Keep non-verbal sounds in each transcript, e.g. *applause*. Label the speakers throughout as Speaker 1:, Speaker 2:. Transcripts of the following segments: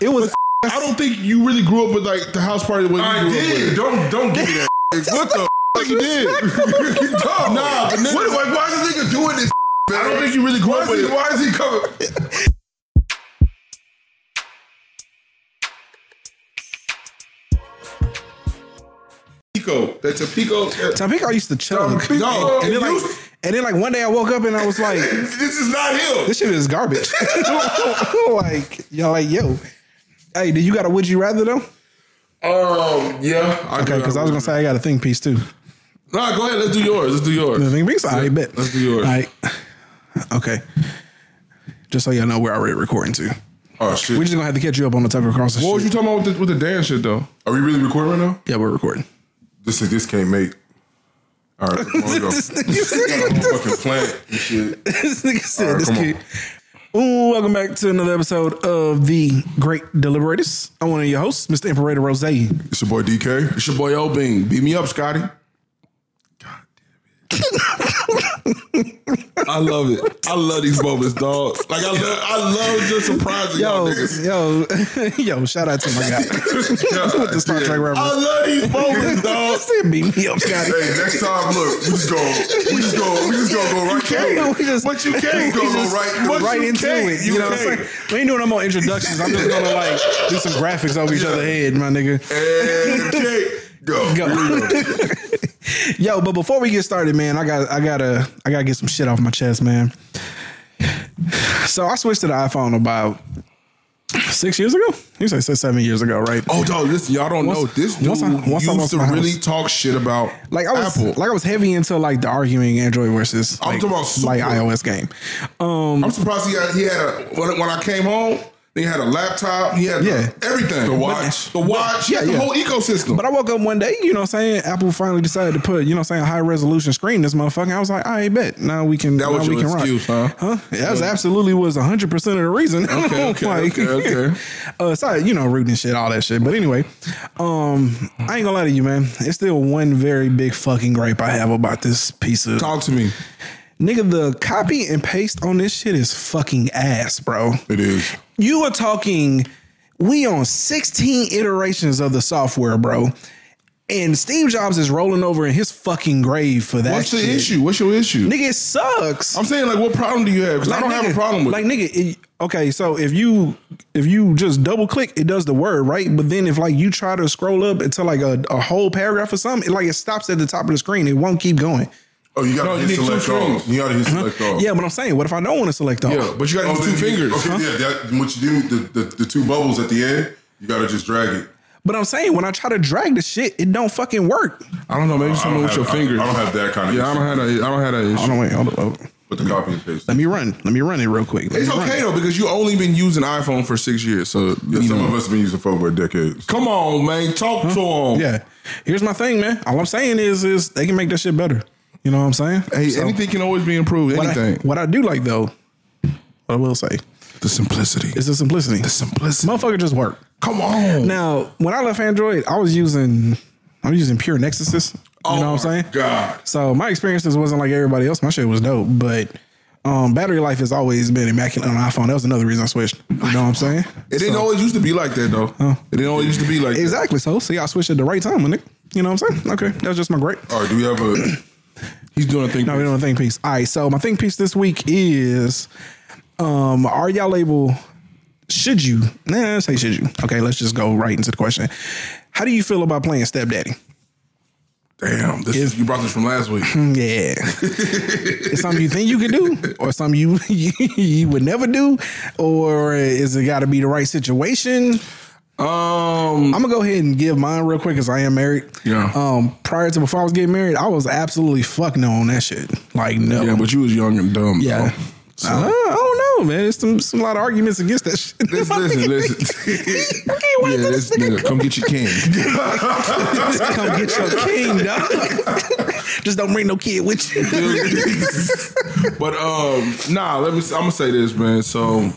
Speaker 1: It was.
Speaker 2: I don't think you really grew up with like the house party. When
Speaker 3: I
Speaker 2: you grew Up
Speaker 3: did.
Speaker 2: with.
Speaker 3: Don't don't give me
Speaker 2: *laughs*
Speaker 3: that. what the?
Speaker 2: Like you did.
Speaker 3: you *laughs* dog.
Speaker 2: Nah, but niggas-
Speaker 3: what, why, why is this nigga doing this?
Speaker 2: I don't think you really grew
Speaker 3: Why is
Speaker 2: up with
Speaker 3: he?
Speaker 2: it.
Speaker 3: Why is he coming? Pico. That's a Pico.
Speaker 1: *laughs* Topeka used to chug.
Speaker 3: Topeka.
Speaker 1: Dog. And then like,
Speaker 3: Used-
Speaker 1: and then like one day I woke up and I was like,
Speaker 3: This is not him.
Speaker 1: this shit is garbage. *laughs* like y'all like yo. Hey, do you got a would you rather though?
Speaker 3: Um. Yeah.
Speaker 1: Okay, because I was gonna say I got a think piece too.
Speaker 3: Nah. Go ahead. Let's do yours. Let's do yours.
Speaker 1: The think piece, I bet.
Speaker 3: let's do yours.
Speaker 1: All right. Okay. Just so y'all know, we're already recording too.
Speaker 3: Oh shit.
Speaker 1: We're just gonna have to catch you up on the type of across the
Speaker 2: What was
Speaker 1: shit.
Speaker 2: you talking about with the, with the dance shit though?
Speaker 3: Are we really recording right now?
Speaker 1: yeah, we're recording.
Speaker 3: This this can't make. All right. Come
Speaker 1: *laughs*
Speaker 3: on, go.
Speaker 1: This nigga-
Speaker 3: fucking plant and shit.
Speaker 1: *laughs* this nigga said
Speaker 3: All right,
Speaker 1: this
Speaker 3: come on.
Speaker 1: kid. Ooh, welcome back to another episode of the Great Deliberators. I'm one of your hosts, Mr. Imperator Rose.
Speaker 3: It's your boy DK. It's your boy O Bean. Beat me up, Scotty. *laughs* I love it. I love these moments, dog. Like I love, I love just surprising
Speaker 1: Yo,
Speaker 3: y'all niggas.
Speaker 1: *laughs* yo, yo, shout out to
Speaker 3: *laughs*
Speaker 1: my guy. With the Star Trek
Speaker 3: I
Speaker 1: reference.
Speaker 3: love these moments,
Speaker 1: *laughs*
Speaker 3: dog.
Speaker 1: Said beat me up, Scotty.
Speaker 3: Hey, next time, look, we just go, we just go, we just go, go right
Speaker 1: *laughs* No,
Speaker 3: to
Speaker 1: we
Speaker 3: it.
Speaker 1: just-
Speaker 3: But you can't
Speaker 1: we
Speaker 3: go
Speaker 1: just
Speaker 3: right- but
Speaker 1: right
Speaker 3: you
Speaker 1: into
Speaker 3: can't.
Speaker 1: it. You,
Speaker 3: You
Speaker 1: know what I'm
Speaker 3: can't.
Speaker 1: saying? We ain't doing no more introductions. I'm just gonna like do some graphics over each other's head, my nigga.
Speaker 3: And can't go.
Speaker 1: Go.
Speaker 3: Here we go.
Speaker 1: *laughs* Yo, but before we get started, man, I got I gotta I gotta get some shit off my chest, man. *sighs* So I switched to the iPhone about six years ago. You say six, seven years ago, right?
Speaker 3: Oh, dog, this y'all don't
Speaker 1: Once-
Speaker 3: know. This dude
Speaker 1: once I- once I
Speaker 3: used
Speaker 1: lost
Speaker 3: to
Speaker 1: my house.
Speaker 3: really talk shit about
Speaker 1: Like I was
Speaker 3: Apple.
Speaker 1: like I was heavy into like the arguing Android versus
Speaker 3: I'm
Speaker 1: like,
Speaker 3: talking about super-
Speaker 1: like iOS game. Um
Speaker 3: I'm surprised he had, he had a when, when I came home. He had a laptop. He had
Speaker 1: Yeah.
Speaker 3: the- everything. The watch. The watch. Yeah,
Speaker 1: Yeah, yeah.
Speaker 3: the whole ecosystem.
Speaker 1: But I woke up one day, you know what I'm saying? Apple finally decided to put, you know what I'm saying, a high resolution screen in this motherfucker. I was like, I bet. Now we can
Speaker 3: That was
Speaker 1: now we
Speaker 3: your
Speaker 1: can
Speaker 3: excuse, huh?
Speaker 1: run. Huh? Yeah, that was absolutely was 100% of the reason. *laughs*
Speaker 3: Okay, okay, okay, okay.
Speaker 1: uh, so, you know, rooting and shit, all that shit. But anyway, um, I ain't gonna lie to you, man. It's still one very big fucking gripe I have about this piece of
Speaker 3: Talk to me.
Speaker 1: nigga. The copy and paste on this shit is fucking ass, bro.
Speaker 3: It is.
Speaker 1: You are talking, we on 16 iterations of the software, bro. And Steve Jobs is rolling over in his fucking grave for that.
Speaker 3: What's the
Speaker 1: shit.
Speaker 3: issue? What's your issue?
Speaker 1: Nigga, it sucks.
Speaker 3: I'm saying like, what problem do you have? Because I don't
Speaker 1: Like,
Speaker 3: have a
Speaker 1: nigga,
Speaker 3: problem with.
Speaker 1: Like
Speaker 3: it.
Speaker 1: nigga, it, okay, so if you if you just double click, it does the word, right? But then if like you try to scroll up into like a, a whole paragraph or something, it like it stops at the top of the screen. It won't keep going.
Speaker 4: Oh, you
Speaker 3: No,
Speaker 4: gotta
Speaker 3: you
Speaker 4: hit
Speaker 3: need two
Speaker 4: select all.
Speaker 3: strings.
Speaker 4: You gotta hit select all.
Speaker 1: Yeah, but I'm saying, what if I don't want to select all?
Speaker 3: Oh. yeah, but you got
Speaker 4: Oh,
Speaker 3: to use two
Speaker 4: then you-
Speaker 3: fingers.
Speaker 4: Okay, yeah, that, what you do, the, the, the two bubbles at the end, you gotta just drag it.
Speaker 1: But I'm saying when I try to drag the shit, it don't fucking work.
Speaker 2: I don't know. Maybe
Speaker 4: I
Speaker 2: something
Speaker 4: don't,
Speaker 2: with
Speaker 4: have,
Speaker 2: your
Speaker 4: I-
Speaker 2: fingers.
Speaker 4: I, don't have that kind of
Speaker 2: yeah, I don't have that. I don't have that issue.
Speaker 1: Hold on, wait, hold up. hold up.
Speaker 4: But the copy and paste.
Speaker 1: Let me run. Let me run it real quick. Let
Speaker 2: It's
Speaker 1: me run
Speaker 2: okay
Speaker 1: it.
Speaker 2: though because you only been using iPhone for six years. So
Speaker 4: Yeah,
Speaker 2: you
Speaker 4: some
Speaker 2: know.
Speaker 4: of us have been using for over a decade.
Speaker 3: Come on, man. Talk to him.
Speaker 1: Yeah. Here's my thing, man. All I'm saying is, is they can make that shit better. You know what I'm saying?
Speaker 2: Hey, anything can always be improved.
Speaker 1: What I,
Speaker 2: Anything.
Speaker 1: what I do like though, what I will say,
Speaker 2: the simplicity.
Speaker 1: is the simplicity.
Speaker 2: the simplicity.
Speaker 1: Motherfucker just work.
Speaker 2: Come on.
Speaker 1: Now, when I left Android, I was using I was using pure Nexuses. You
Speaker 2: Oh
Speaker 1: know what I'm saying?
Speaker 4: God.
Speaker 1: So my experiences wasn't like everybody else. My shit was dope, but um, battery life has always been immaculate on iPhone. That was another reason I switched. You know what I'm saying?
Speaker 2: it didn't always used to be like that though. It didn't always used to be like that.
Speaker 1: Exactly. So see, I switched at the right time, my nigga. You know what I'm saying? Okay, that's just my great.
Speaker 4: All right, do we have a.
Speaker 1: *clears throat*
Speaker 2: He's doing a thing.
Speaker 1: No, we don't have a think piece. All right, so my think piece this week is um are y'all able should you? Nah, say should you. Okay, let's just go right into the question. How do you feel about playing stepdaddy?
Speaker 2: Damn, this is, you brought this from
Speaker 1: *laughs*
Speaker 2: last week.
Speaker 1: Mm, Yeah. it's something you think you can do or something you *laughs* you, would never do or is it got to be the right situation?
Speaker 2: Um,
Speaker 1: I'm gonna go ahead and give mine real quick because I am married.
Speaker 2: Yeah.
Speaker 1: Um, prior to before I was getting married, I was absolutely fuck no on that shit. Like no.
Speaker 2: yeah, but you was young and dumb.
Speaker 1: Yeah.
Speaker 2: though.
Speaker 1: *laughs*
Speaker 2: So,
Speaker 1: Uh, I don't know, man. There's some, some lot of arguments against that shit. *laughs*
Speaker 2: listen, listen, listen.
Speaker 1: I can't wait
Speaker 2: yeah,
Speaker 1: till
Speaker 2: this
Speaker 1: this nigga
Speaker 2: nigga, come get your king.
Speaker 1: *laughs* come get your king, dog. *laughs* Just don't bring no kid with you.
Speaker 2: *laughs* but um, nah, let me. I'm gonna say this, man. So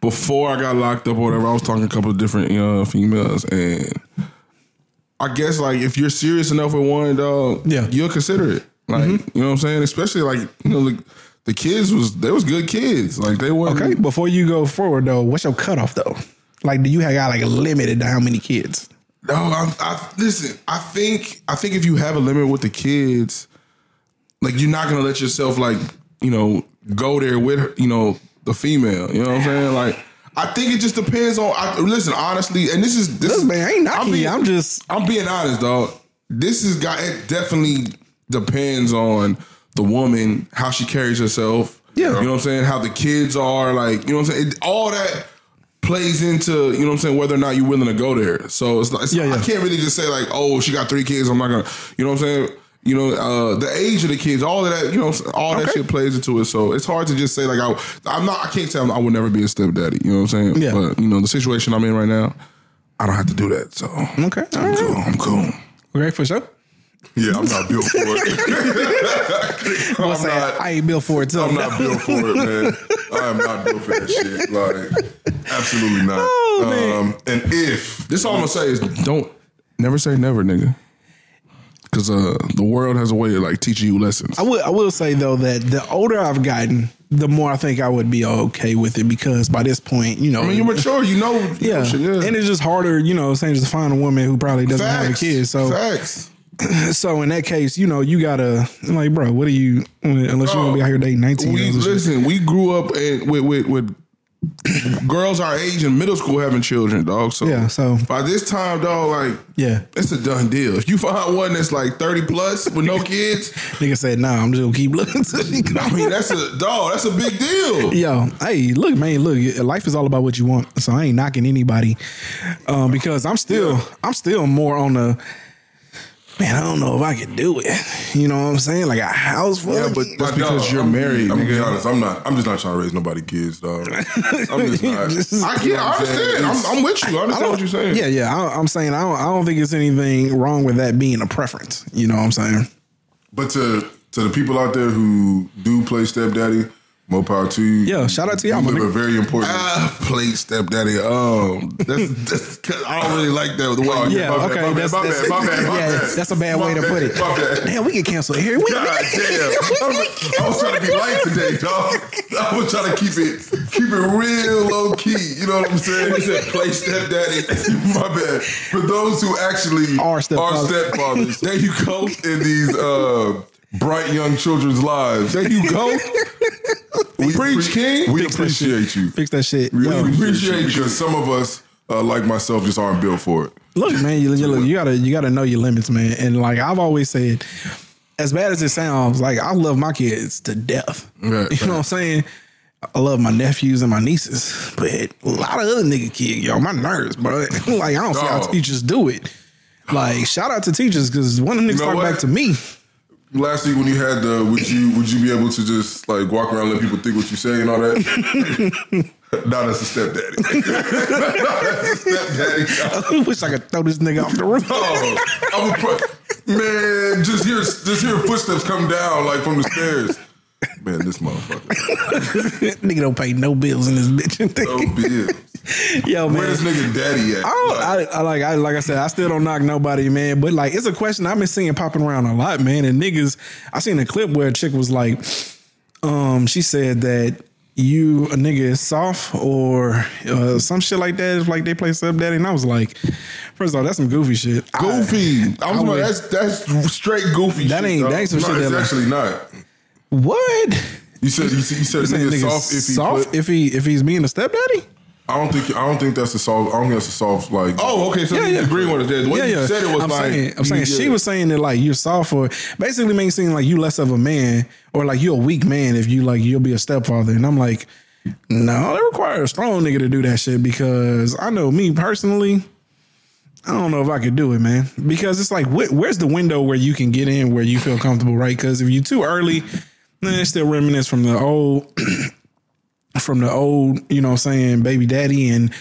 Speaker 2: before I got locked up or whatever, I was talking to a couple of different uh, females, and I guess like if you're serious enough with one dog,
Speaker 1: Yeah.
Speaker 2: you'll consider it. Like you know what I'm saying, especially like you know the, the kids was they was good kids, like they were
Speaker 1: Okay, before you go forward though, what's your cutoff though? Like, do you have got like limited to how many kids?
Speaker 2: No, I, I listen. I think I think if you have a limit with the kids, like you're not gonna let yourself like you know go there with her, you know the female. You know what I'm saying? Like I think it just depends on. I, listen, honestly, and this is this
Speaker 1: Look,
Speaker 2: is
Speaker 1: man, I ain't knocking you. I'm just-
Speaker 2: I'm being honest, dog. This is got it definitely depends on the woman how she carries herself.
Speaker 1: Yeah.
Speaker 2: you know what I'm saying. How the kids are, like you know what I'm saying. It, all that plays into you know what I'm saying whether or not you're willing to go there. So it's like it's-
Speaker 1: Yeah, yeah.
Speaker 2: I can't really just say like, oh, she got three kids. I'm not gonna, you know what I'm saying. You know, uh, the age of the kids, all of that, you know, all that
Speaker 1: Okay.
Speaker 2: shit plays into it. So it's hard to just say like I, I'm not. I can't say I'm, I would never be a stepdaddy. You know what I'm saying?
Speaker 1: Yeah.
Speaker 2: But you know the situation I'm in right now, I don't have to do that. So
Speaker 1: Okay, all
Speaker 2: I'm
Speaker 1: right.
Speaker 2: cool. I'm cool.
Speaker 1: Okay, for sure.
Speaker 4: Yeah, I'm not built for
Speaker 2: *laughs*
Speaker 4: it. I'm,
Speaker 1: Say,
Speaker 4: not,
Speaker 1: I ain't built for it. Too.
Speaker 4: I'm not built for it, man. I am not built for that shit. Like, absolutely not.
Speaker 1: Oh, man.
Speaker 4: um, and if
Speaker 2: This all I'm gonna say is don't never say never, nigga. Because uh, the world has a way of like teaching you lessons.
Speaker 1: I will. I will say though that the older I've gotten, the more I think I would be okay with it because by this point, you know,
Speaker 2: I mean, you're mature. You know. you
Speaker 1: yeah,
Speaker 2: know shit, yeah.
Speaker 1: and it's just harder, you know, saying to find a woman who probably doesn't have a kid. So,
Speaker 2: facts.
Speaker 1: so in that case, you know, you gotta like, bro, what are you? Unless you want to be out here dating nineteen
Speaker 2: We
Speaker 1: year olds. and shit.
Speaker 2: listen. We grew up in, with with *clears throat* with girls our age in middle school having children, dog. So
Speaker 1: Yeah, so-
Speaker 2: by this time, dog, like
Speaker 1: Yeah,
Speaker 2: it's a done deal. If you find one that's like thirty plus with no kids,
Speaker 1: nigga said, nah, I'm just gonna keep *laughs* looking. till she come."
Speaker 2: I mean that's a dog. That's a big *laughs* deal.
Speaker 1: Yo, hey, look, man, look, life is all about what you want. So I ain't knocking anybody um, because I'm still, I'm still more on the. Man, I don't know if I could do it. You know what I'm saying? Like a house full. Yeah,
Speaker 2: but that's
Speaker 4: But dog,
Speaker 2: because you're
Speaker 4: I'm,
Speaker 2: married,
Speaker 4: I'm gonna be
Speaker 2: nigga.
Speaker 4: honest. I'm not. I'm just not trying to raise nobody kids, dog. I'm just not.
Speaker 2: I get. I understand. I'm, I'm with you. I understand what you're saying.
Speaker 1: yeah, yeah. I, I'm saying I don't, I don't think it's anything wrong with that being a preference. You know what I'm saying?
Speaker 4: But to to the people out there who do play stepdaddy, more power to you.
Speaker 1: Yeah, shout out to y'all, my
Speaker 4: You live
Speaker 1: nigga.
Speaker 4: a very important.
Speaker 2: Ah, play stepdaddy. Oh, that's, that's 'cause I don't really like that. The way
Speaker 1: Yeah,
Speaker 4: My bad,
Speaker 1: okay.
Speaker 4: my bad,
Speaker 1: that's,
Speaker 4: my
Speaker 1: that's, *laughs*
Speaker 4: bad, my bad, my
Speaker 1: yeah,
Speaker 4: bad.
Speaker 1: that's a bad way
Speaker 4: My
Speaker 1: to put
Speaker 4: bad,
Speaker 1: it.
Speaker 4: my bad.
Speaker 1: Damn, we can cancel it here. We,
Speaker 4: *laughs* God damn! I was trying to be light today, dog. *laughs* I was trying to keep it keep it real low key. You know what I'm saying? He said, "Play stepdaddy." *laughs* My bad. For those who actually
Speaker 1: Are stepfathers.
Speaker 4: stepfathers, there you go. In these uh, bright young children's lives, there you go. We
Speaker 2: Preach, King.
Speaker 4: We
Speaker 1: Fix that shit.
Speaker 4: appreciate you.
Speaker 1: Fix that shit.
Speaker 4: We
Speaker 1: Yo.
Speaker 4: appreciate you because some of us, uh, like myself, just aren't built for it.
Speaker 1: Look, man, you, you, look, you gotta you gotta know your limits, man. And like I've always said, as bad as it sounds, like I love my kids to death.
Speaker 2: Right,
Speaker 1: *laughs* you know what I'm saying? I love my nephews and my nieces, but a lot of other nigga kids, yo, my nerves, bro. *laughs* like I don't see how
Speaker 4: Dog.
Speaker 1: teachers do it. Like shout out to teachers because one of them niggas
Speaker 4: know
Speaker 1: talk
Speaker 4: what?
Speaker 1: back to me. *laughs*
Speaker 4: Last week when you had the, would you would you be able to just like walk around, let people think what you say and all that?
Speaker 1: *laughs*
Speaker 4: now that's a stepdaddy. *laughs* that's a stepdaddy.
Speaker 1: I wish I could throw this nigga off the roof. *laughs*
Speaker 4: Oh, I'm a pro- man, just hear just hear footsteps come down like from the stairs. Man, this motherfucker.
Speaker 1: nigga don't pay no bills in this bitch.
Speaker 4: Oh,
Speaker 1: *laughs*
Speaker 4: yeah.
Speaker 1: yo, man.
Speaker 4: Where this nigga daddy at?
Speaker 1: I, don't, Oh, I, I like I like I said I still don't knock nobody, man. But like it's a question I've been seeing popping around a lot, man. And niggas, I seen a clip where a chick was like, um, she said that you a nigga is soft or uh, some shit like that. If like they play stepdaddy, and I was like, first of all, that's some goofy shit. I-
Speaker 2: Goofy. I'm
Speaker 1: I
Speaker 2: talking about
Speaker 1: would-
Speaker 2: that's that's straight goofy.
Speaker 1: That
Speaker 2: shit,
Speaker 1: ain't-
Speaker 2: dog.
Speaker 1: that ain't some
Speaker 4: no,
Speaker 1: shit
Speaker 4: it's
Speaker 1: that like-
Speaker 4: actually not.
Speaker 1: what?
Speaker 4: You said you, said- you said
Speaker 1: Saying
Speaker 4: nigga
Speaker 1: niggas
Speaker 4: soft if he
Speaker 1: soft
Speaker 4: play-
Speaker 1: if he if he's being a stepdaddy.
Speaker 4: I don't think I don't think that's a soft. I don't think that's a soft like.
Speaker 2: Oh, okay. So
Speaker 1: Yeah,
Speaker 2: you
Speaker 1: yeah.
Speaker 2: agree with us. The way
Speaker 1: yeah,
Speaker 2: you
Speaker 1: yeah.
Speaker 2: said it was
Speaker 1: I'm
Speaker 2: like
Speaker 1: saying, I'm saying
Speaker 2: yeah.
Speaker 1: she was saying that like you're soft or basically made it seem like you less of a man or like you're a weak man if you like you'll be a stepfather. And I'm like, no, they require a strong nigga to do that shit because I know me personally, I don't know if I could do it, man. Because it's like, wh- where's the window where you can get in where you feel comfortable, right? Because if you're too early, then it's still reminisce from the old *clears throat* from the old, you know what I'm saying, baby daddy and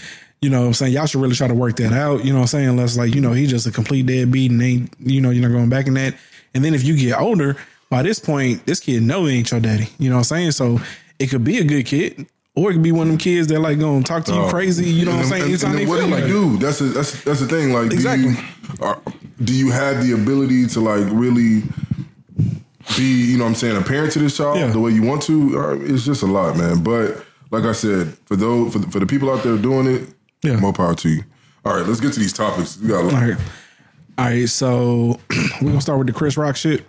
Speaker 1: you know what I'm saying, y'all should really try to work that out. You know what I'm saying? Unless like, you know, he's just a complete deadbeat and ain't you know, you're not going back in that. And then if you get older, by this point, this kid know he ain't your daddy. You know what I'm saying? So it could be a good kid. Or it could be one of them kids that like gonna talk to you crazy, you know what I'm saying?
Speaker 4: Oh. And-
Speaker 1: Anytime
Speaker 4: and
Speaker 1: they
Speaker 4: what
Speaker 1: feel
Speaker 4: do
Speaker 1: like
Speaker 4: you
Speaker 1: it.
Speaker 4: do? That's a, that's that's the thing. Like,
Speaker 1: Exactly.
Speaker 4: do you, are, do you have the ability to like really be, you know, what I'm saying, a parent to this child
Speaker 1: Yeah.
Speaker 4: the way you want to? Uh, It's just a lot, man. But like I said, for those for, the- for the people out there doing it,
Speaker 1: Yeah.
Speaker 4: More power to you. All right, let's get to these topics. We got a lot.
Speaker 1: All right. All right, so *clears throat* we're gonna start with the Chris Rock shit.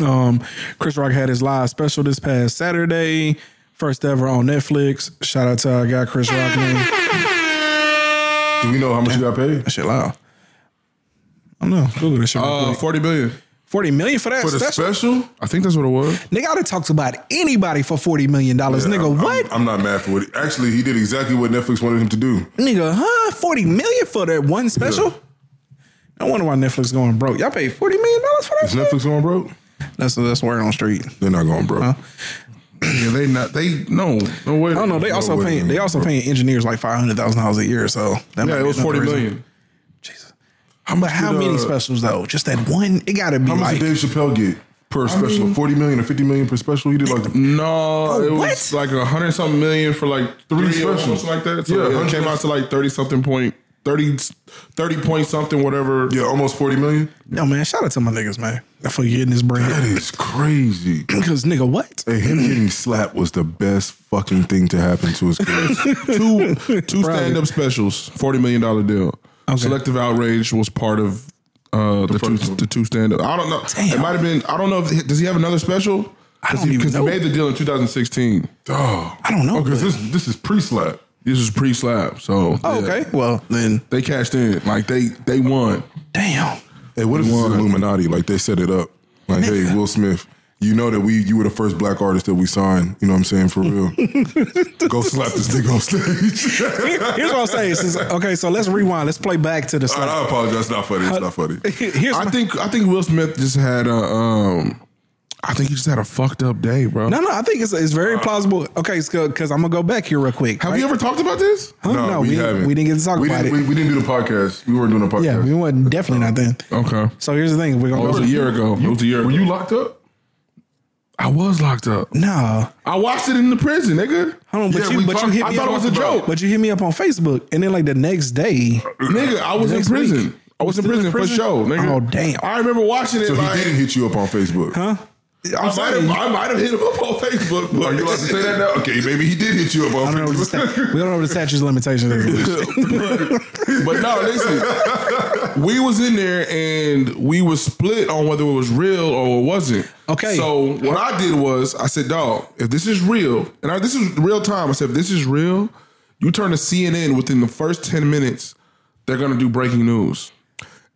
Speaker 1: Um, Chris Rock had his live special this past Saturday, first ever on Netflix. Shout out to our guy Chris Rock,
Speaker 4: *laughs*
Speaker 1: man.
Speaker 4: Do we know how much you got paid?
Speaker 1: That shit loud. I don't know. Google that shit. real
Speaker 2: Uh,
Speaker 1: quick.
Speaker 2: forty billion.
Speaker 1: Forty million for that
Speaker 4: For the
Speaker 1: special.
Speaker 4: special?
Speaker 2: I think that's what it was.
Speaker 1: nigga, I'd have talked about anybody for forty million dollars,
Speaker 4: Yeah,
Speaker 1: nigga.
Speaker 4: I'm-
Speaker 1: what,
Speaker 4: I'm, I'm not mad for it. Actually, he did exactly what Netflix wanted him to do.
Speaker 1: nigga? Huh? Forty million for that one special? I wonder why Netflix going broke. Y'all paid forty million dollars for that?
Speaker 4: Is Netflix going broke?
Speaker 1: That's that's word on street.
Speaker 4: They're not going broke.
Speaker 2: Yeah, they not. They no. No way.
Speaker 1: I don't know. They also
Speaker 4: way,
Speaker 1: paying.
Speaker 4: man.
Speaker 1: They also paying engineers like five hundred thousand dollars a year. So that
Speaker 2: Yeah, it was forty million.
Speaker 1: Jesus. How but how many
Speaker 4: uh,
Speaker 1: specials though? Just that one. It gotta be
Speaker 4: How much
Speaker 1: like.
Speaker 4: did Dave Chappelle get per special? Forty million or fifty million per special? He did like three,
Speaker 2: No, it was
Speaker 1: Oh, what?
Speaker 2: like a hundred something million for like three, or
Speaker 4: specials,
Speaker 2: something like that. So
Speaker 4: yeah,
Speaker 2: it came out to like thirty something point, 30, 30 point something, whatever.
Speaker 4: Yeah, almost forty million.
Speaker 1: no man, shout out to my niggas, man, for getting this *laughs* bread.
Speaker 4: It's crazy.
Speaker 1: Because nigga, what?
Speaker 4: Hey, him getting slapped was the best fucking thing to happen to his *laughs* career.
Speaker 2: *laughs* Two two stand up specials, forty million dollar deal. Selective outrage was part of uh, the, two
Speaker 4: first one.
Speaker 2: the two stand up. I don't know.
Speaker 1: Damn.
Speaker 2: It might have been. I don't know. if Does he have another special?
Speaker 1: I don't even
Speaker 2: Because he
Speaker 1: know.
Speaker 2: made the deal in 2016.
Speaker 4: oh,
Speaker 1: I don't know.
Speaker 4: because this this is pre-slap.
Speaker 2: This is pre slap, so
Speaker 1: Oh,
Speaker 2: yeah.
Speaker 1: okay. Well then,
Speaker 2: They cashed in like they they won.
Speaker 1: damn.
Speaker 4: Hey, what if this is Illuminati? Like they set it up. Like, hey, Will Smith, you know that we you were the first black artist that we signed. You know what I'm saying? For *laughs* real. Go slap this nigga on stage.
Speaker 1: Here's what I'm saying. Since, okay, so let's rewind. Let's play back to the
Speaker 4: All right,
Speaker 1: start.
Speaker 4: I apologize. It's not funny. It's not funny.
Speaker 1: *laughs* Here's
Speaker 2: I
Speaker 1: my-
Speaker 2: think I think Will Smith just had a um I think he just had a fucked up day, bro.
Speaker 1: no, no. I think it's it's very plausible. Okay, because I'm gonna go back here real quick.
Speaker 2: Have
Speaker 1: right?
Speaker 2: you ever talked about this?
Speaker 1: Huh? No, we, didn't- we didn't get to talk
Speaker 4: we
Speaker 1: about
Speaker 4: didn't,
Speaker 1: it.
Speaker 4: We, we didn't do the podcast. We weren't doing a podcast.
Speaker 1: yeah, we wasn't definitely not then.
Speaker 2: Okay.
Speaker 1: So here's the thing. We're
Speaker 2: Oh,
Speaker 1: gonna
Speaker 2: it was a
Speaker 1: go.
Speaker 2: year ago. it was a year ago.
Speaker 4: Were you locked up?
Speaker 2: I was locked up.
Speaker 1: No,
Speaker 2: I watched it in the prison, nigga.
Speaker 1: Hold on, but
Speaker 4: Yeah,
Speaker 1: you
Speaker 4: we
Speaker 1: but you
Speaker 4: talked-
Speaker 1: hit
Speaker 4: I
Speaker 1: me
Speaker 4: thought
Speaker 1: up
Speaker 4: it was a
Speaker 1: on-
Speaker 4: joke.
Speaker 1: But you hit me up on Facebook, and then like the next day,
Speaker 2: Nigga, I was in
Speaker 1: Next
Speaker 2: prison.
Speaker 1: week.
Speaker 2: I was in
Speaker 1: Still in
Speaker 2: prison, for
Speaker 1: prison?
Speaker 2: sure, nigga.
Speaker 1: Oh, damn.
Speaker 2: I remember watching it
Speaker 4: So
Speaker 2: like
Speaker 4: he didn't hit you up on Facebook. Huh?
Speaker 2: I might have I might have hit him up on Facebook, but
Speaker 4: Are you allowed to say that now? Okay, maybe he did hit you up
Speaker 1: I
Speaker 4: on
Speaker 1: don't know. What the
Speaker 4: Facebook. *laughs*
Speaker 1: sta- we don't know what the statute of limitations *laughs* is.
Speaker 2: But no, listen. we was in there and we was split on whether it was real or it wasn't.
Speaker 1: Okay.
Speaker 2: So what I did was I said, dog, if this is real, and I, this is real time, I said, if this is real, you turn to CNN within the first 10 minutes, they're going to do breaking news.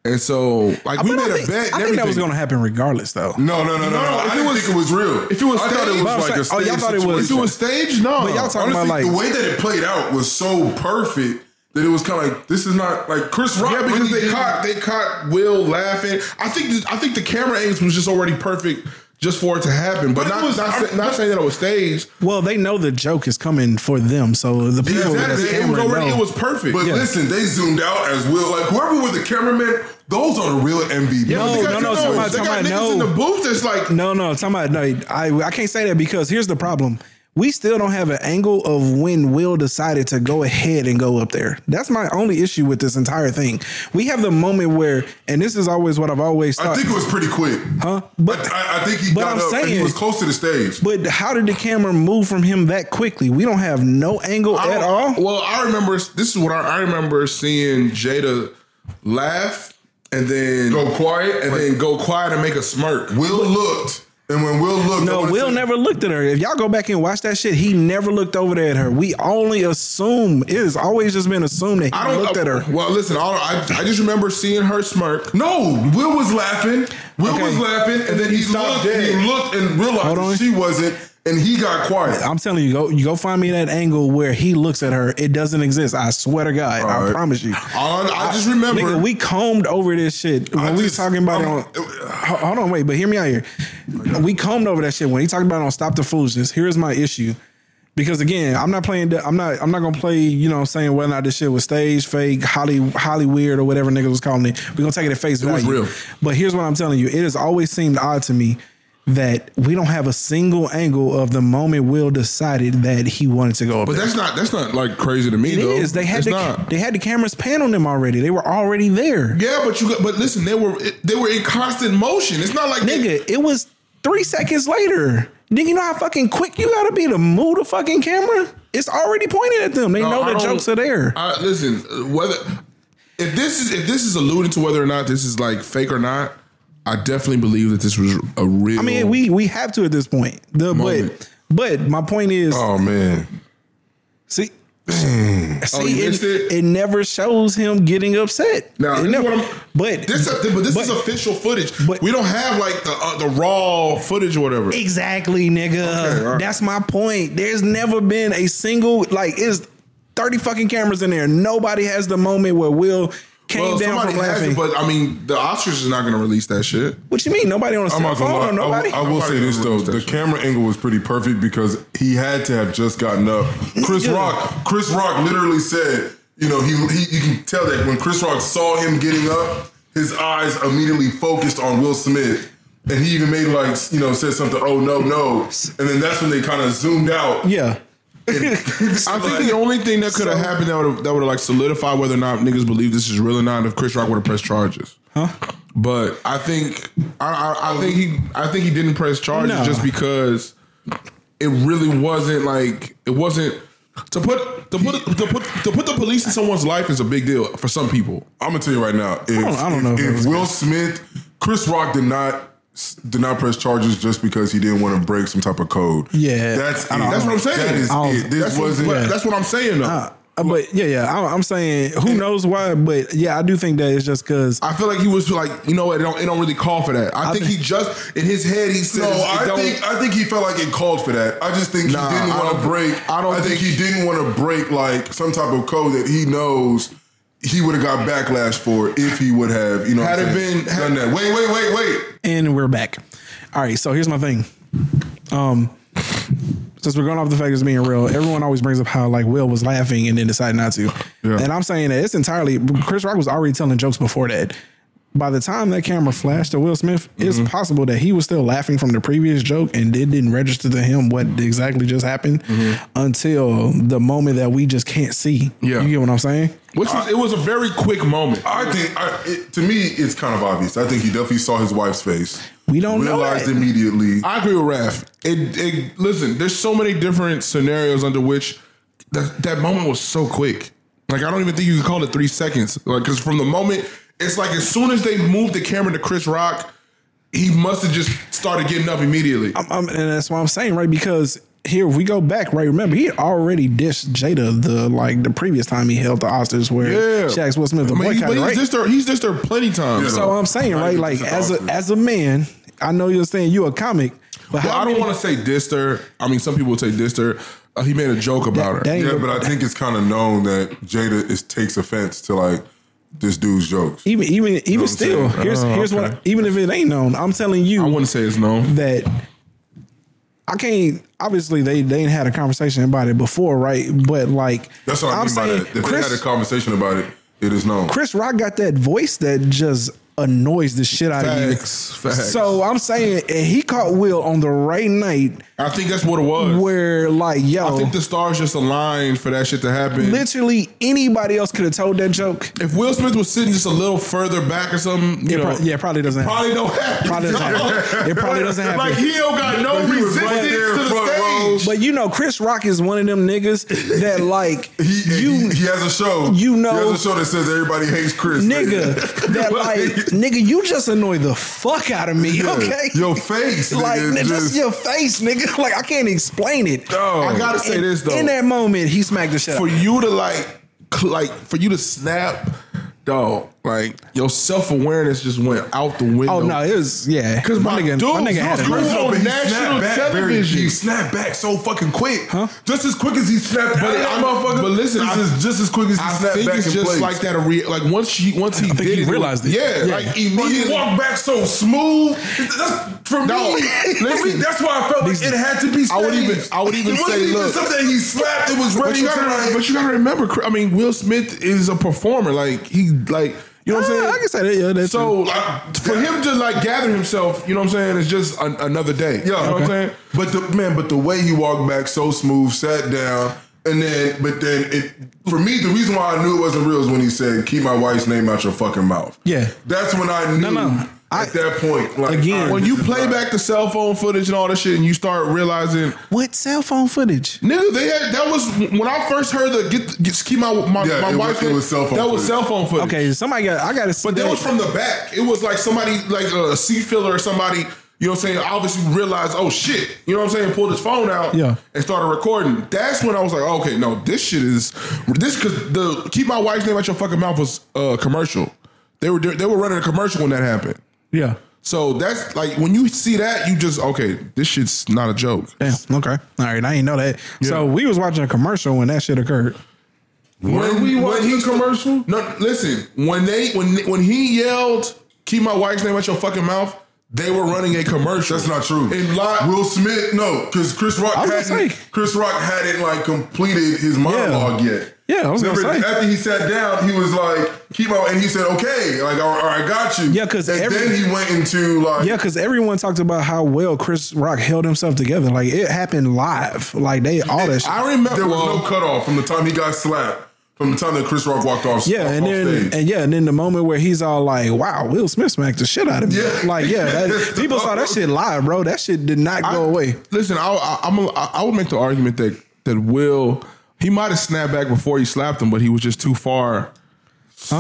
Speaker 2: And so, like, we
Speaker 1: But I
Speaker 2: made a
Speaker 1: think-
Speaker 2: bet
Speaker 1: I think
Speaker 2: and
Speaker 1: that
Speaker 2: everything.
Speaker 1: was going to happen regardless, though.
Speaker 4: No, no, no, no. no,
Speaker 2: No,
Speaker 4: I
Speaker 2: if it
Speaker 4: didn't
Speaker 2: was-
Speaker 4: think it was real.
Speaker 2: if it was
Speaker 4: I thought it
Speaker 2: staged-
Speaker 4: was
Speaker 1: But I'm
Speaker 4: like a
Speaker 1: saying- oh, y'all
Speaker 4: staged
Speaker 1: thought it was-
Speaker 2: if it
Speaker 4: situation.
Speaker 2: was staged, no.
Speaker 1: But y'all talking
Speaker 4: Honestly,
Speaker 1: about like
Speaker 4: the way that it played out was so perfect that it was kind of like this is not like Chris Rock.
Speaker 2: Yeah, because
Speaker 4: really
Speaker 2: they
Speaker 4: didn't-
Speaker 2: caught they caught Will laughing. I think th- I think the camera angles was just already perfect just for it to happen. But,
Speaker 4: But it
Speaker 2: not
Speaker 4: was-
Speaker 2: not, sa-
Speaker 4: I-
Speaker 2: not saying that it was staged.
Speaker 1: Well, they know the joke is coming for them, so the people
Speaker 4: exactly.
Speaker 1: that's
Speaker 4: It
Speaker 2: It was
Speaker 1: camera
Speaker 2: already
Speaker 1: know.
Speaker 2: it was perfect.
Speaker 4: But
Speaker 1: Yeah.
Speaker 4: listen, they zoomed out as Will. Like whoever was the cameraman, those are the real MVP.
Speaker 1: No, no,
Speaker 2: Because, you
Speaker 1: no,
Speaker 2: know,
Speaker 1: somebody-
Speaker 2: they got
Speaker 1: somebody
Speaker 2: niggas
Speaker 1: know.
Speaker 2: in the booth that's like
Speaker 1: no, no, somebody, no, I I can't say that because here's the problem. We still don't have an angle of when Will decided to go ahead and go up there. That's my only issue with this entire thing. We have the moment where, and this is always what I've always
Speaker 4: I
Speaker 1: thought.
Speaker 4: think it was pretty quick.
Speaker 1: huh? But
Speaker 4: I, I think he
Speaker 1: But
Speaker 4: got
Speaker 1: I'm
Speaker 4: up and he
Speaker 1: saying-
Speaker 4: was close to the stage.
Speaker 1: But how did the camera move from him that quickly? We don't have no angle
Speaker 2: I
Speaker 1: at all.
Speaker 2: don't- Oh. Well, I remember this is what I, I remember seeing Jada laugh and then
Speaker 4: Go quiet
Speaker 2: and
Speaker 4: and
Speaker 2: then go quiet and make a smirk.
Speaker 4: Will looked, and when Will looked, I
Speaker 1: No,
Speaker 4: wanna
Speaker 1: Will
Speaker 4: say-
Speaker 1: never looked at her. If y'all go back and watch that shit, he never looked over there at her. We only assume it has always just been assumed that he
Speaker 2: I don't
Speaker 1: looked at her.
Speaker 2: Well, listen, I, don't- I I just remember seeing her smirk.
Speaker 4: No, Will was laughing. Will
Speaker 1: Okay.
Speaker 4: was laughing, and then he,
Speaker 2: He stopped
Speaker 4: looked. And
Speaker 2: dead.
Speaker 4: he looked and realized
Speaker 1: Hold on.
Speaker 4: that she wasn't, and he got quiet.
Speaker 1: I'm telling you, go you go find me that angle where he looks at her. It doesn't exist. I swear to God, I
Speaker 4: right.
Speaker 1: promise you.
Speaker 2: All I, I just remember
Speaker 1: Nigga, we combed over this shit when we
Speaker 4: just-
Speaker 1: talking about
Speaker 4: I'm-
Speaker 1: it on. ho- Hold on, wait, but hear me out here. We combed over that shit when he talked about it on Stop the Foolishness. Here is my issue, because again, I'm not playing. the- I'm not. I'm not gonna play. You know, what I'm saying whether or not this shit was stage, fake, Holly, Holly weird, or whatever niggas was calling it. We are gonna take it at face value.
Speaker 2: was real.
Speaker 1: But here's what I'm telling you. It has always seemed odd to me. That we don't have a single angle of the moment Will decided that he wanted to go up.
Speaker 2: But
Speaker 1: there.
Speaker 2: that's not that's not like crazy to me.
Speaker 1: It
Speaker 2: though.
Speaker 1: is. They had
Speaker 2: It's
Speaker 1: the
Speaker 2: not.
Speaker 1: they had the cameras pan on them already. They were already there.
Speaker 2: Yeah, but you got, but listen, they were it- they were in constant motion. It's not like they-
Speaker 1: Nigga, it was three seconds later. Nigga, you know how fucking quick you gotta be to move the fucking camera? It's already pointed at them. They
Speaker 5: No,
Speaker 1: know
Speaker 5: I
Speaker 1: the
Speaker 5: don't-
Speaker 1: jokes are there.
Speaker 5: I, listen, uh,
Speaker 2: Whether if this is if this is alluding to whether or not this is like fake or not, I definitely believe that this was a real.
Speaker 1: I mean, we we have to at this point. The but
Speaker 2: Moment.
Speaker 1: but my point is,
Speaker 2: Oh man, *clears throat*
Speaker 1: see, see,
Speaker 2: Oh, you
Speaker 1: it,
Speaker 2: missed it?
Speaker 1: it never shows him getting upset.
Speaker 2: Now,
Speaker 1: It
Speaker 2: this is
Speaker 1: never-
Speaker 2: what I'm-
Speaker 1: but
Speaker 2: this a, but this
Speaker 1: But-
Speaker 2: is official footage.
Speaker 1: but-
Speaker 2: we don't have like the uh, the raw footage or whatever.
Speaker 1: Exactly, nigga. That's my point. There's never been a single like it's thirty fucking cameras in there. Nobody has the moment where Will came
Speaker 4: Uh,
Speaker 2: Well,
Speaker 1: down
Speaker 2: somebody
Speaker 1: from
Speaker 2: has
Speaker 1: laughing.
Speaker 2: it, but I mean, the Oscars is not going to release that shit.
Speaker 1: what you mean? Nobody on a
Speaker 4: I'm
Speaker 1: cell
Speaker 4: not
Speaker 1: phone or
Speaker 4: gonna lie.
Speaker 1: nobody?
Speaker 4: I, I will say this though: the camera angle was pretty perfect because he had to have just gotten up. Chris
Speaker 1: Nigga.
Speaker 4: Rock, Chris Rock literally said, you know, he, he you can tell that when Chris Rock saw him getting up, his eyes immediately focused on Will Smith. And he even made like you know said something oh no no and then that's when they kind of zoomed out *laughs*
Speaker 1: yeah. *laughs*
Speaker 2: I think the only thing that could have happened that would that would have like solidified whether or not niggas believe this is real or not if Chris Rock would have pressed charges. Huh? But I think I, I, I think he I think he didn't press charges
Speaker 1: No.
Speaker 2: just because it really wasn't like it wasn't to put to put to put to put the police in someone's life is a big deal for some people.
Speaker 4: I'm gonna tell you right now. If,
Speaker 1: don't- I don't know if
Speaker 4: if,
Speaker 1: that
Speaker 4: if
Speaker 1: was
Speaker 4: Will Smith, Chris Rock did not did not press charges just because he didn't want to break some type of code.
Speaker 1: Yeah.
Speaker 4: that's it.
Speaker 1: I don't-
Speaker 4: that's what I'm saying. That is
Speaker 1: I don't-
Speaker 4: it. This
Speaker 2: That's what,
Speaker 4: wasn't.
Speaker 2: that's what I'm saying though.
Speaker 1: Uh, but yeah, yeah, I, I'm saying who knows why, but yeah, I do think that it's just because
Speaker 2: I feel like he was like, you know, what, it don't it don't really call for that. I, think,
Speaker 1: think-
Speaker 2: he just in his head he said,
Speaker 4: no,
Speaker 2: it
Speaker 4: I
Speaker 2: don't-
Speaker 4: think I think he felt like it called for that. I just think
Speaker 2: Nah,
Speaker 4: he didn't
Speaker 2: I
Speaker 4: want
Speaker 2: don't-
Speaker 4: to break.
Speaker 2: I don't think-
Speaker 4: think, he didn't want to break like some type of code that he knows he would have got backlash for if he would have. You know,
Speaker 2: Had
Speaker 4: what I'm
Speaker 2: it
Speaker 4: saying,
Speaker 2: been- had-
Speaker 4: done that. Wait, wait, wait, wait.
Speaker 1: and we're back. All right, so here's my thing. Um, since we're going off the fact it's being real, everyone always brings up how like Will was laughing and then decided not to. And I'm saying that it's entirely Chris Rock was already telling jokes before that. By the time that camera flashed to Will Smith, it's possible that he was still laughing from the previous joke and it didn't register to him what exactly just happened until the moment that we just can't see.
Speaker 2: Yeah.
Speaker 1: You get what I'm saying?
Speaker 2: which was it was a very quick moment.
Speaker 4: I think I, it, to me it's kind of obvious. I think he definitely saw his wife's face.
Speaker 1: We don't know
Speaker 4: realized
Speaker 1: that.
Speaker 4: immediately.
Speaker 2: I agree with Raph. It, it listen, there's so many different scenarios under which that, that moment was so quick. Like I don't even think you could call it three seconds. Like because from the moment, it's like as soon as they moved the camera to Chris Rock, he must have just started getting up immediately.
Speaker 1: I'm, I'm- and that's what I'm saying, right? Because here we go back, right? Remember, he had already dished Jada the like the previous time he held the Oscars, where
Speaker 2: Yeah.
Speaker 1: she asked Will Smith the
Speaker 2: I mean, he-
Speaker 1: boycott,
Speaker 2: but he's
Speaker 1: right?
Speaker 2: just there. He's just there plenty times.
Speaker 4: Yeah.
Speaker 1: so I'm saying, right,
Speaker 4: even
Speaker 1: like
Speaker 4: just the
Speaker 1: as a
Speaker 4: Oscars.
Speaker 1: as a man, I know you're saying you a comic, but
Speaker 2: Well,
Speaker 1: how
Speaker 2: I don't
Speaker 1: many-
Speaker 2: want to say dissed her. I mean, some people would say dissed her. Uh, he made a joke about
Speaker 1: that
Speaker 2: her.
Speaker 1: ain't-
Speaker 4: Yeah, but I think it's kind of known that Jada is takes offense to like this dude's jokes.
Speaker 1: even even even
Speaker 4: what I'm
Speaker 1: still.
Speaker 4: saying?
Speaker 1: Here's
Speaker 2: Oh,
Speaker 1: here's
Speaker 2: okay.
Speaker 1: what even if it ain't known, I'm telling you,
Speaker 2: I wouldn't say it's known.
Speaker 1: that I can't. Obviously, they they ain't had a conversation about it before, right? But like
Speaker 4: That's what I
Speaker 1: I'm
Speaker 4: mean by
Speaker 1: saying,
Speaker 4: that. If
Speaker 1: Chris-
Speaker 4: they had a conversation about it, it is known.
Speaker 1: Chris Rock got that voice that just annoys the shit out of you.
Speaker 2: Facts, facts.
Speaker 1: So I'm saying and he caught Will on the right night
Speaker 2: I think that's what it was.
Speaker 1: where like
Speaker 2: I
Speaker 1: yo,
Speaker 2: think the stars just aligned for that shit to happen.
Speaker 1: literally anybody else could have told that joke.
Speaker 2: if Will Smith was sitting just a little further back or something, you
Speaker 1: It
Speaker 2: know,
Speaker 1: pro- yeah, it probably doesn't. Happen.
Speaker 2: probably don't happen.
Speaker 1: Probably
Speaker 2: *laughs*
Speaker 1: doesn't happen. It probably doesn't happen.
Speaker 2: Like he don't got no
Speaker 4: But he was
Speaker 2: resistance
Speaker 4: right there
Speaker 2: to the
Speaker 4: front row.
Speaker 2: stage.
Speaker 1: But you know, Chris Rock is one of them niggas that like
Speaker 4: He,
Speaker 1: you
Speaker 4: he he has a show.
Speaker 1: you know-
Speaker 4: he has a show that says everybody hates Chris.
Speaker 1: nigga that like nigga you just annoy the fuck out of me.
Speaker 4: Yeah.
Speaker 1: Okay,
Speaker 4: Your face,
Speaker 1: like
Speaker 4: nigga,
Speaker 1: nigga, just
Speaker 4: just-
Speaker 1: your face, nigga. *laughs* Like I can't explain it.
Speaker 2: I gotta say
Speaker 1: In-
Speaker 2: this though.
Speaker 1: In that moment, he smacked the shit.
Speaker 2: for
Speaker 1: out.
Speaker 2: you to like, cl- like for you to snap, dog, like your self awareness just went out the window.
Speaker 1: Oh no, it was yeah.
Speaker 2: Because my
Speaker 1: nigga, my
Speaker 2: dudes,
Speaker 1: nigga had
Speaker 2: you-
Speaker 1: it.
Speaker 2: you
Speaker 1: right.
Speaker 4: No,
Speaker 2: on
Speaker 4: but he
Speaker 2: national
Speaker 4: snapped back very-
Speaker 2: television.
Speaker 4: he snapped back so fucking quick. Just as quick as he snapped back.
Speaker 2: But
Speaker 4: that
Speaker 2: I'm-
Speaker 4: motherfucker.
Speaker 2: but listen,
Speaker 4: just,
Speaker 2: I-
Speaker 4: as, just as quick as he
Speaker 2: I
Speaker 4: snapped
Speaker 2: think
Speaker 4: back.
Speaker 2: it's
Speaker 4: and
Speaker 2: just
Speaker 4: played.
Speaker 2: like that. A re- like once he once he
Speaker 1: think
Speaker 2: did
Speaker 1: he
Speaker 2: it,
Speaker 1: realized it.
Speaker 2: Yeah,
Speaker 1: Yeah.
Speaker 2: like
Speaker 4: Bro, he
Speaker 2: immediately.
Speaker 4: walked back so smooth. That's for
Speaker 2: No,
Speaker 4: me. *laughs* for me,
Speaker 2: listen.
Speaker 4: that's why I felt like it had to be. Staged.
Speaker 2: I would even- I would even
Speaker 4: it wasn't
Speaker 2: say,
Speaker 4: even
Speaker 2: look-
Speaker 4: something he slapped. It was
Speaker 2: But
Speaker 4: ready.
Speaker 2: you, gotta, but you gotta remember, Chris- I mean, Will Smith is a performer. Like he, like you know what I'm saying.
Speaker 1: Yeah, I can say that. Yeah, that's
Speaker 2: so
Speaker 1: true.
Speaker 2: like, for him to like gather himself, you know what I'm saying, is just an, another day. you know what I'm saying.
Speaker 4: But the man, but the way he walked back so smooth, sat down, and then, but then it. For me, the reason why I knew it wasn't real is when he said, "Keep my wife's name out your fucking mouth."
Speaker 1: Yeah.
Speaker 4: that's when I knew.
Speaker 1: no. I-
Speaker 4: at that point, like,
Speaker 1: Again.
Speaker 4: all right,
Speaker 2: When you
Speaker 4: this is
Speaker 2: play
Speaker 4: not-
Speaker 2: back the cell phone footage and all this shit, and you start realizing,
Speaker 1: What cell phone footage?
Speaker 2: nigga, they had that was when I first heard the get, get keep my my,
Speaker 4: Yeah,
Speaker 2: my
Speaker 4: it was-
Speaker 2: wife.
Speaker 4: it was cell phone
Speaker 2: That was
Speaker 4: footage.
Speaker 2: cell phone footage.
Speaker 1: Okay, somebody got. I got to see.
Speaker 2: But that
Speaker 1: that.
Speaker 2: was from the back. It was like somebody, like a sea filler or somebody, you know what I'm saying, obviously realized, oh shit, you know what I'm saying, pulled his phone out
Speaker 1: Yeah.
Speaker 2: and started recording. That's when I was like, oh, okay, no, this shit is, this, cause the Keep My Wife's Name Out Your Fucking Mouth was a commercial. They were, they were running a commercial when that happened.
Speaker 1: yeah.
Speaker 2: So that's like, when you see that, you just, okay, this shit's not a joke.
Speaker 1: Damn. Okay. All right. I didn't know that. So we was watching a commercial when that shit occurred.
Speaker 2: When we watched the commercial? No, listen. When they when when he yelled, "Keep my wife's name out your fucking mouth," they were running a commercial.
Speaker 4: That's not true.
Speaker 2: And live,
Speaker 4: Will Smith, no, because Chris Rock
Speaker 1: I was gonna
Speaker 4: hadn't
Speaker 1: say.
Speaker 4: Chris Rock hadn't like completed his monologue yet.
Speaker 1: Yeah, I was gonna
Speaker 4: Remember,
Speaker 1: say.
Speaker 4: after he sat down, he was like, keep on, and he said, okay, like, all right, I got you.
Speaker 1: Yeah, 'cause
Speaker 4: And
Speaker 1: every-
Speaker 4: then he went into like,
Speaker 1: Yeah, because everyone talked about how well Chris Rock held himself together. Like it happened live. Like they all that. Shit.
Speaker 2: I remember.
Speaker 4: there was
Speaker 2: well,
Speaker 4: no cutoff from the time he got slapped, from the time that Chris Rock walked off.
Speaker 1: Yeah,
Speaker 4: off
Speaker 1: and
Speaker 4: stage.
Speaker 1: then and yeah, and then the moment where he's all like, "Wow, Will Smith smacked the shit out of me."
Speaker 4: Yeah.
Speaker 1: Like, yeah,
Speaker 4: *laughs*
Speaker 1: that, people saw that shit live, bro. That shit did not go away.
Speaker 2: Listen, I, I, I'm a, I I would make the argument that that Will he might have snapped back before he slapped him, but he was just too far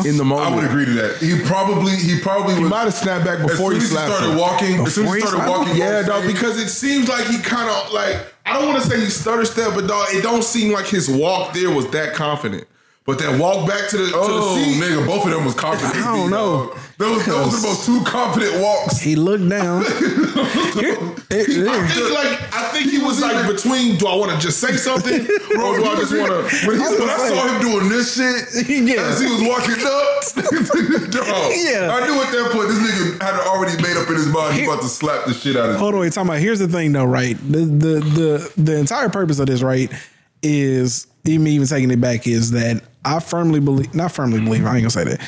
Speaker 2: in the moment.
Speaker 4: I would agree to that. He probably, he probably
Speaker 2: He
Speaker 4: was,
Speaker 2: might have snapped back
Speaker 4: as
Speaker 2: before
Speaker 4: soon
Speaker 2: he
Speaker 4: as he
Speaker 2: slapped
Speaker 4: started
Speaker 2: him.
Speaker 4: walking, as soon as
Speaker 1: Before he
Speaker 4: he started
Speaker 1: slapped him?
Speaker 4: walking,
Speaker 2: Yeah,
Speaker 4: off
Speaker 2: dog,
Speaker 4: stage-
Speaker 2: because it seems like he kind of like I don't want to say he stutter step, but dog, it don't seem like his walk there was that confident. But that walk back to the
Speaker 4: Oh,
Speaker 2: to the seat,
Speaker 4: nigga, both of them was confident.
Speaker 1: I don't know.
Speaker 4: Dog. Those, those are the most two confident walks.
Speaker 1: He looked
Speaker 4: *laughs*
Speaker 1: down. Here- here-
Speaker 2: I
Speaker 1: here.
Speaker 2: think like I think he was like between do I want to just say something or do I just
Speaker 4: *laughs*
Speaker 2: want to?
Speaker 4: When, he, when I
Speaker 1: gonna
Speaker 4: saw him doing this
Speaker 1: *laughs*
Speaker 4: shit
Speaker 1: Yeah.
Speaker 4: as he was walking *laughs* up, dog,
Speaker 1: Yeah.
Speaker 4: I knew at that point this nigga had already made up in his mind he about to slap the shit out of him.
Speaker 1: Hold on, wait, talking about. Here's the thing, though. Right, the the the the entire purpose of this, right, is even even taking it back is that I firmly believe, not firmly believe, I ain't gonna say that.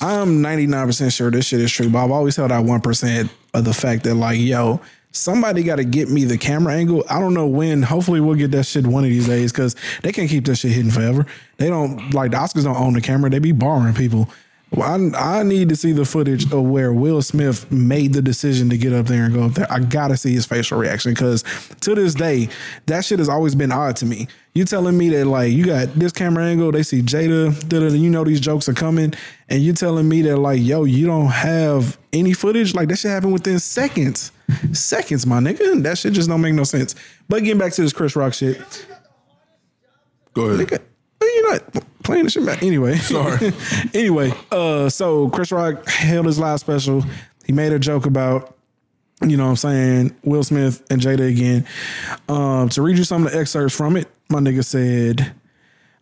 Speaker 1: I'm 99 percent sure this shit is true, but I've always held out one percent of the fact that like, yo, somebody got to get me the camera angle. I don't know when. Hopefully, we'll get that shit one of these days because they can't keep that shit hidden forever. They don't like the Oscars don't own the camera. They be borrowing people. Well, I, I need to see the footage of where Will Smith made the decision to get up there and go up there. I gotta see his facial reaction because to this day, that shit has always been odd to me. You telling me that like you got this camera angle, they see Jada, da-da, you know these jokes are coming, and you telling me that like yo, you don't have any footage. Like that shit happened within seconds, seconds, my nigga. That shit just don't make no sense. But getting back to this Chris Rock shit,
Speaker 2: Go ahead.
Speaker 1: you're not playing this shit back. Anyway.
Speaker 2: Sorry.
Speaker 1: *laughs* anyway, uh, so Chris Rock held his live special. He made a joke about, you know what I'm saying, Will Smith and Jada again. Um, to read you some of the excerpts from it, my nigga said,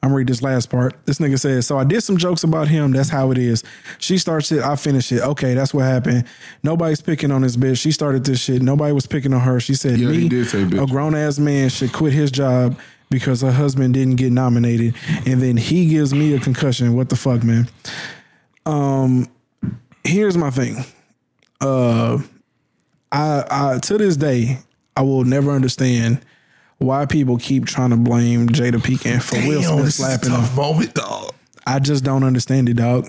Speaker 1: I'm gonna read this last part. This nigga said, So I did some jokes about him. That's how it is. She starts it, I finish it. Okay, that's what happened. Nobody's picking on this bitch. She started this shit. Nobody was picking on her. She said,
Speaker 2: Yeah,
Speaker 1: Me,
Speaker 2: he did say bitch.
Speaker 1: a grown ass man should quit his job because her husband didn't get nominated. And then he gives me a concussion. What the fuck, man? here's my thing. Uh, I, I to this day I will never understand why people keep trying to blame Jada Pinkett for Will Smith slapping him.
Speaker 2: moment, dog.
Speaker 1: I just don't understand it, dog.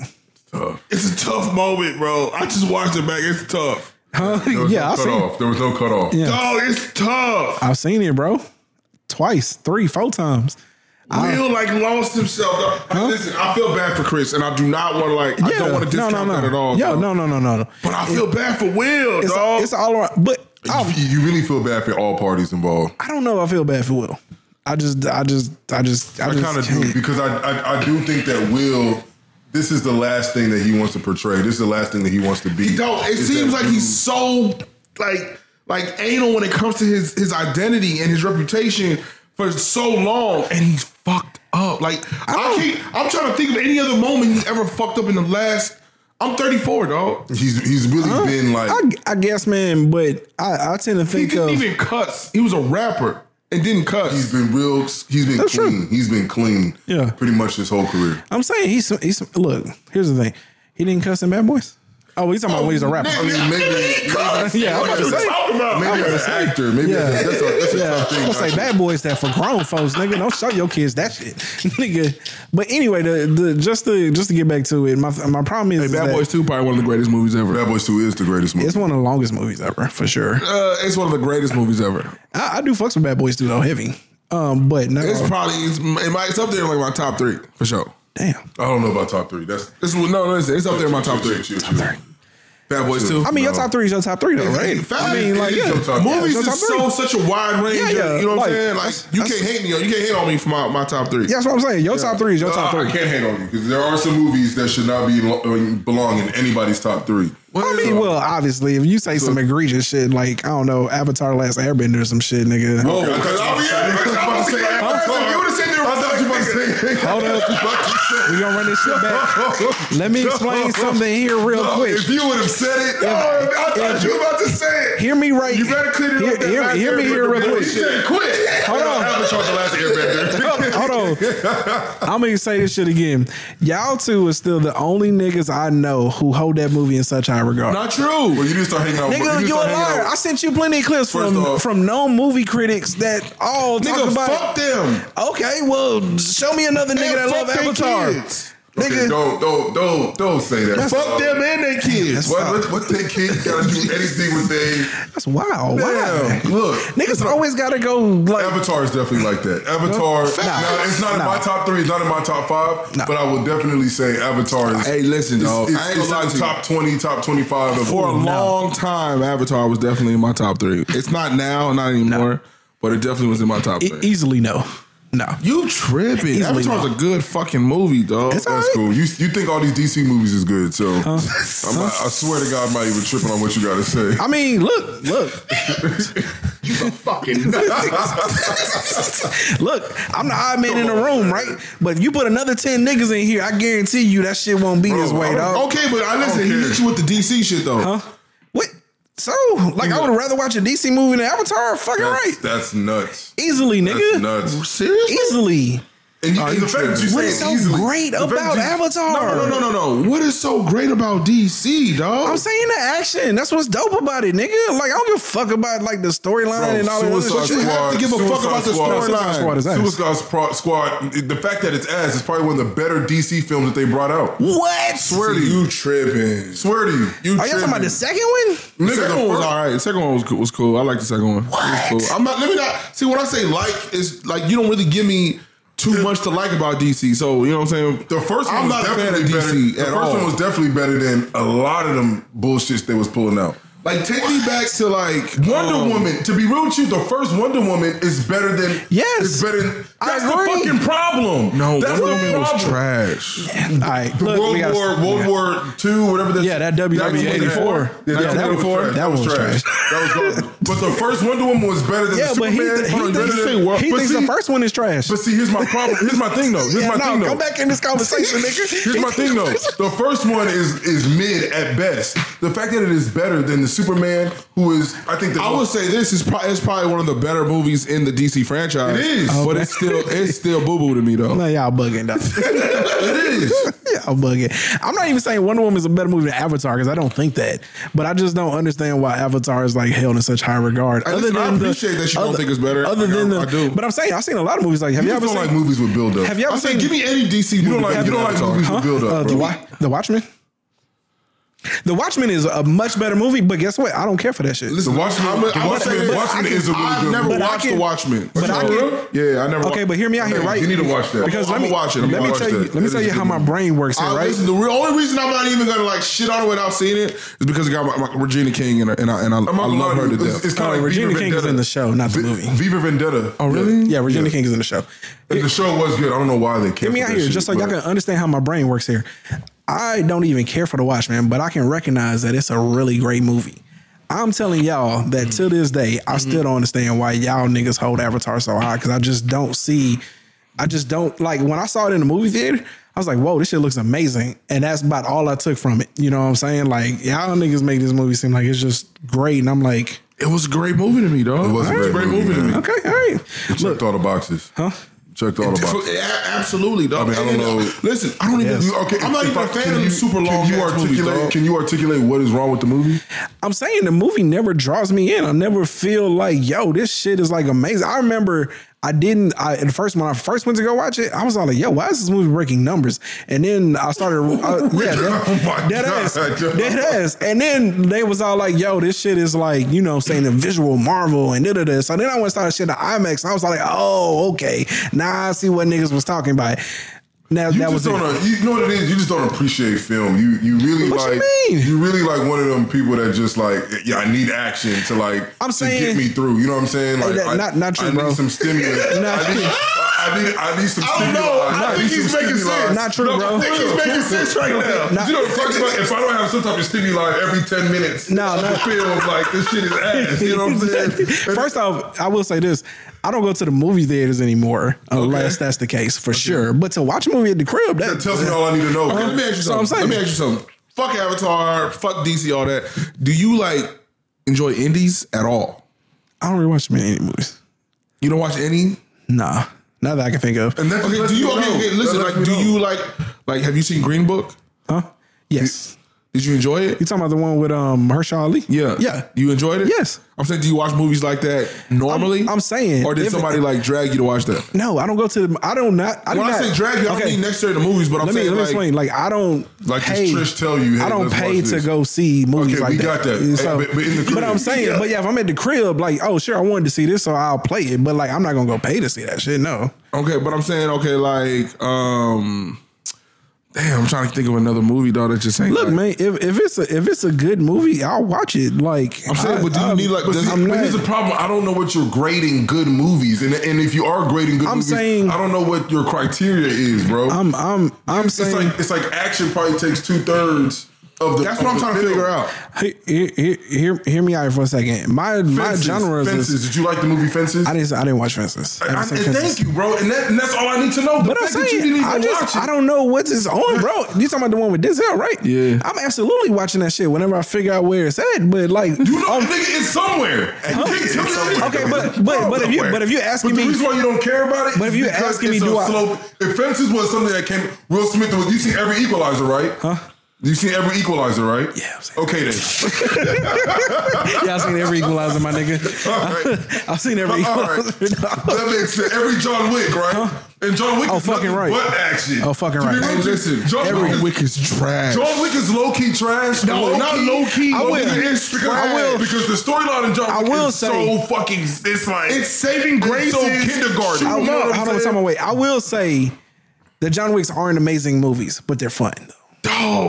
Speaker 2: It's a tough moment, bro. I just watched it back. It's tough.
Speaker 1: Huh?
Speaker 4: There
Speaker 1: *laughs*
Speaker 4: was
Speaker 1: yeah,
Speaker 4: no
Speaker 1: I've seen,
Speaker 4: cutoff. There was no cutoff.
Speaker 1: Yeah.
Speaker 2: Dog, it's tough.
Speaker 1: I've seen it, bro. Twice, three, four times.
Speaker 2: Will like lost himself. Dog. Listen, I feel bad for Chris, and I do not want to like. I don't want to discount
Speaker 1: no, no, no.
Speaker 2: that at all.
Speaker 1: Yo,
Speaker 2: dog.
Speaker 1: no, no, no, no, no.
Speaker 2: But I feel bad for Will,
Speaker 1: It's,
Speaker 2: dog.
Speaker 1: it's all around, but I,
Speaker 4: You, you really feel bad for all parties involved.
Speaker 1: I don't know. if I feel bad for Will. I just, I just, I just, I,
Speaker 4: I
Speaker 1: just
Speaker 4: kind of
Speaker 1: can't.
Speaker 4: do because I, I I do think that Will, this is the last thing that he wants to portray. This is the last thing that he wants to be.
Speaker 2: He don't. It
Speaker 4: Is
Speaker 2: seems
Speaker 4: that
Speaker 2: like
Speaker 4: dude.
Speaker 2: he's so like like anal when it comes to his his identity and his reputation for so long, and he's fucked up. Like I, can't. I'm trying to think of any other moment he's ever fucked up in the last. I'm Uh-huh. 34, dog.
Speaker 4: he's he's really been like
Speaker 1: I, I guess, man. But I, I tend to
Speaker 2: He
Speaker 1: think
Speaker 2: didn't
Speaker 1: of
Speaker 2: even cuss. He was a rapper and didn't
Speaker 4: he's
Speaker 2: cuss.
Speaker 4: been real. He's been
Speaker 1: That's
Speaker 4: clean. He's been clean.
Speaker 1: Yeah.
Speaker 4: pretty much his whole career.
Speaker 1: I'm saying he's he's look. Here's the thing. He didn't cuss in Bad Boys. Oh, he's talking about when he's a rapper.
Speaker 4: I mean, maybe.
Speaker 1: Yeah, I'm about to say.
Speaker 4: Maybe as an actor, maybe
Speaker 1: Yeah.
Speaker 4: as a, that's a, that's a
Speaker 1: Yeah,
Speaker 4: tough
Speaker 1: I'm
Speaker 4: thing.
Speaker 1: gonna say
Speaker 4: actually.
Speaker 1: bad boys that for grown folks, nigga. Don't show your kids that shit, *laughs* nigga. But anyway, the, the just to just to get back to it, my my problem is, is
Speaker 2: Bad
Speaker 1: that
Speaker 2: Boys Two probably one of the greatest movies ever.
Speaker 4: Bad Boys Two is the greatest movie.
Speaker 1: it's one of the longest movies ever for sure.
Speaker 2: Uh, it's one of the greatest movies ever.
Speaker 1: I, I do fucks with Bad Boys too though, heavy. Um, but no,
Speaker 2: It's probably it's, it might, it's up there in like my top three for sure.
Speaker 1: damn.
Speaker 4: I don't know about top three. That's
Speaker 2: It's no, no, it's, it's up there in my top three.
Speaker 4: Top three.
Speaker 2: Bad Boys Two.
Speaker 1: I mean, your
Speaker 4: No.
Speaker 1: top three is your top three though, right?
Speaker 4: in fact,
Speaker 1: I mean,
Speaker 4: it
Speaker 1: like
Speaker 4: is
Speaker 1: yeah,
Speaker 4: your top three.
Speaker 2: Movies
Speaker 1: Yeah,
Speaker 2: is
Speaker 1: it's your top
Speaker 2: so
Speaker 1: three.
Speaker 2: such a wide range.
Speaker 1: Yeah,
Speaker 2: of-
Speaker 1: yeah,
Speaker 2: You know what
Speaker 1: like,
Speaker 2: I'm saying? Like
Speaker 1: that's-
Speaker 2: you
Speaker 1: that's-
Speaker 2: can't hate me. or You can't hate on me for my, my top three.
Speaker 1: Yeah, that's what I'm saying. Your top three is your top
Speaker 4: Uh,
Speaker 1: three.
Speaker 4: I can't hate on you because there are some movies that should not be lo- uh, belong in anybody's top three.
Speaker 1: I mean, well, obviously, if you say some egregious shit, like I don't know, Avatar: Last Airbender or some shit, nigga.
Speaker 4: Oh,
Speaker 2: Okay,
Speaker 4: because I'll be
Speaker 1: *laughs*
Speaker 2: I'm saying- I'm sorry.
Speaker 4: You would have said there was. I thought you were about to say. *laughs*
Speaker 1: Hold up, we gonna run this shit back. Let me explain something here real quick.
Speaker 4: If you would have said it, oh, I thought
Speaker 1: if-
Speaker 4: you were about to say it.
Speaker 1: Hear me right.
Speaker 4: You better clear it
Speaker 1: hear,
Speaker 4: up. that
Speaker 1: Hear,
Speaker 4: last
Speaker 1: hear me
Speaker 4: airbender
Speaker 1: here real
Speaker 4: before
Speaker 1: quick.
Speaker 4: You said quit.
Speaker 1: Hold on.
Speaker 4: Avatar: The Last Airbender.
Speaker 1: *laughs* Hold
Speaker 4: *laughs*
Speaker 1: on. I'm gonna say this shit again. Y'all two are still the only niggas I know who hold that movie in such high regard.
Speaker 2: Not true.
Speaker 4: Well, you need to start hanging out. with-
Speaker 1: Nigga,
Speaker 4: need to
Speaker 1: you a
Speaker 4: start hanging out
Speaker 1: liar.
Speaker 4: with-
Speaker 1: I sent you plenty of clips
Speaker 4: First
Speaker 1: from
Speaker 4: off-
Speaker 1: from known movie critics that all talk
Speaker 2: Nigga,
Speaker 1: about.
Speaker 2: fuck them.
Speaker 1: Okay, well, show me another nigga that
Speaker 2: And
Speaker 1: love
Speaker 2: fuck they
Speaker 1: Avatar.
Speaker 2: kids.
Speaker 4: Okay,
Speaker 1: Nigga,
Speaker 4: don't, don't, don't, don't say that.
Speaker 2: Fuck them and their kids.
Speaker 4: What, what, what they kids got to do anything with they?
Speaker 1: that's wild. Wow.
Speaker 4: Damn, look.
Speaker 1: Niggas always gotta go like.
Speaker 4: Avatar is definitely like that. Avatar.
Speaker 1: Nah.
Speaker 4: now, it's not in
Speaker 1: Nah.
Speaker 4: my top three. It's not in my top five.
Speaker 1: Nah.
Speaker 4: But I will definitely say Avatar is.
Speaker 2: Hey, listen,
Speaker 4: it's,
Speaker 2: dog.
Speaker 4: It's,
Speaker 2: I ain't
Speaker 4: still
Speaker 2: lying
Speaker 4: in
Speaker 2: to
Speaker 4: the
Speaker 2: you.
Speaker 4: top twenty, top twenty-five. Of
Speaker 2: For a
Speaker 1: no.
Speaker 2: long time, Avatar was definitely in my top three. It's not now, not anymore, but it definitely was in my top
Speaker 1: E-
Speaker 2: three.
Speaker 1: easily no, no.
Speaker 2: you tripping?
Speaker 1: Easily
Speaker 2: Avatar's
Speaker 1: not.
Speaker 2: a good fucking movie, dog.
Speaker 1: It's
Speaker 4: That's
Speaker 1: alright.
Speaker 4: cool. You you think all these DC movies is good? So I'm not- I swear to God, I'm not even tripping on what you got
Speaker 2: *laughs*
Speaker 4: to say.
Speaker 1: I mean, look, look,
Speaker 4: Fucking. *laughs*
Speaker 1: look. I'm the odd man in the room, right? But if you put another ten niggas in here, I guarantee you that shit won't be this way,
Speaker 4: I
Speaker 1: dog.
Speaker 4: don't-
Speaker 2: Okay, but I listen. He
Speaker 4: Okay.
Speaker 2: hit you with the DC shit though.
Speaker 1: What? So, like, I would rather watch a DC movie than Avatar. Fucking right,
Speaker 4: That's nuts.
Speaker 1: easily,
Speaker 4: That's
Speaker 1: nigga,
Speaker 4: nuts.
Speaker 2: Seriously?
Speaker 1: easily.
Speaker 4: And,
Speaker 1: Oh,
Speaker 4: you, and the fact that you
Speaker 1: What
Speaker 4: say
Speaker 1: is
Speaker 4: it
Speaker 1: so
Speaker 4: easily,
Speaker 1: great
Speaker 4: the fact
Speaker 1: about
Speaker 4: that you-
Speaker 1: Avatar?
Speaker 2: No, no, no, no, no. What is so great about DC, dog?
Speaker 1: I'm saying the action. That's what's dope about it, nigga. Like, I don't give a fuck about like the storyline and all that other
Speaker 4: Suicide
Speaker 1: shit. You
Speaker 4: Squad.
Speaker 1: have to give a
Speaker 4: Suicide
Speaker 1: fuck about the
Speaker 4: Squad.
Speaker 1: storyline. Squad is ass.
Speaker 4: Suicide Squad- Squad. The fact that it's ass is probably one of the better DC films that they brought out.
Speaker 1: What?
Speaker 4: Swear to you.
Speaker 2: you tripping?
Speaker 4: Swear to you. You
Speaker 1: Are y'all talking about the second one?
Speaker 2: The
Speaker 4: Nigga,
Speaker 2: second
Speaker 4: the
Speaker 2: one was
Speaker 4: first-
Speaker 2: all right. The second one was cool. was cool. I like the second one. It was
Speaker 1: What?
Speaker 2: cool. I'm not. Let me not. See, when I say like, is like you don't really give me too much to like about DC. So you know what I'm saying.
Speaker 4: The first one
Speaker 2: I'm
Speaker 4: was
Speaker 2: not a fan
Speaker 4: definitely
Speaker 2: of
Speaker 4: better.
Speaker 2: DC
Speaker 4: the
Speaker 2: at
Speaker 4: first
Speaker 2: all.
Speaker 4: one was definitely better than a lot of them bullshits they was pulling out.
Speaker 2: Like, take me back to like
Speaker 4: Wonder
Speaker 2: um,
Speaker 4: Woman. To be real with you, the first Wonder Woman is better than
Speaker 1: Yes.
Speaker 4: Is better. Than,
Speaker 1: I
Speaker 4: that's
Speaker 1: agree.
Speaker 4: the fucking problem.
Speaker 2: No,
Speaker 4: that's
Speaker 2: Wonder
Speaker 4: the
Speaker 2: Woman was
Speaker 4: problem.
Speaker 2: trash.
Speaker 1: All right,
Speaker 4: The
Speaker 1: look,
Speaker 4: World
Speaker 1: we gotta-
Speaker 4: War, World War Two, whatever that.
Speaker 1: Yeah, that WW
Speaker 4: that
Speaker 1: 84.
Speaker 4: Yeah,
Speaker 1: Yeah, that
Speaker 4: that
Speaker 1: was-
Speaker 4: was trash.
Speaker 1: that was trash.
Speaker 4: *laughs* That was garbage. But the first Wonder Woman was better than
Speaker 1: Yeah,
Speaker 4: the
Speaker 1: but he,
Speaker 4: Superman.
Speaker 1: th- he
Speaker 4: Hold on,
Speaker 1: thinks,
Speaker 4: better than-
Speaker 1: he
Speaker 4: but
Speaker 1: thinks
Speaker 4: see-
Speaker 1: the first one is trash.
Speaker 4: But see, here's my problem. Here's my thing though. Here's
Speaker 1: *laughs* yeah,
Speaker 4: my
Speaker 1: no,
Speaker 4: thing though.
Speaker 1: come back in this conversation, *laughs* nigga.
Speaker 4: Here's
Speaker 2: *laughs*
Speaker 4: my thing though. The first one is is mid at best. The fact that it is better than the Superman, who is I think the
Speaker 2: I would say this is probably, it's probably one of the better movies in the DC franchise.
Speaker 4: It is.
Speaker 2: but it's still it's still boo boo to me though.
Speaker 1: No, y'all bugging though. *laughs*
Speaker 4: *laughs* it is.
Speaker 1: y'all bugging. I'm not even saying Wonder Woman is a better movie than Avatar because I don't think that, but I just don't understand why Avatar is like held in such high regard.
Speaker 2: Hey, listen, I appreciate that you don't think it's better.
Speaker 1: Other
Speaker 2: Like,
Speaker 1: than
Speaker 2: I-
Speaker 1: the,
Speaker 2: I do.
Speaker 1: but I'm saying I've seen a lot of movies like. Have you,
Speaker 4: You
Speaker 1: ever
Speaker 4: don't
Speaker 1: seen
Speaker 4: like movies with build up.
Speaker 1: Have you ever
Speaker 2: I
Speaker 1: seen
Speaker 2: said, give me any DC movie.
Speaker 4: You don't like you don't like
Speaker 2: Avatar.
Speaker 4: movies
Speaker 1: Huh?
Speaker 4: with build
Speaker 1: Uh,
Speaker 4: up.
Speaker 1: the, Wa- the Watchmen? The Watchmen is a much better movie, but guess what? I don't care for that shit.
Speaker 4: The Watchmen,
Speaker 2: I'm a-
Speaker 4: the
Speaker 2: I'm a-
Speaker 4: Watchmen,
Speaker 2: but I
Speaker 4: Watchmen
Speaker 2: can-
Speaker 4: is a really
Speaker 2: I've
Speaker 4: good
Speaker 2: never
Speaker 4: movie.
Speaker 1: But I
Speaker 2: watched
Speaker 1: can-
Speaker 2: The Watchmen.
Speaker 1: but I can-
Speaker 4: Yeah, I never.
Speaker 1: Okay, but hear me out here,
Speaker 4: Hey,
Speaker 1: right?
Speaker 4: You need to watch that.
Speaker 1: Because
Speaker 4: I'm
Speaker 1: let me,
Speaker 4: gonna watch it. I'm
Speaker 1: let
Speaker 4: gonna
Speaker 1: me
Speaker 4: watch
Speaker 1: tell you,
Speaker 4: that.
Speaker 1: let me
Speaker 4: It
Speaker 1: tell
Speaker 4: is
Speaker 1: you
Speaker 4: a
Speaker 1: how
Speaker 4: good
Speaker 1: my
Speaker 4: movie.
Speaker 1: brain works, here,
Speaker 2: I
Speaker 1: right?
Speaker 2: listen, the real, only reason I'm not even gonna like shit on it without seeing it is because I got my, my Regina King and I, and I, and I,
Speaker 4: I'm
Speaker 2: I
Speaker 4: not gonna
Speaker 2: love
Speaker 4: lie
Speaker 2: her
Speaker 4: to
Speaker 2: to
Speaker 4: you.
Speaker 2: death.
Speaker 4: It's, it's kind
Speaker 1: Oh,
Speaker 4: of like
Speaker 1: Regina
Speaker 4: Viva
Speaker 1: King is
Speaker 4: Vendetta.
Speaker 1: in the show, not the movie.
Speaker 4: Viva Vendetta. Oh
Speaker 1: Yeah, Regina King is in the show.
Speaker 4: And the show was good. I don't know why they
Speaker 1: Get
Speaker 4: canceled.
Speaker 1: me out
Speaker 4: that
Speaker 1: here,
Speaker 4: shit,
Speaker 1: just so y'all
Speaker 4: but-
Speaker 1: can understand how my brain works here. I don't even care for The Watchmen, but I can recognize that it's a really great movie. I'm telling y'all that to this day, I still don't understand why y'all niggas hold Avatar so high because I just don't see. I just don't like when I saw it in the movie theater. I was like, "Whoa, this shit looks amazing," and that's about all I took from it. You know what I'm saying? Like, y'all niggas make this movie seem like it's just great, and I'm like,
Speaker 2: It was a great movie to me, dog.
Speaker 4: It was a great movie to me.
Speaker 1: "Okay, all right."
Speaker 4: Checked all the boxes. Huh? checked all the boxes.
Speaker 2: A- Absolutely, dog.
Speaker 4: I mean, I
Speaker 2: And-
Speaker 4: don't
Speaker 2: and,
Speaker 4: know.
Speaker 2: uh, Listen, I don't even.
Speaker 4: You- okay,
Speaker 2: I'm not
Speaker 4: if
Speaker 2: even
Speaker 4: I-
Speaker 2: a fan
Speaker 4: can
Speaker 2: of
Speaker 4: you-
Speaker 2: the super long
Speaker 4: Can you
Speaker 2: ass movies,
Speaker 4: articulate?
Speaker 2: dog.
Speaker 4: Can you articulate what is wrong with the movie?
Speaker 1: I'm saying the movie never draws me in. I never feel like, yo, this shit is like amazing. I remember I didn't I the first when I first went to go watch it, I was all like, yo, why is this movie breaking numbers? And then I
Speaker 4: *laughs*
Speaker 1: started I, yeah, that,
Speaker 4: oh my
Speaker 1: that
Speaker 4: God,
Speaker 1: ass.
Speaker 4: yo.
Speaker 1: That ass. And then they was all like, yo, this shit is like, you know, saying the visual marvel and da da da. So then I went and started shit to IMAX. And I was all like, oh, okay. Now I see what niggas was talking about. Now
Speaker 4: You
Speaker 1: that was
Speaker 4: just
Speaker 1: it.
Speaker 4: don't. uh, You know what it is. You just don't appreciate film. You you really
Speaker 1: What you
Speaker 4: like.
Speaker 1: mean?
Speaker 4: really like one of them people that just like. Yeah, I need action to like.
Speaker 1: I'm
Speaker 4: to
Speaker 1: saying-
Speaker 4: get me through. You know what I'm saying? Like,
Speaker 1: that-
Speaker 4: I,
Speaker 1: not- not true,
Speaker 4: I need
Speaker 1: bro.
Speaker 4: some
Speaker 1: *laughs*
Speaker 4: stimulus.
Speaker 1: Not
Speaker 4: I need.
Speaker 1: true.
Speaker 4: I need. I need some
Speaker 3: I don't
Speaker 4: stimulus.
Speaker 3: know. I think he's making sense.
Speaker 1: Not true,
Speaker 3: No,
Speaker 1: bro.
Speaker 3: I think he's
Speaker 4: *laughs*
Speaker 3: making sense right now.
Speaker 1: Not-
Speaker 4: you know, talk about if I don't have some type of stimuli every ten minutes,
Speaker 1: No,
Speaker 4: I
Speaker 1: no.
Speaker 4: can feel like this shit is ass. You know what I'm
Speaker 1: *laughs*
Speaker 2: *laughs*
Speaker 4: saying?
Speaker 1: First off, I will say this: I don't go to the movie theaters anymore, unless that's the case for sure. But to watch a movie at the crib, that,
Speaker 4: That tells me all I need to know.
Speaker 1: Uh-huh.
Speaker 2: Let me ask you
Speaker 1: So I'm
Speaker 2: something. Let
Speaker 1: saying-
Speaker 2: me ask you something. Fuck Avatar. Fuck DC. All that. Do you like enjoy indies at all?
Speaker 1: I don't really watch many movies.
Speaker 2: You don't watch any?
Speaker 1: Nah, not that I can think of.
Speaker 4: And that
Speaker 2: Okay.
Speaker 4: lets
Speaker 2: Do you?
Speaker 4: me
Speaker 2: Okay.
Speaker 4: know.
Speaker 2: okay
Speaker 4: That
Speaker 2: listen.
Speaker 4: lets
Speaker 2: Like,
Speaker 4: me
Speaker 2: do
Speaker 4: know.
Speaker 2: you like? Like, have you seen Green Book?
Speaker 1: Huh? Yes.
Speaker 2: Did you enjoy it?
Speaker 1: You talking about the one with um Hershey Ali?
Speaker 2: Yeah.
Speaker 1: yeah.
Speaker 2: You enjoyed it?
Speaker 1: Yes.
Speaker 2: I'm saying, do you watch movies like that normally?
Speaker 1: I'm- I'm saying,
Speaker 2: Or did
Speaker 1: if-
Speaker 2: somebody like drag you to watch that?
Speaker 1: No, I don't go to. The, I don't not. I do
Speaker 2: When I
Speaker 1: not-
Speaker 2: say drag you, I don't
Speaker 1: Okay.
Speaker 2: mean necessarily the movies, but I'm
Speaker 1: Let me
Speaker 2: saying
Speaker 1: let me
Speaker 2: like,
Speaker 1: explain. Like I don't
Speaker 4: Like, does
Speaker 1: pay,
Speaker 4: Trish tell you, hey,
Speaker 1: I don't
Speaker 4: let's
Speaker 1: pay
Speaker 4: watch
Speaker 1: to
Speaker 4: this?
Speaker 1: go see movies
Speaker 4: Okay,
Speaker 1: like
Speaker 4: we
Speaker 1: that.
Speaker 4: got that.
Speaker 1: So-
Speaker 4: Hey, but- but in the
Speaker 1: I'm
Speaker 4: crib.
Speaker 1: saying,
Speaker 4: Yeah.
Speaker 1: but yeah, if I'm at the crib, like, oh sure, I wanted to see this, so I'll play it. But like, I'm not gonna go pay to see that shit. No,
Speaker 2: Okay, but I'm saying okay, like um, damn, I'm trying to think of another movie though that just ain't.
Speaker 1: Look,
Speaker 2: like,
Speaker 1: man, if, if it's a if it's a good movie, I'll watch it. Like
Speaker 2: I'm saying, but do you need like?
Speaker 4: But,
Speaker 2: does
Speaker 4: see,
Speaker 2: it-
Speaker 1: I'm
Speaker 4: but
Speaker 1: not-
Speaker 4: here's the problem. I don't know what you're grading good movies, and and if you are grading good
Speaker 1: I'm
Speaker 4: movies,
Speaker 1: saying-
Speaker 4: I don't know what your criteria is, bro.
Speaker 1: I'm I'm I'm
Speaker 4: it's
Speaker 1: saying
Speaker 4: like it's like action probably takes two thirds of the.
Speaker 2: that's
Speaker 4: of
Speaker 2: what I'm
Speaker 4: the
Speaker 2: trying to
Speaker 4: film.
Speaker 2: figure out.
Speaker 1: he- he- he- hear hear me out for a second. My my
Speaker 4: Fences,
Speaker 1: genre
Speaker 4: Fences.
Speaker 1: is
Speaker 4: Did you like the movie Fences?
Speaker 1: I didn't I didn't watch Fences. I
Speaker 4: I-
Speaker 1: haven't
Speaker 4: I-
Speaker 1: seen
Speaker 4: thank
Speaker 1: Fences.
Speaker 4: you, bro. And, that, and that's all I need to know. The
Speaker 1: But I'm
Speaker 4: fact that you
Speaker 1: saying,
Speaker 4: didn't even
Speaker 1: I
Speaker 4: watch
Speaker 1: just
Speaker 4: it.
Speaker 1: I don't know what's is on, bro. You talking about the one with Denzel, right?
Speaker 2: Yeah.
Speaker 1: I'm absolutely watching that shit whenever I figure out where it's at. But like,
Speaker 4: You know, nigga, it's somewhere. Nigga, tell me that Um, it's
Speaker 1: okay,
Speaker 4: somewhere.
Speaker 1: but but but if you
Speaker 4: Somewhere.
Speaker 1: but if you asking
Speaker 4: but the
Speaker 1: me,
Speaker 4: reason why you don't care about it,
Speaker 1: But if
Speaker 4: is
Speaker 1: you
Speaker 4: because
Speaker 1: asking me,
Speaker 4: it's
Speaker 1: do
Speaker 4: a
Speaker 1: I-
Speaker 4: slope. If fences was something that came, Will Smith was. You seen every Equalizer, right? Huh? You seen every Equalizer, right?
Speaker 1: Yeah, I've seen
Speaker 4: Okay then.
Speaker 1: *laughs* yeah, I've seen every Equalizer, my *laughs* nigga.
Speaker 4: All right.
Speaker 1: I've seen every
Speaker 4: All right.
Speaker 1: Equalizer. *laughs*
Speaker 4: That makes sense. Every John Wick, right? And John Wick
Speaker 1: Oh,
Speaker 4: is
Speaker 1: fucking
Speaker 4: nothing
Speaker 1: right.
Speaker 4: but action.
Speaker 1: Oh, fucking
Speaker 4: To be
Speaker 1: right.
Speaker 4: real
Speaker 1: Hey,
Speaker 4: with you,
Speaker 2: listen,
Speaker 4: John Wick is
Speaker 2: Wick is trash.
Speaker 4: John Wick is low key trash.
Speaker 2: No, not low key.
Speaker 4: I
Speaker 2: I
Speaker 4: will.
Speaker 2: will.
Speaker 4: It's because,
Speaker 1: I will.
Speaker 4: because the storyline in John
Speaker 1: I
Speaker 4: Wick
Speaker 1: will
Speaker 4: is
Speaker 1: say-
Speaker 4: so fucking. It's like
Speaker 2: It's saving grace.
Speaker 4: so kindergarten.
Speaker 1: I
Speaker 4: *laughs* You know
Speaker 1: will,
Speaker 4: what I'm
Speaker 1: hold on, time
Speaker 4: saying?
Speaker 1: I wait. I will say the John Wicks aren't amazing movies, but they're fun. Though.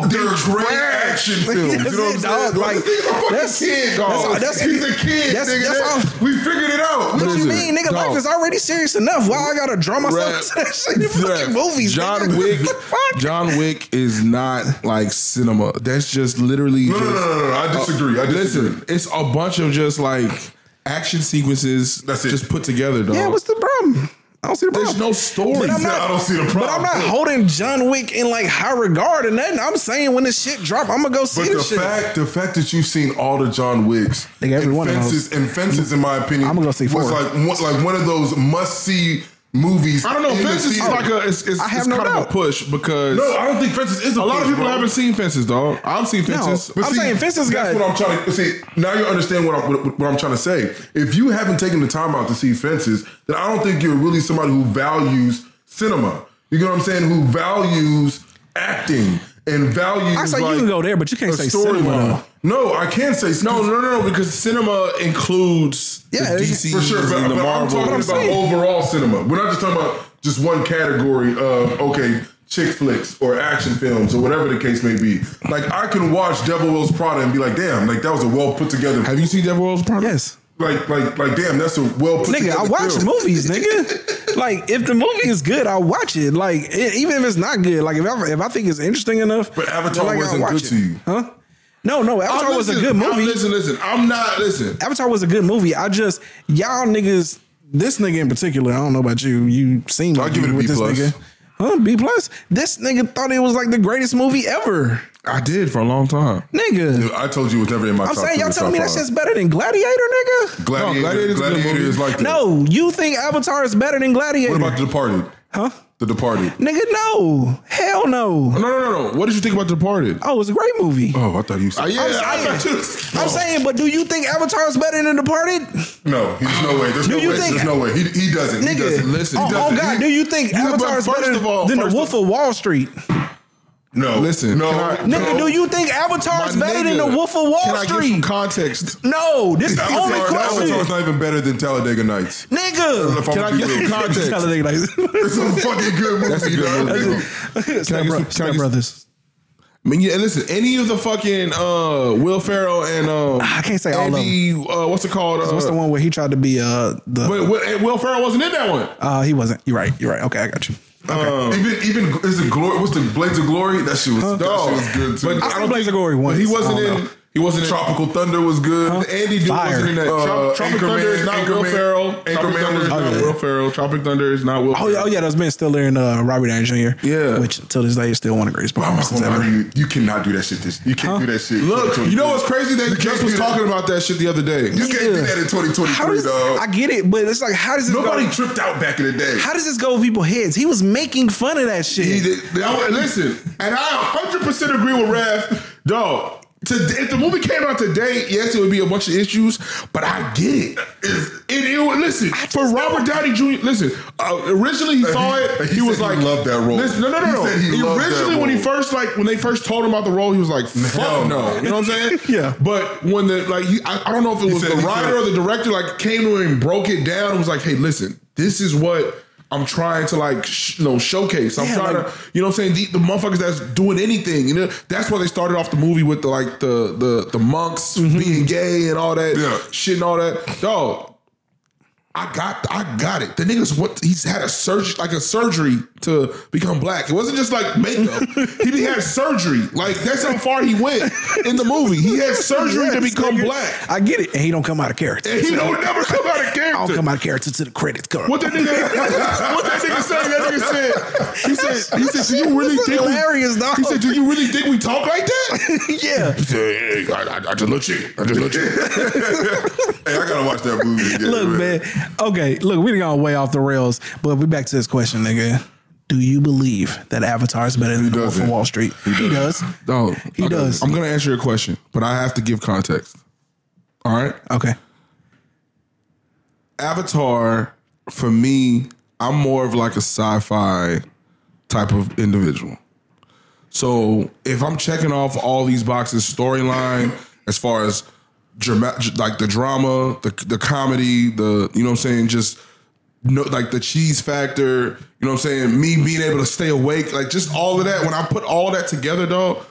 Speaker 4: dog. They're great action films.
Speaker 1: That's
Speaker 4: you know what
Speaker 1: it,
Speaker 4: I'm
Speaker 1: dog.
Speaker 4: saying?
Speaker 1: Like,
Speaker 4: This nigga's a fucking
Speaker 1: that's-
Speaker 4: kid, dog.
Speaker 1: that's all- that's-
Speaker 4: He's a kid.
Speaker 1: that's-
Speaker 4: nigga.
Speaker 1: that's all-
Speaker 4: We figured it out.
Speaker 1: What do you
Speaker 2: Listen,
Speaker 1: mean, nigga?
Speaker 2: dog.
Speaker 1: Life is already serious enough. Why I gotta draw myself *laughs*
Speaker 4: *laughs*
Speaker 2: Rap.
Speaker 1: into that shit in fucking
Speaker 2: Rap.
Speaker 1: movies?
Speaker 2: John
Speaker 1: nigga?
Speaker 2: Wick.
Speaker 1: Fuck.
Speaker 2: John Wick is not like cinema. That's just literally.
Speaker 4: No, no,
Speaker 2: just-
Speaker 4: no, no, no, no. I disagree. I disagree.
Speaker 2: Listen, it's a bunch of just like action sequences
Speaker 4: That's it.
Speaker 2: just put together, dog.
Speaker 1: yeah, what's the problem? I don't see the problem.
Speaker 2: There's no story.
Speaker 1: But I'm
Speaker 4: He said,
Speaker 1: not-
Speaker 4: I don't see the problem.
Speaker 1: But I'm not holding John Wick in like high regard or nothing. I'm saying when this shit drop, I'm gonna go see
Speaker 4: But the
Speaker 1: this shit.
Speaker 4: fact, the fact that you've seen all the John Wicks,
Speaker 1: Nigga, every
Speaker 4: and
Speaker 1: one of
Speaker 4: fences, and fences, in my opinion,
Speaker 1: I'ma go see four.
Speaker 4: was like one, like one of those must see movies.
Speaker 2: I don't know.
Speaker 4: in the
Speaker 2: Fences is
Speaker 4: theater.
Speaker 2: like a. It's, it's,
Speaker 1: I have
Speaker 2: it's
Speaker 1: no
Speaker 2: kind of
Speaker 1: doubt.
Speaker 2: a push because
Speaker 4: No, I don't think fences is.
Speaker 2: a lot of
Speaker 4: push,
Speaker 2: people
Speaker 4: bro.
Speaker 2: haven't seen Fences, dog. I've seen
Speaker 1: no,
Speaker 2: Fences.
Speaker 1: I'm saying Fences
Speaker 4: That's
Speaker 1: got.
Speaker 4: what I'm trying to see. Now you understand what I'm what, what I'm trying to say. If you haven't taken the time out to see Fences, then I don't think you're really somebody who values cinema. You get what I'm saying? Who values acting and values.
Speaker 1: I say
Speaker 4: like,
Speaker 1: you can go there, but you can't
Speaker 4: a
Speaker 1: say cinema. though.
Speaker 4: storyline. No, I can't say
Speaker 2: no, no, no, no, because cinema includes
Speaker 1: Yeah,
Speaker 2: the DC
Speaker 4: for sure. But,
Speaker 2: and the
Speaker 4: but I'm
Speaker 2: Marvel.
Speaker 4: talking about overall cinema. We're not just talking about just one category of okay, chick flicks or action films or whatever the case may be. Like I can watch Devil Wills Prada and be like, damn, like that was a well put together.
Speaker 2: have you seen Devil World's Prada?
Speaker 1: Yes.
Speaker 4: like, like, like, damn, that's a well put
Speaker 1: Nigga,
Speaker 4: together.
Speaker 1: I watch
Speaker 4: film.
Speaker 1: movies,
Speaker 4: *laughs*
Speaker 1: nigga. Like, if the movie is good, I watch it. Like, it, even if it's not good, like if I, if I think it's interesting enough,
Speaker 4: But Avatar
Speaker 1: then, like, I'll
Speaker 4: wasn't
Speaker 1: watch
Speaker 4: good
Speaker 1: it.
Speaker 4: to you.
Speaker 1: huh? No, no, Avatar
Speaker 2: I'm
Speaker 1: was a
Speaker 2: listen-
Speaker 1: good
Speaker 2: I'm,
Speaker 1: movie.
Speaker 2: listen, listen. I'm not listen.
Speaker 1: Avatar was a good movie. I just y'all niggas, this nigga in particular, I don't know about you. You seem like
Speaker 4: give
Speaker 1: you
Speaker 4: it a
Speaker 1: with
Speaker 4: B
Speaker 1: this
Speaker 4: plus.
Speaker 1: nigga. Huh? B plus. This nigga thought it was like the greatest movie ever.
Speaker 2: I did for a long time.
Speaker 1: Nigga.
Speaker 4: I told you it was never in my
Speaker 1: I'm
Speaker 4: top
Speaker 1: saying
Speaker 4: three
Speaker 1: y'all
Speaker 4: or
Speaker 1: telling me
Speaker 4: top
Speaker 1: that
Speaker 4: five.
Speaker 1: shit's better than Gladiator, nigga?
Speaker 4: Gladiator,
Speaker 2: No, Gladiator's a good
Speaker 4: Gladiator
Speaker 2: movie.
Speaker 4: is like that.
Speaker 1: No, you think Avatar is better than Gladiator?
Speaker 4: What about The Departed?
Speaker 1: huh?
Speaker 4: The Departed.
Speaker 1: Nigga, no. Hell no.
Speaker 2: No, no, no, no. What did you think about Departed?
Speaker 1: Oh, it's a great movie.
Speaker 4: Oh, I thought you said.
Speaker 2: Uh, yeah,
Speaker 1: I'm
Speaker 2: I
Speaker 1: saying.
Speaker 2: thought you was- Oh.
Speaker 1: I'm saying, but do you think Avatar is better than Departed?
Speaker 4: No, there's no
Speaker 1: *gasps*
Speaker 4: way. There's no
Speaker 1: you
Speaker 4: way.
Speaker 1: think-
Speaker 4: There's no way. He, he doesn't. he
Speaker 1: Nigga,
Speaker 4: doesn't.
Speaker 2: listen,
Speaker 1: oh,
Speaker 2: he
Speaker 1: oh
Speaker 2: doesn't.
Speaker 1: God,
Speaker 2: He-
Speaker 1: do you think
Speaker 2: Yeah, but
Speaker 1: Avatar is
Speaker 2: first
Speaker 1: better
Speaker 2: of all-
Speaker 1: than The
Speaker 2: first of-
Speaker 1: Wolf of Wall Street?
Speaker 4: No.
Speaker 2: Listen,
Speaker 4: No.
Speaker 2: can I-
Speaker 4: no.
Speaker 1: Nigga, do you think Avatar is
Speaker 2: My
Speaker 1: better than
Speaker 2: nigga,
Speaker 1: The Wolf of Wall
Speaker 2: Can I get some
Speaker 1: Street?
Speaker 2: *laughs* context?
Speaker 1: No, this is the
Speaker 4: Avatar,
Speaker 1: only
Speaker 4: Avatar's
Speaker 1: question.
Speaker 4: not even better than Talladega Nights.
Speaker 1: Nigga.
Speaker 4: If I'm
Speaker 2: Can I
Speaker 4: gonna
Speaker 2: get
Speaker 4: be
Speaker 2: some
Speaker 4: real.
Speaker 2: context?
Speaker 1: Talladega
Speaker 2: *laughs*
Speaker 1: Nights.
Speaker 4: It's a fucking good movie.
Speaker 2: That's a
Speaker 4: you
Speaker 2: good
Speaker 4: know what I
Speaker 2: movie.
Speaker 4: mean?
Speaker 2: I
Speaker 1: Step
Speaker 2: get
Speaker 1: Bro-
Speaker 2: some- can I
Speaker 1: Step
Speaker 2: get-
Speaker 1: Brothers.
Speaker 2: I mean, yeah, listen, any of the fucking uh, Will Ferrell and um,
Speaker 1: I can't say all of
Speaker 2: Andy, Uh, what's it called? Uh,
Speaker 1: What's the one where he tried to be uh the
Speaker 2: But Will, and eh, Will Ferrell wasn't in that one. Uh,
Speaker 1: uh he wasn't. You're right. You're right. Okay, I got you.
Speaker 4: Even even is it glory? What's the Blades of Glory? That shit was, that
Speaker 2: Dog.
Speaker 4: shit was good too.
Speaker 2: But
Speaker 1: I seen Blaze of Glory
Speaker 2: But
Speaker 1: once.
Speaker 2: he
Speaker 1: I
Speaker 2: wasn't
Speaker 1: don't
Speaker 2: in. He wasn't in.
Speaker 4: Tropical Thunder was good.
Speaker 2: Andy dude
Speaker 1: Fire.
Speaker 2: wasn't in that. Trop-
Speaker 4: Uh,
Speaker 2: Tropic
Speaker 4: Anchorman-
Speaker 2: Thunder is not Will
Speaker 4: Anchorman-
Speaker 2: Ferrell. Tropic
Speaker 4: Anchorman
Speaker 2: Thunder is
Speaker 4: was
Speaker 2: not
Speaker 1: good.
Speaker 2: Will Ferrell. Tropic Thunder is not Will.
Speaker 1: Oh yeah, oh yeah, that's Ben Stiller and uh, Robert Downey Jr.
Speaker 2: Yeah. Oh,
Speaker 1: which till this day is still one of the greatest
Speaker 4: I'm not
Speaker 1: performances
Speaker 4: gonna lie to
Speaker 1: ever.
Speaker 4: you, you cannot do that shit. This you can't do that shit.
Speaker 2: Look, you know what's crazy? They
Speaker 4: You can't
Speaker 2: just was
Speaker 4: do that.
Speaker 2: talking about that shit the other day.
Speaker 4: You can't do that in 2023,
Speaker 1: How does,
Speaker 4: dog.
Speaker 1: I get it, but it's like how does this
Speaker 4: Nobody
Speaker 1: go?
Speaker 4: tripped out back in the day.
Speaker 1: How does this go with people's heads? He was making fun of that shit.
Speaker 2: He did- I- listen, and I 100% agree with Raf. Dog, to, if the movie came out today, yes, it would be a bunch of issues, but I get it. It, it, would- listen, for
Speaker 1: just
Speaker 2: Robert Downey Jr., listen, uh, originally he saw it, he,
Speaker 4: he
Speaker 2: was
Speaker 4: said he
Speaker 2: like,
Speaker 4: loved that role.
Speaker 2: Listen, no, no, no,
Speaker 4: He
Speaker 2: no.
Speaker 4: said he loved that
Speaker 2: originally, when he
Speaker 4: role.
Speaker 2: first, like, when they first told him about the role, he was like, fuck
Speaker 4: Hell
Speaker 2: no.
Speaker 4: no.
Speaker 2: You know what
Speaker 4: *laughs*
Speaker 2: I'm saying?
Speaker 1: Yeah.
Speaker 2: But when the, like, he, I, I don't know if it was
Speaker 4: said-
Speaker 2: the
Speaker 4: he
Speaker 2: writer
Speaker 4: said-
Speaker 2: or the director, like, came to him and broke it down and was like, hey, listen, this is what. I'm trying to like, sh- you know, showcase. I'm
Speaker 1: Yeah,
Speaker 2: trying
Speaker 1: like-
Speaker 2: to you know what I'm saying? The, the motherfuckers that's doing anything. You know, that's why they started off the movie with the like the the the monks
Speaker 1: Mm-hmm.
Speaker 2: being gay and all that
Speaker 4: Yeah.
Speaker 2: shit and all that. Dog, I got I got it. The niggas what he's had a surgery like a surgery to become black. It wasn't just
Speaker 1: *laughs*
Speaker 2: like makeup. he had surgery. Like that's how far he went in the movie. He had surgery to
Speaker 1: Yes,
Speaker 2: become
Speaker 1: nigga.
Speaker 2: black.
Speaker 1: I get it, and he don't come out of character.
Speaker 2: And he don't never come out of
Speaker 1: I don't
Speaker 2: character.
Speaker 1: come out of character to the credits card.
Speaker 2: What that nigga? *laughs* what that nigga said? That nigga said. He said. He said. Do you really
Speaker 1: That's
Speaker 2: think
Speaker 1: hilarious,
Speaker 2: we?
Speaker 1: dog.
Speaker 2: *laughs* He said. Do you really think we talk like
Speaker 1: *laughs*
Speaker 2: that?
Speaker 1: yeah.
Speaker 2: He said, "Hey, I, I, I just look shit. I just look shit.
Speaker 4: hey, I gotta watch that movie. Again,
Speaker 1: Look, man. Okay, look, we gone way off the rails, but we back to this question, nigga. Do you believe that Avatar is better than The Wolf of
Speaker 4: doesn't.
Speaker 1: Wall Street? He, does.
Speaker 2: No,
Speaker 1: He does.
Speaker 2: Oh, I'm gonna answer your question, but I have to give context. All right.
Speaker 1: Okay.
Speaker 2: Avatar for me, I'm more of like a sci-fi type of individual. So if I'm checking off all these boxes, storyline as far as drama, like the drama, the the comedy, the you know what I'm saying, just no, like the cheese factor, you know what I'm saying, me being able to stay awake, like just all of that. When I put all that together, dog,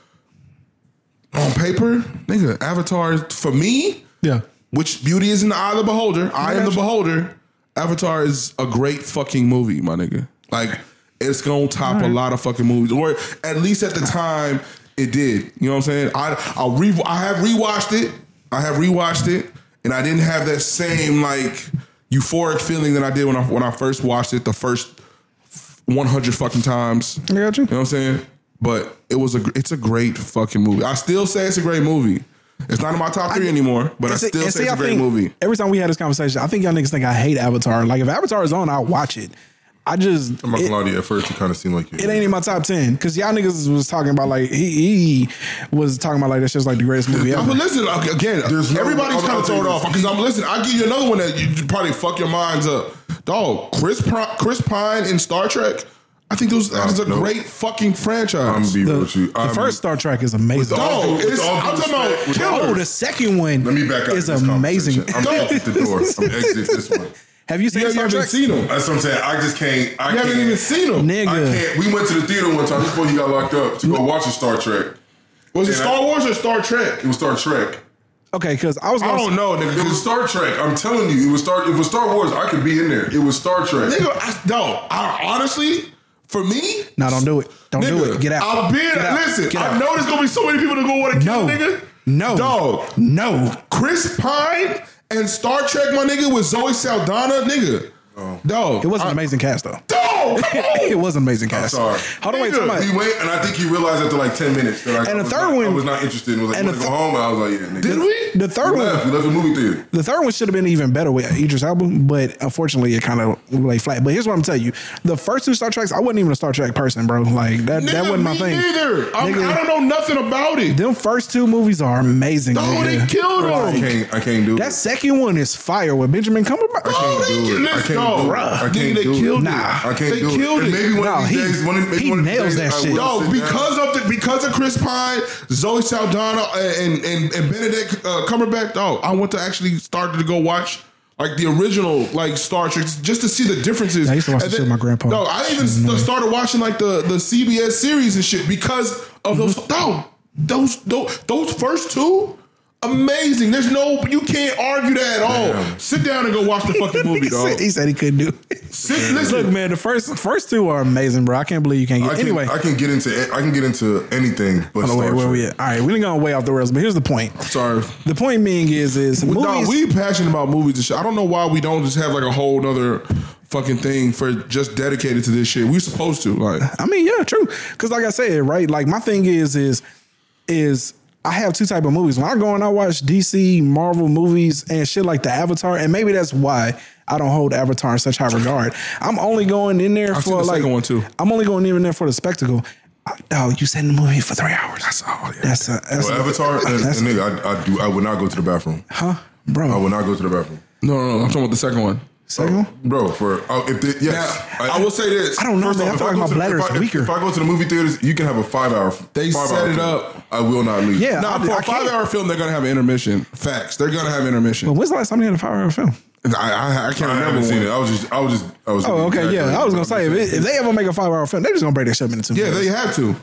Speaker 2: on paper, nigga, Avatar is- for me,
Speaker 1: Yeah.
Speaker 2: which beauty is in the eye of the beholder. I am the beholder. Avatar is a great fucking movie, my nigga. Like it's gonna top a lot of fucking movies, or at least at the time it did. You know what I'm saying? I I re I have rewatched it. I have rewatched it, and I didn't have that same like euphoric feeling that I did when I when I first watched it the first 100 fucking times.
Speaker 1: I got you.
Speaker 2: You know what I'm saying? But it was a gr- it's a great fucking movie. I still say it's a great movie. It's not in my top three anymore, but I
Speaker 1: And see-
Speaker 2: still
Speaker 1: and
Speaker 2: say
Speaker 1: see,
Speaker 2: it's
Speaker 1: I
Speaker 2: a great
Speaker 1: think
Speaker 2: movie.
Speaker 1: Every time we had this conversation, I think y'all niggas think I hate Avatar. Like if Avatar is on, I'll watch it. I just
Speaker 4: I'm not
Speaker 1: it,
Speaker 4: gonna lie to you. At first, it kind of seemed like you.
Speaker 1: it ain't in my top ten because y'all niggas was talking about like he, he was talking about like that shit's like the greatest
Speaker 2: *laughs*
Speaker 1: movie
Speaker 2: I'm
Speaker 1: ever.
Speaker 2: listen again.
Speaker 4: There's no-
Speaker 2: everybody's
Speaker 4: I'm-
Speaker 2: kind
Speaker 4: I'm
Speaker 2: of thrown
Speaker 4: thinking-
Speaker 2: off because I'm listening. I will give you another one that you probably fuck your minds up, dog. Chris Pro- Chris Pine in Star Trek. I think those that is a
Speaker 4: no.
Speaker 2: great fucking
Speaker 4: I'm
Speaker 2: franchise.
Speaker 4: gonna be
Speaker 1: The,
Speaker 4: real with you.
Speaker 1: the
Speaker 2: Um,
Speaker 4: I'm-
Speaker 1: first Star Trek is amazing.
Speaker 4: all
Speaker 2: Dog,
Speaker 4: due- with
Speaker 2: it's-
Speaker 4: all due
Speaker 2: I'm talking about
Speaker 4: respect, with
Speaker 2: killer.
Speaker 4: all
Speaker 1: Oh,
Speaker 4: due-
Speaker 1: the second one
Speaker 4: Let me back up.
Speaker 1: is amazing.
Speaker 2: *laughs*
Speaker 4: I'm gonna
Speaker 2: Dog.
Speaker 4: exit the door. I'm exit this one.
Speaker 1: *laughs* Have you seen
Speaker 2: You
Speaker 1: Star
Speaker 2: haven't
Speaker 1: Trek?
Speaker 2: even seen them.
Speaker 4: That's what I'm saying. I just can't. I
Speaker 2: You
Speaker 4: can't,
Speaker 2: haven't even seen them.
Speaker 4: I
Speaker 1: Nigga,
Speaker 4: can't. We went to the theater one time before he got locked up to go watch a Star Trek.
Speaker 2: Was it
Speaker 4: And I-
Speaker 2: Star Wars or Star Trek?
Speaker 4: It was Star Trek.
Speaker 1: okay, because I was
Speaker 2: I
Speaker 1: gonna
Speaker 2: don't know, nigga.
Speaker 4: It
Speaker 2: 'cause
Speaker 4: was Star Trek. I'm telling you, it was Star. It was Star Wars. I could be in there. It was Star Trek.
Speaker 2: Nigga, I, no, I honestly, for me,
Speaker 1: No, don't do it. Don't do
Speaker 2: nigga,
Speaker 1: it. Get out.
Speaker 2: I've been,
Speaker 1: Get out.
Speaker 2: listen,
Speaker 1: Get
Speaker 2: I
Speaker 1: out.
Speaker 2: know there's gonna be so many people that gonna wanna
Speaker 1: No.
Speaker 2: kill nigga.
Speaker 1: No.
Speaker 2: Dog.
Speaker 1: No.
Speaker 2: Chris Pine and Star Trek, my nigga, with Zoe Saldana, nigga. Dog.
Speaker 4: Oh.
Speaker 1: It was an amazing cast though.
Speaker 2: Dog.
Speaker 1: *laughs* it was an amazing cast.
Speaker 4: Sorry.
Speaker 1: Hold on, wait.
Speaker 2: Nigga,
Speaker 1: somebody-
Speaker 4: He went, and I think he realized after like ten minutes that like,
Speaker 1: And
Speaker 4: I
Speaker 1: the
Speaker 4: was
Speaker 1: third
Speaker 4: not- I
Speaker 1: one-
Speaker 4: was not interested. and Was like,
Speaker 1: and
Speaker 4: want
Speaker 1: the
Speaker 4: to
Speaker 1: th-
Speaker 4: go home. I was like, yeah, nigga.
Speaker 2: Did we?
Speaker 1: The third
Speaker 4: we
Speaker 1: one,
Speaker 4: left. We left the movie theater.
Speaker 1: the third one should have been even better with Idris Elba, but unfortunately it kind of lay flat. But here's what I'm telling you: the first two Star Treks, I wasn't even a Star Trek person, bro. Like that, that
Speaker 2: Nigga,
Speaker 1: wasn't my
Speaker 2: me
Speaker 1: thing.
Speaker 2: Neither. I'm,
Speaker 1: Nigga.
Speaker 2: I don't know nothing about it.
Speaker 1: Them first two movies are amazing.
Speaker 2: Oh,
Speaker 1: nigga.
Speaker 2: they killed
Speaker 4: I
Speaker 2: him.
Speaker 4: can't. I can't do
Speaker 1: That
Speaker 4: it.
Speaker 1: second one is fire with Benjamin Cumberbatch.
Speaker 2: Oh,
Speaker 4: do
Speaker 2: they
Speaker 4: it.
Speaker 2: killed
Speaker 4: I
Speaker 2: this
Speaker 4: can't do it.
Speaker 2: dog.
Speaker 4: I can't
Speaker 2: Nigga, they
Speaker 4: do it.
Speaker 2: killed
Speaker 1: Nah.
Speaker 2: it.
Speaker 4: I can't
Speaker 2: they
Speaker 4: do
Speaker 2: killed
Speaker 4: it. And
Speaker 2: it.
Speaker 4: Maybe one
Speaker 1: Nah,
Speaker 4: of these
Speaker 1: he-
Speaker 4: days, one of, maybe
Speaker 1: he
Speaker 4: one of these
Speaker 1: nails
Speaker 4: days,
Speaker 1: that
Speaker 4: I
Speaker 1: shit.
Speaker 4: will
Speaker 2: No,
Speaker 4: sit down.
Speaker 2: because of the because of Chris Pine, Zoe Saldana, and and, and Benedict uh, Cumberbatch. Oh, I want to actually start to go watch like the original like Star Trek just to see the differences.
Speaker 1: I used to watch
Speaker 2: And
Speaker 1: this shit with my grandpa.
Speaker 2: No, I even st- started watching like the the CBS series and shit because of those. No, those those those first two. Amazing. There's no, you can't argue that at all.
Speaker 4: Damn.
Speaker 2: Sit down and go watch the fucking movie,
Speaker 1: he,
Speaker 2: dog.
Speaker 1: said, he said he couldn't do. It. *laughs*
Speaker 2: Sit, listen,
Speaker 1: Look, man, the first first two are amazing, bro. I can't believe you can't
Speaker 4: I
Speaker 1: get.
Speaker 4: can,
Speaker 1: anyway,
Speaker 4: I can get into I can get into anything
Speaker 1: Hold
Speaker 4: but
Speaker 1: on,
Speaker 4: Star
Speaker 1: wait,
Speaker 4: Trek.
Speaker 1: where we at? All right, we didn't go way off the rails, but here's the point.
Speaker 2: Sorry.
Speaker 1: The point being is, is
Speaker 2: Well,
Speaker 1: movies.
Speaker 2: dog, we passionate about movies and shit. I don't know why we don't just have like a whole other fucking thing for just dedicated to this shit. We supposed to like.
Speaker 1: I mean, yeah, true. Because like I said, right, like my thing is, is, is I have two type of movies. When I go and I watch DC, Marvel movies and shit like the Avatar, and maybe that's why I don't hold Avatar in such high
Speaker 2: *laughs*
Speaker 1: regard. I'm only going in there
Speaker 2: I've
Speaker 1: for
Speaker 2: seen the
Speaker 1: like
Speaker 2: second one, too.
Speaker 1: I'm only going in there for the spectacle. I, dog, you sat in the movie for three hours. That's
Speaker 2: oh,
Speaker 1: all. That's a, that's
Speaker 4: Well,
Speaker 1: a-
Speaker 4: Avatar,
Speaker 1: *laughs*
Speaker 4: uh,
Speaker 1: That's-
Speaker 4: nigga, I, I do. I would not go to the bathroom.
Speaker 1: huh,
Speaker 4: I
Speaker 1: bro.
Speaker 4: would not go to the bathroom,
Speaker 2: No, no, no. I'm talking about the second one.
Speaker 1: Second one?
Speaker 4: bro. For uh, if the, yes,
Speaker 2: Now, I, will say this.
Speaker 1: I don't know,
Speaker 4: First
Speaker 1: man.
Speaker 4: off,
Speaker 1: I
Speaker 4: if
Speaker 1: feel like
Speaker 4: go
Speaker 1: my
Speaker 4: to the-
Speaker 1: bladder
Speaker 4: if
Speaker 1: is
Speaker 4: I- if-
Speaker 1: weaker.
Speaker 4: If I go to the movie theaters, you can have a five hour.
Speaker 2: They
Speaker 4: five
Speaker 2: set
Speaker 4: hour
Speaker 2: it
Speaker 4: film.
Speaker 2: up.
Speaker 4: I will not leave.
Speaker 1: Yeah.
Speaker 2: Nah,
Speaker 1: I-
Speaker 2: for
Speaker 1: I
Speaker 2: a
Speaker 1: can't.
Speaker 2: five-hour film, they're gonna have an intermission. Facts. They're gonna have intermission.
Speaker 1: When's the last time you had a five-hour film?
Speaker 2: I, I, I can't
Speaker 4: I
Speaker 2: remember
Speaker 4: haven't seen
Speaker 2: one.
Speaker 4: it. I was just. I was just. I was.
Speaker 1: Oh, okay, yeah. I was gonna say if, it, if they ever make a five-hour film, they're just gonna break that shit into two.
Speaker 2: Yeah,
Speaker 1: movies.
Speaker 2: they have to.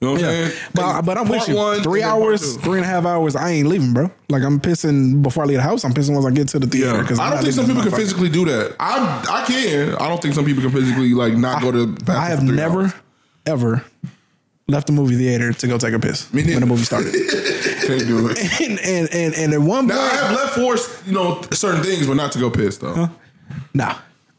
Speaker 2: You know what I'm
Speaker 1: Yeah,
Speaker 2: saying?
Speaker 1: but, but I'm with
Speaker 2: Part
Speaker 1: you.
Speaker 2: one,
Speaker 1: three
Speaker 2: and then part
Speaker 1: hours,
Speaker 2: two.
Speaker 1: three and a half hours. I ain't leaving, bro. Like I'm pissing before I leave the house. I'm pissing once I get to the theater.
Speaker 2: Yeah,
Speaker 1: Because
Speaker 2: I don't think some people can physically do that. I I can. I don't think some people can physically like not go to. the bathroom
Speaker 1: I have
Speaker 2: for three
Speaker 1: never,
Speaker 2: hours.
Speaker 1: ever left the movie theater to go take a piss
Speaker 2: Me
Speaker 1: when the
Speaker 2: neither.
Speaker 1: movie
Speaker 2: *laughs*
Speaker 1: started. *laughs*
Speaker 4: Can't do it.
Speaker 1: and, and and and at one
Speaker 2: Now, I
Speaker 1: point,
Speaker 2: have left for you know certain things, but not to go piss though.
Speaker 1: nah.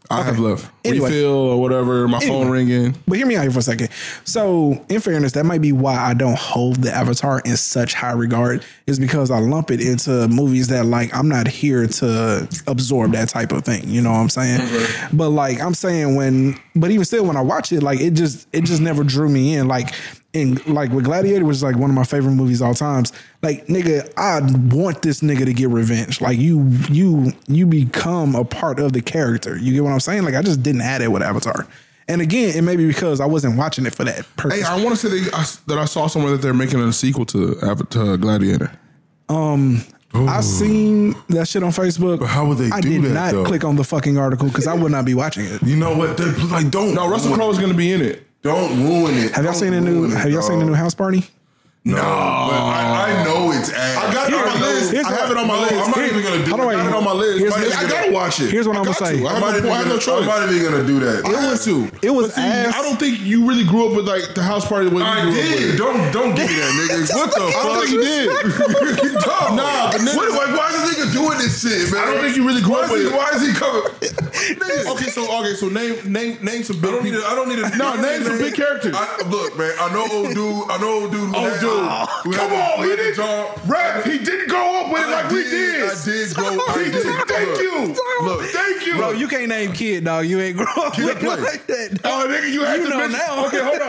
Speaker 2: I have left
Speaker 1: Anyway.
Speaker 2: refill or whatever. My phone ringing.
Speaker 1: But hear me out here for a second. So, in fairness, that might be why I don't hold the Avatar in such high regard. Is because I lump it into movies that like I'm not here to absorb that type of thing. You know what I'm saying? But like I'm saying when, but even still, when I watch it, like it just it just never drew me in. Like in like with Gladiator, which is like one of my favorite movies of all times. Like nigga, I want this nigga to get revenge. Like you you you become a part of the character. You get what I'm saying? Like I just didn't add it with Avatar. And again, it may be because I wasn't watching it for that purpose.
Speaker 2: Hey, I want to say they, I, that I saw somewhere that they're making a sequel to Avatar Gladiator.
Speaker 1: I seen that shit on Facebook. But
Speaker 4: how would they
Speaker 1: I
Speaker 4: do
Speaker 1: did
Speaker 4: that,
Speaker 1: not
Speaker 4: though?
Speaker 1: click on the fucking article because I would not be watching it.
Speaker 4: You know what? They, like don't.
Speaker 2: No, Russell Crowe is going to be in it.
Speaker 4: Don't ruin it.
Speaker 1: Have y'all
Speaker 4: Don't
Speaker 1: seen the new?
Speaker 4: ruin it,
Speaker 1: have y'all seen the
Speaker 4: dog.
Speaker 1: new house party?
Speaker 4: No, but I, I know it's ass.
Speaker 2: I got it on
Speaker 1: Here's-
Speaker 2: my list.
Speaker 1: here's
Speaker 2: I have
Speaker 1: what-
Speaker 2: it on my
Speaker 1: no,
Speaker 2: list.
Speaker 4: I'm not even gonna do
Speaker 1: Hold on,
Speaker 4: it. I
Speaker 1: wait.
Speaker 4: got it on my list.
Speaker 1: Here's-
Speaker 4: but
Speaker 1: here's-
Speaker 4: I gotta watch it.
Speaker 1: Here's what
Speaker 2: I
Speaker 1: I'm gonna
Speaker 2: got
Speaker 1: say.
Speaker 2: to.
Speaker 4: I might
Speaker 2: I have no- I have no
Speaker 4: even gonna-
Speaker 2: choice.
Speaker 4: I might even gonna do that.
Speaker 2: I want to.
Speaker 1: It was
Speaker 2: But see,
Speaker 1: ass.
Speaker 2: I don't think you really grew up with like the house party. When
Speaker 4: I
Speaker 2: you grew Up
Speaker 4: did.
Speaker 2: with.
Speaker 4: Don't don't give me *laughs* that, nigga. What the fuck?
Speaker 2: I don't think you did.
Speaker 4: *laughs* Dog.
Speaker 2: Nah, but nigga-
Speaker 4: What, why, why is this nigga doing this shit, man?
Speaker 2: I don't think you really grew
Speaker 4: why
Speaker 2: up
Speaker 4: is
Speaker 2: with
Speaker 4: he,
Speaker 2: it.
Speaker 4: Why is he coming?
Speaker 2: okay, so okay, so name name name some
Speaker 4: I
Speaker 2: big.
Speaker 4: don't need.
Speaker 2: people.
Speaker 4: A, I don't need. A,
Speaker 2: No, name some
Speaker 4: man.
Speaker 2: big characters.
Speaker 4: I, look, man. I know old dude. I know old dude.
Speaker 2: Oh, dude. Come on, he didn't. Rap, he didn't grow up with it
Speaker 4: I
Speaker 2: like we did.
Speaker 4: I
Speaker 2: *laughs*
Speaker 4: did grow. I
Speaker 2: He
Speaker 4: did-
Speaker 2: did. Thank
Speaker 4: look,
Speaker 2: you.
Speaker 4: Look,
Speaker 2: Thank you.
Speaker 1: Bro, you can't name kid dog. You ain't grown up with
Speaker 4: play.
Speaker 1: it like that. dog.
Speaker 2: Oh, nigga, you had
Speaker 1: You
Speaker 2: to
Speaker 1: know
Speaker 2: mention.
Speaker 4: *laughs*
Speaker 1: now.
Speaker 2: Okay, hold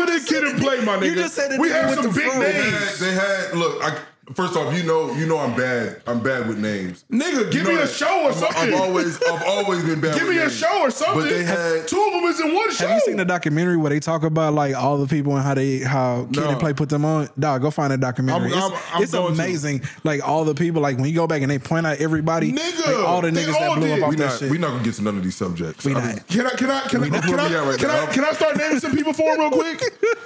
Speaker 1: *laughs*
Speaker 2: *laughs* on. Other than Kid and Play, my nigga.
Speaker 1: You just said the
Speaker 2: we
Speaker 1: nigga
Speaker 2: have
Speaker 1: with
Speaker 2: some
Speaker 1: the
Speaker 2: big
Speaker 1: fro.
Speaker 4: They
Speaker 2: names.
Speaker 4: had, they had. Look, I, first off, you know, you know, I'm bad. I'm bad with names.
Speaker 2: Nigga, give
Speaker 4: You know
Speaker 2: me a
Speaker 4: that.
Speaker 2: show or
Speaker 4: I'm-
Speaker 2: something.
Speaker 4: I've always, I've always been bad.
Speaker 2: give
Speaker 4: with
Speaker 2: me a
Speaker 4: names.
Speaker 2: show or something.
Speaker 4: But they had.
Speaker 2: two of them is in one show.
Speaker 1: Have you seen the documentary where they talk about like all the people and how they how Kid
Speaker 2: No.
Speaker 1: and Play put them on? Dog, go find that documentary.
Speaker 2: I'm-
Speaker 1: it's
Speaker 2: I'm- I'm
Speaker 1: it's
Speaker 2: going to.
Speaker 1: amazing. Like all the people, like when you go back and they point out everybody,
Speaker 2: Nigga,
Speaker 1: like, all the
Speaker 2: they
Speaker 1: niggas
Speaker 2: all
Speaker 1: that blew
Speaker 2: did.
Speaker 1: up off
Speaker 4: We
Speaker 1: that
Speaker 4: not,
Speaker 1: shit.
Speaker 4: we not gonna get to none of these subjects.
Speaker 1: We
Speaker 4: I'm-
Speaker 1: not.
Speaker 2: Can I can I can I
Speaker 4: know
Speaker 2: can
Speaker 4: where
Speaker 2: I,
Speaker 4: we at right
Speaker 2: can,
Speaker 4: now.
Speaker 2: I, can I start naming some people for him real quick?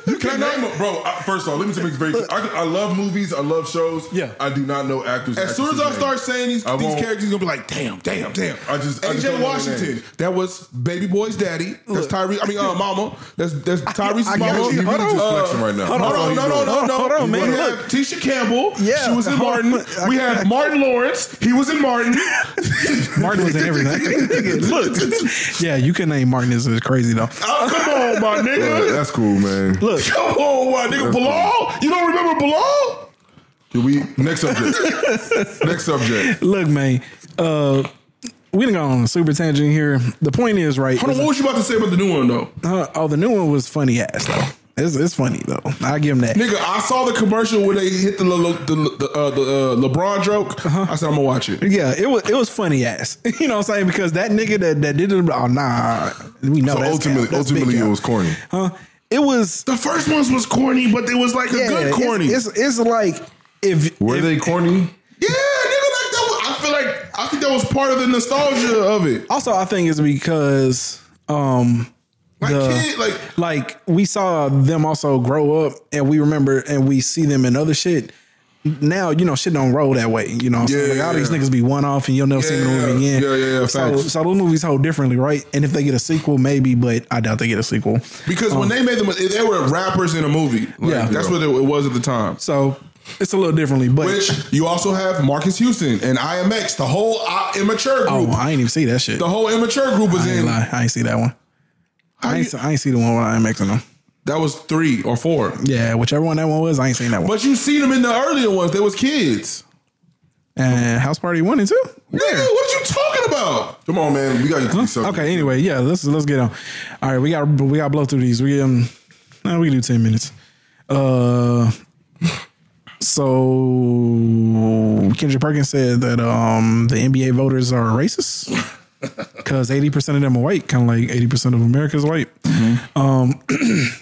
Speaker 4: You can name them, bro. I, first off, let me just make it very clear. I, I love movies. I love shows.
Speaker 1: Yeah.
Speaker 4: I do not know actors. and
Speaker 2: As soon as
Speaker 4: actresses'
Speaker 2: I
Speaker 4: names.
Speaker 2: start saying these,
Speaker 4: I
Speaker 2: these
Speaker 4: won't-
Speaker 2: characters, you're gonna be like, damn, damn, damn.
Speaker 4: I just- I
Speaker 2: AJ
Speaker 4: just don't know their
Speaker 2: Washington,
Speaker 4: names.
Speaker 2: that was Baby Boy's daddy. That's Tyrese. I mean, uh, mama. That's that's Tyrese's
Speaker 1: I got
Speaker 2: mama. Uh,
Speaker 1: you.
Speaker 4: You
Speaker 1: Hold
Speaker 4: really
Speaker 1: on.
Speaker 4: just flexing right now.
Speaker 1: Hold
Speaker 2: Hold
Speaker 4: That's all
Speaker 2: on,
Speaker 4: you
Speaker 2: no, no,
Speaker 4: doing.
Speaker 2: no, no,
Speaker 1: Hold on, bro,
Speaker 2: We
Speaker 1: man.
Speaker 2: have
Speaker 1: Look,
Speaker 2: Tisha Campbell.
Speaker 1: Yeah.
Speaker 2: She was in Martin. We have Martin Lawrence. He was in
Speaker 4: *laughs*
Speaker 2: Martin.
Speaker 1: Martin was in everything. *laughs* look, yeah, you can name Martin. This is crazy though.
Speaker 2: Oh, come on, my nigga.
Speaker 4: That's cool, man.
Speaker 1: Look,
Speaker 2: Come on, my nigga. Bilal? You don't remember Bilal?
Speaker 4: Can we next
Speaker 2: *laughs*
Speaker 4: subject? next subject.
Speaker 1: look, man. Uh, we done gone on a super tangent here. The point is, right?
Speaker 2: Hold on,
Speaker 1: is-
Speaker 2: what was you about to say about the new one though?
Speaker 1: Uh, oh, the new one was funny ass though. It's, it's funny though. I give him that.
Speaker 2: Nigga, I saw the commercial where they hit the Le- the, the, uh, the uh, LeBron joke.
Speaker 1: Uh-huh.
Speaker 2: I said I'm gonna watch it.
Speaker 1: Yeah, it was it was funny ass. *laughs* You know what I'm saying? Because that nigga that, that did it, oh nah, we know.
Speaker 4: So
Speaker 1: that's
Speaker 4: ultimately,
Speaker 1: cap. That's big
Speaker 4: ultimately, it
Speaker 1: cap.
Speaker 4: was corny.
Speaker 1: Huh? It was
Speaker 2: The first ones was corny, but it was like a
Speaker 1: yeah,
Speaker 2: good
Speaker 1: it's-
Speaker 2: corny.
Speaker 1: It's, it's like if
Speaker 4: Were
Speaker 1: if-
Speaker 4: they corny?
Speaker 2: yeah, nigga, like that. Was, I feel like I think that was part of the nostalgia of it.
Speaker 1: also I think it's because um
Speaker 2: Like
Speaker 1: the-
Speaker 2: kid, like
Speaker 1: like we saw them also grow up and we remember and we see them in other shit. Now, you know, shit don't roll that way. You know what I'm saying? Like
Speaker 2: Yeah,
Speaker 1: all these
Speaker 2: yeah.
Speaker 1: niggas be one off and you'll never see the
Speaker 2: Yeah,
Speaker 1: movie again.
Speaker 2: yeah, yeah, yeah,
Speaker 1: So,
Speaker 2: facts.
Speaker 1: so those movies hold differently, right? And if they get a sequel, maybe, but I doubt they get a sequel.
Speaker 2: because when they made them, they were rappers in a movie. Like,
Speaker 1: Uh-huh. Yeah.
Speaker 2: that's what it, it was at the time.
Speaker 1: So it's a little differently. But
Speaker 2: Which you also have Marcus Houston and IMX, the whole uh, immature
Speaker 1: oh,
Speaker 2: group.
Speaker 1: I ain't even see that shit.
Speaker 2: the whole immature group was
Speaker 1: I ain't
Speaker 2: in.
Speaker 1: lie. I ain't see that one. I ain't, I ain't see the one with IMX in them.
Speaker 2: That was three or four.
Speaker 1: Yeah, whichever one that one was, I ain't seen that one.
Speaker 2: But you seen them in the earlier ones. They was kids.
Speaker 1: and House Party one and two.
Speaker 2: Nigga, what you talking about?
Speaker 4: Come on, man. We got to do something.
Speaker 1: Okay. Anyway, yeah. Let's let's get on. All right, we got we got to blow through these. We um, nah, we can do ten minutes. Uh, *laughs* so Kendrick Perkins said that um the NBA voters are racist because eighty percent of them are white, kind of like eighty percent of America is white.
Speaker 2: Mm-hmm.
Speaker 1: Um. *clears throat*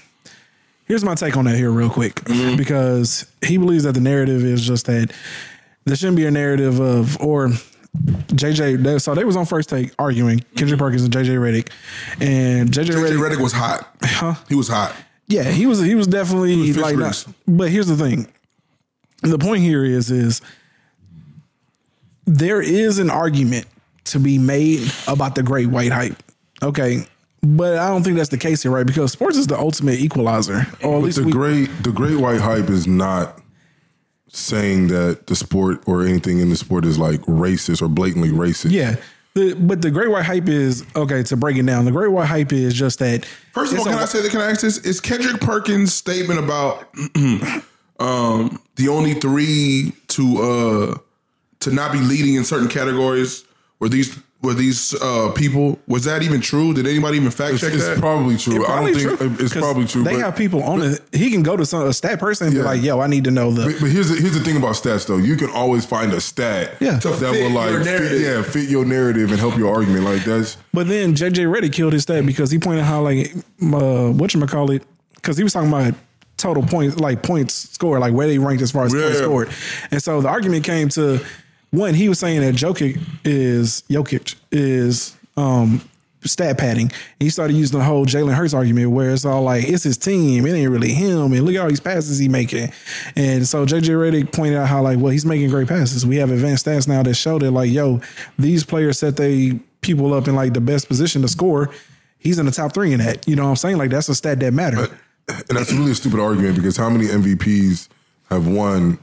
Speaker 1: Here's my take on that here, real quick,
Speaker 2: Mm-hmm.
Speaker 1: because he believes that the narrative is just that there shouldn't be a narrative of or JJ. They, so they was on first take arguing Kendrick Perkins and JJ Reddick, and JJ,
Speaker 2: Mm-hmm. J.
Speaker 1: Reddick.
Speaker 2: Reddick was hot. He was hot.
Speaker 1: Yeah, he was he was definitely
Speaker 2: was fish
Speaker 1: like.
Speaker 2: grease.
Speaker 1: Not, but here's the thing. The point here is is there is an argument to be made about the great white hype. Okay. But I don't think that's the case here, right? Because sports is the ultimate equalizer. Or at
Speaker 4: But
Speaker 1: least
Speaker 4: the
Speaker 1: we,
Speaker 4: great the great white hype is not saying that the sport or anything in the sport is like racist or blatantly racist.
Speaker 1: Yeah. The, but the great white hype is okay. To break it down, the great white hype is just that.
Speaker 2: First of
Speaker 1: it's
Speaker 2: all,
Speaker 1: a-
Speaker 2: can I say that? Can I ask this? Is Kendrick Perkins' statement about *clears throat* um, the only three to uh, to not be leading in certain categories were these were these uh, people? Was that even true? Did anybody even fact
Speaker 4: It's,
Speaker 2: check
Speaker 4: it's
Speaker 2: that?
Speaker 4: probably true.
Speaker 1: probably
Speaker 4: I don't
Speaker 1: true,
Speaker 4: think it- it's
Speaker 1: 'cause
Speaker 4: probably true.
Speaker 1: They
Speaker 4: but,
Speaker 1: have people on it. He can go to some a stat person and
Speaker 4: Yeah.
Speaker 1: be like, "Yo, I need to know the."
Speaker 4: but here's the, here's the thing about stats though. You can always find a stat
Speaker 1: Yeah. To
Speaker 4: that
Speaker 2: fit
Speaker 4: will like
Speaker 2: your narrative.
Speaker 4: fit, yeah fit your narrative and help your argument. Like that's
Speaker 1: But then JJ Reddick killed his stat because he pointed out like uh, what you call it because he was talking about total points, like points scored, like where they ranked as far as points
Speaker 2: Yeah.
Speaker 1: scored. And so the argument came to one. He was saying that Jokic is Jokic is um, stat padding. He started using the whole Jalen Hurts argument where it's all like it's his team, it ain't really him, and look at all these passes he making. And so JJ Reddick pointed out how like well he's making great passes. We have advanced stats now that show that like yo these players set they people up in like the best position to score. He's in the top three in that. You know what I'm saying? Like that's a stat that matters.
Speaker 4: and that's really a stupid argument because how many MVPs have won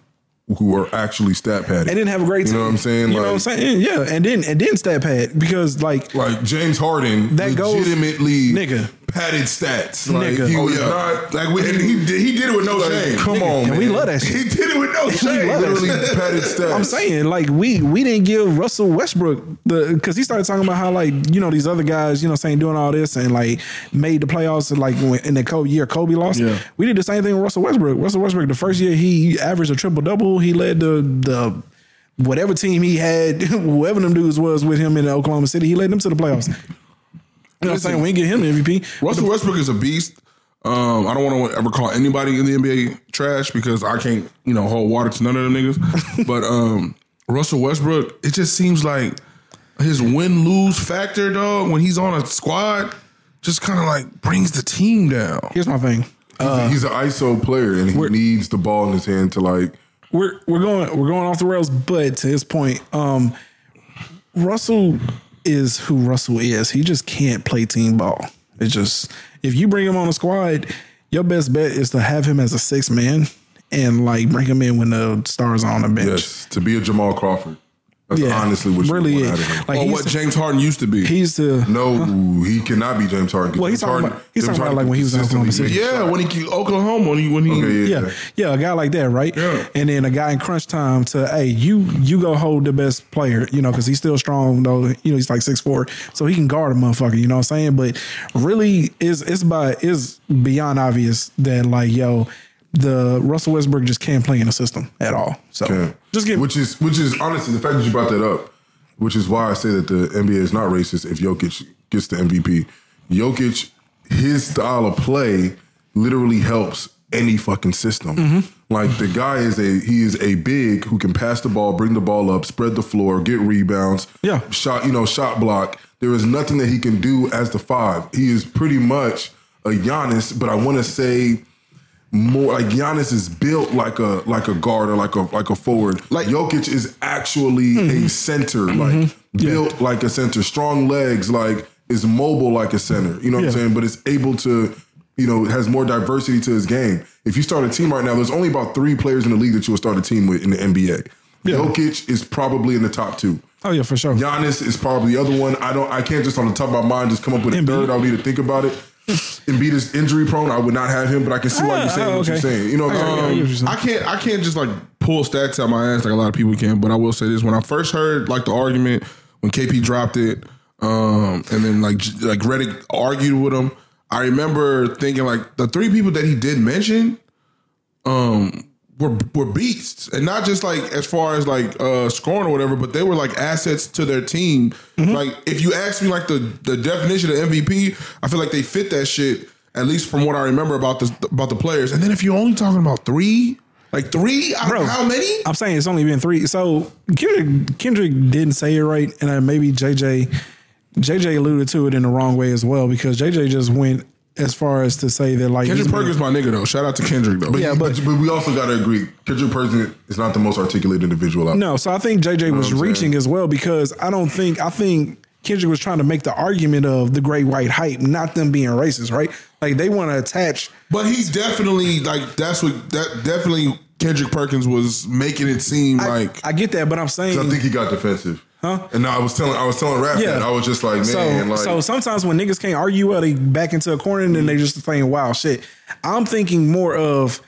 Speaker 4: who are actually stat padding?
Speaker 1: And didn't have a great
Speaker 4: You
Speaker 1: team.
Speaker 4: know what I'm saying?
Speaker 1: You know what I'm
Speaker 4: Like-
Speaker 1: saying? Yeah. And then and then stat pad because like
Speaker 4: Like James Harden,
Speaker 1: That goes-
Speaker 4: legitimately
Speaker 1: Nigga.
Speaker 4: padded stats. Like
Speaker 1: Nigga.
Speaker 4: he
Speaker 1: Oh,
Speaker 4: was
Speaker 2: yeah.
Speaker 4: not
Speaker 2: Like we, and he, did, he did it with no
Speaker 4: like,
Speaker 2: shame.
Speaker 4: Come on,
Speaker 1: and
Speaker 4: man.
Speaker 1: we love that shit.
Speaker 2: He did it with
Speaker 1: *laughs*
Speaker 2: no shame.
Speaker 1: love that
Speaker 4: Literally
Speaker 1: shit.
Speaker 4: padded stats.
Speaker 1: I'm saying like we we didn't give Russell Westbrook the because he started talking about how like you know these other guys you know saying doing all this and like made the playoffs and like when, in the Kobe year Kobe lost
Speaker 2: Yeah.
Speaker 1: we did the same thing with Russell Westbrook Russell Westbrook the first year he averaged a triple double he led the the whatever team he had *laughs* whoever them dudes was with him in Oklahoma City he led them to the playoffs. You know what I'm saying? We didn't get him the MVP.
Speaker 2: Russell Westbrook is a beast. Um, I don't want to ever call anybody in the NBA trash because I can't, you know, hold water to none of them *laughs* niggas. but um, Russell Westbrook, it just seems like his win lose factor, dog, when he's on a squad, just kind of like brings the team down.
Speaker 1: Here's my thing.
Speaker 4: he's an ISO player and he needs the ball in his hand to like
Speaker 1: we're we're going we're going off the rails, but to his point, um, Russell is who Russell is. He just can't play team ball. It's just if you bring him on a squad, your best bet is to have him as a six man and like bring him in when the stars are on the bench.
Speaker 4: Yes, to be a Jamal Crawford. That's honestly what
Speaker 1: really
Speaker 4: you
Speaker 1: it.
Speaker 4: want out of him.
Speaker 1: Like
Speaker 2: or
Speaker 1: he's,
Speaker 2: what James Harden used to be.
Speaker 1: he's the
Speaker 4: no, he cannot be James Harden. 'cause
Speaker 1: Well, he's
Speaker 4: James
Speaker 1: talking
Speaker 4: Harden-
Speaker 1: about- he's
Speaker 4: James
Speaker 1: talking about
Speaker 4: Harden
Speaker 1: like when he was in Oklahoma
Speaker 4: consistently
Speaker 1: City.
Speaker 4: make
Speaker 2: yeah, when he ke- Oklahoma, when he when he
Speaker 4: Okay, yeah.
Speaker 1: yeah, yeah, a guy like that, right?
Speaker 4: Yeah.
Speaker 1: And then a guy in crunch time to, hey, you you go hold the best player, you know, because he's still strong though. You know, he's like six four, so he can guard a motherfucker. You know what I'm saying? But really, is it's by is beyond obvious that like yo, the Russell Westbrook just can't play in the system at all. So
Speaker 4: Yeah.
Speaker 1: just get
Speaker 4: which is which is honestly the fact that you brought that up, which is why I say that the NBA is not racist if Jokic gets the MVP. Jokic, his style of play literally helps any fucking system.
Speaker 1: Mm-hmm.
Speaker 4: Like the guy is a he is a big who can pass the ball, bring the ball up, spread the floor, get rebounds,
Speaker 1: Yeah.
Speaker 4: shot, you know, shot block. There is nothing that he can do as the five. He is pretty much a Giannis, but I want to say more like Giannis is built like a like a guard or like a like a forward. Like Jokic is actually a center, like built like a center, strong legs, like is mobile like a center. You know what
Speaker 1: Yeah.
Speaker 4: I'm saying? But is able to, you know, has more diversity to his game. If you start a team right now, there's only about three players in the league that you will start a team with in the NBA. Jokic is probably in the top two.
Speaker 1: oh yeah for sure.
Speaker 4: Giannis is probably the other one. I don't. I can't just on the top of my mind just come up with a
Speaker 1: Embiid.
Speaker 4: third. I'll need to think about it. Embiid is injury prone. I would not have him, but I can see why
Speaker 1: Ah,
Speaker 4: you're saying
Speaker 1: ah,
Speaker 4: what you're
Speaker 1: okay.
Speaker 4: saying. You know um, what I'm
Speaker 1: I get
Speaker 4: saying?
Speaker 1: what you're saying.
Speaker 2: I can't Um, I can't just like pull stats out my ass like a lot of people can, but I will say this: when I first heard like the argument when KP dropped it, um, and then like J- like Reddick argued with him, I remember thinking like the three people that he did mention, um, were were beasts, and not just like as far as like uh scoring or whatever, but they were like assets to their team.
Speaker 1: Mm-hmm.
Speaker 2: Like if you ask me like the the definition of MVP, I feel like they fit that shit. At least from what I remember about the about the players, and then if you're only talking about three, like three out
Speaker 1: Bro.
Speaker 2: of how many?
Speaker 1: I'm saying it's only been three. So Kendrick Kendrick didn't say it right, and uh, maybe JJ JJ alluded to it in the wrong way as well because JJ just went as far as to say that like
Speaker 2: Kendrick
Speaker 1: he's been-
Speaker 2: Perkins, my nigga though. Shout out to Kendrick though.
Speaker 1: Yeah,
Speaker 4: But,
Speaker 1: but
Speaker 4: but we also got to agree, Kendrick Perkins is not the most articulate individual out. there.
Speaker 1: no. So I think JJ was
Speaker 4: what I'm
Speaker 1: reaching
Speaker 4: saying?
Speaker 1: as well because I don't think I think Kendrick was trying to make the argument of the great white hype, not them being racist, right? Like they want to attach.
Speaker 2: But he's definitely like that's what that definitely Kendrick Perkins was making it seem like.
Speaker 1: I get that, but I'm saying
Speaker 4: I think he got defensive. Huh? And no, I was telling, I was telling Rap
Speaker 1: Yeah.
Speaker 4: that I was just like, man,
Speaker 1: so,
Speaker 4: like
Speaker 1: so sometimes when niggas can't argue well, they back into a corner and then they just saying wild shit. I'm thinking more of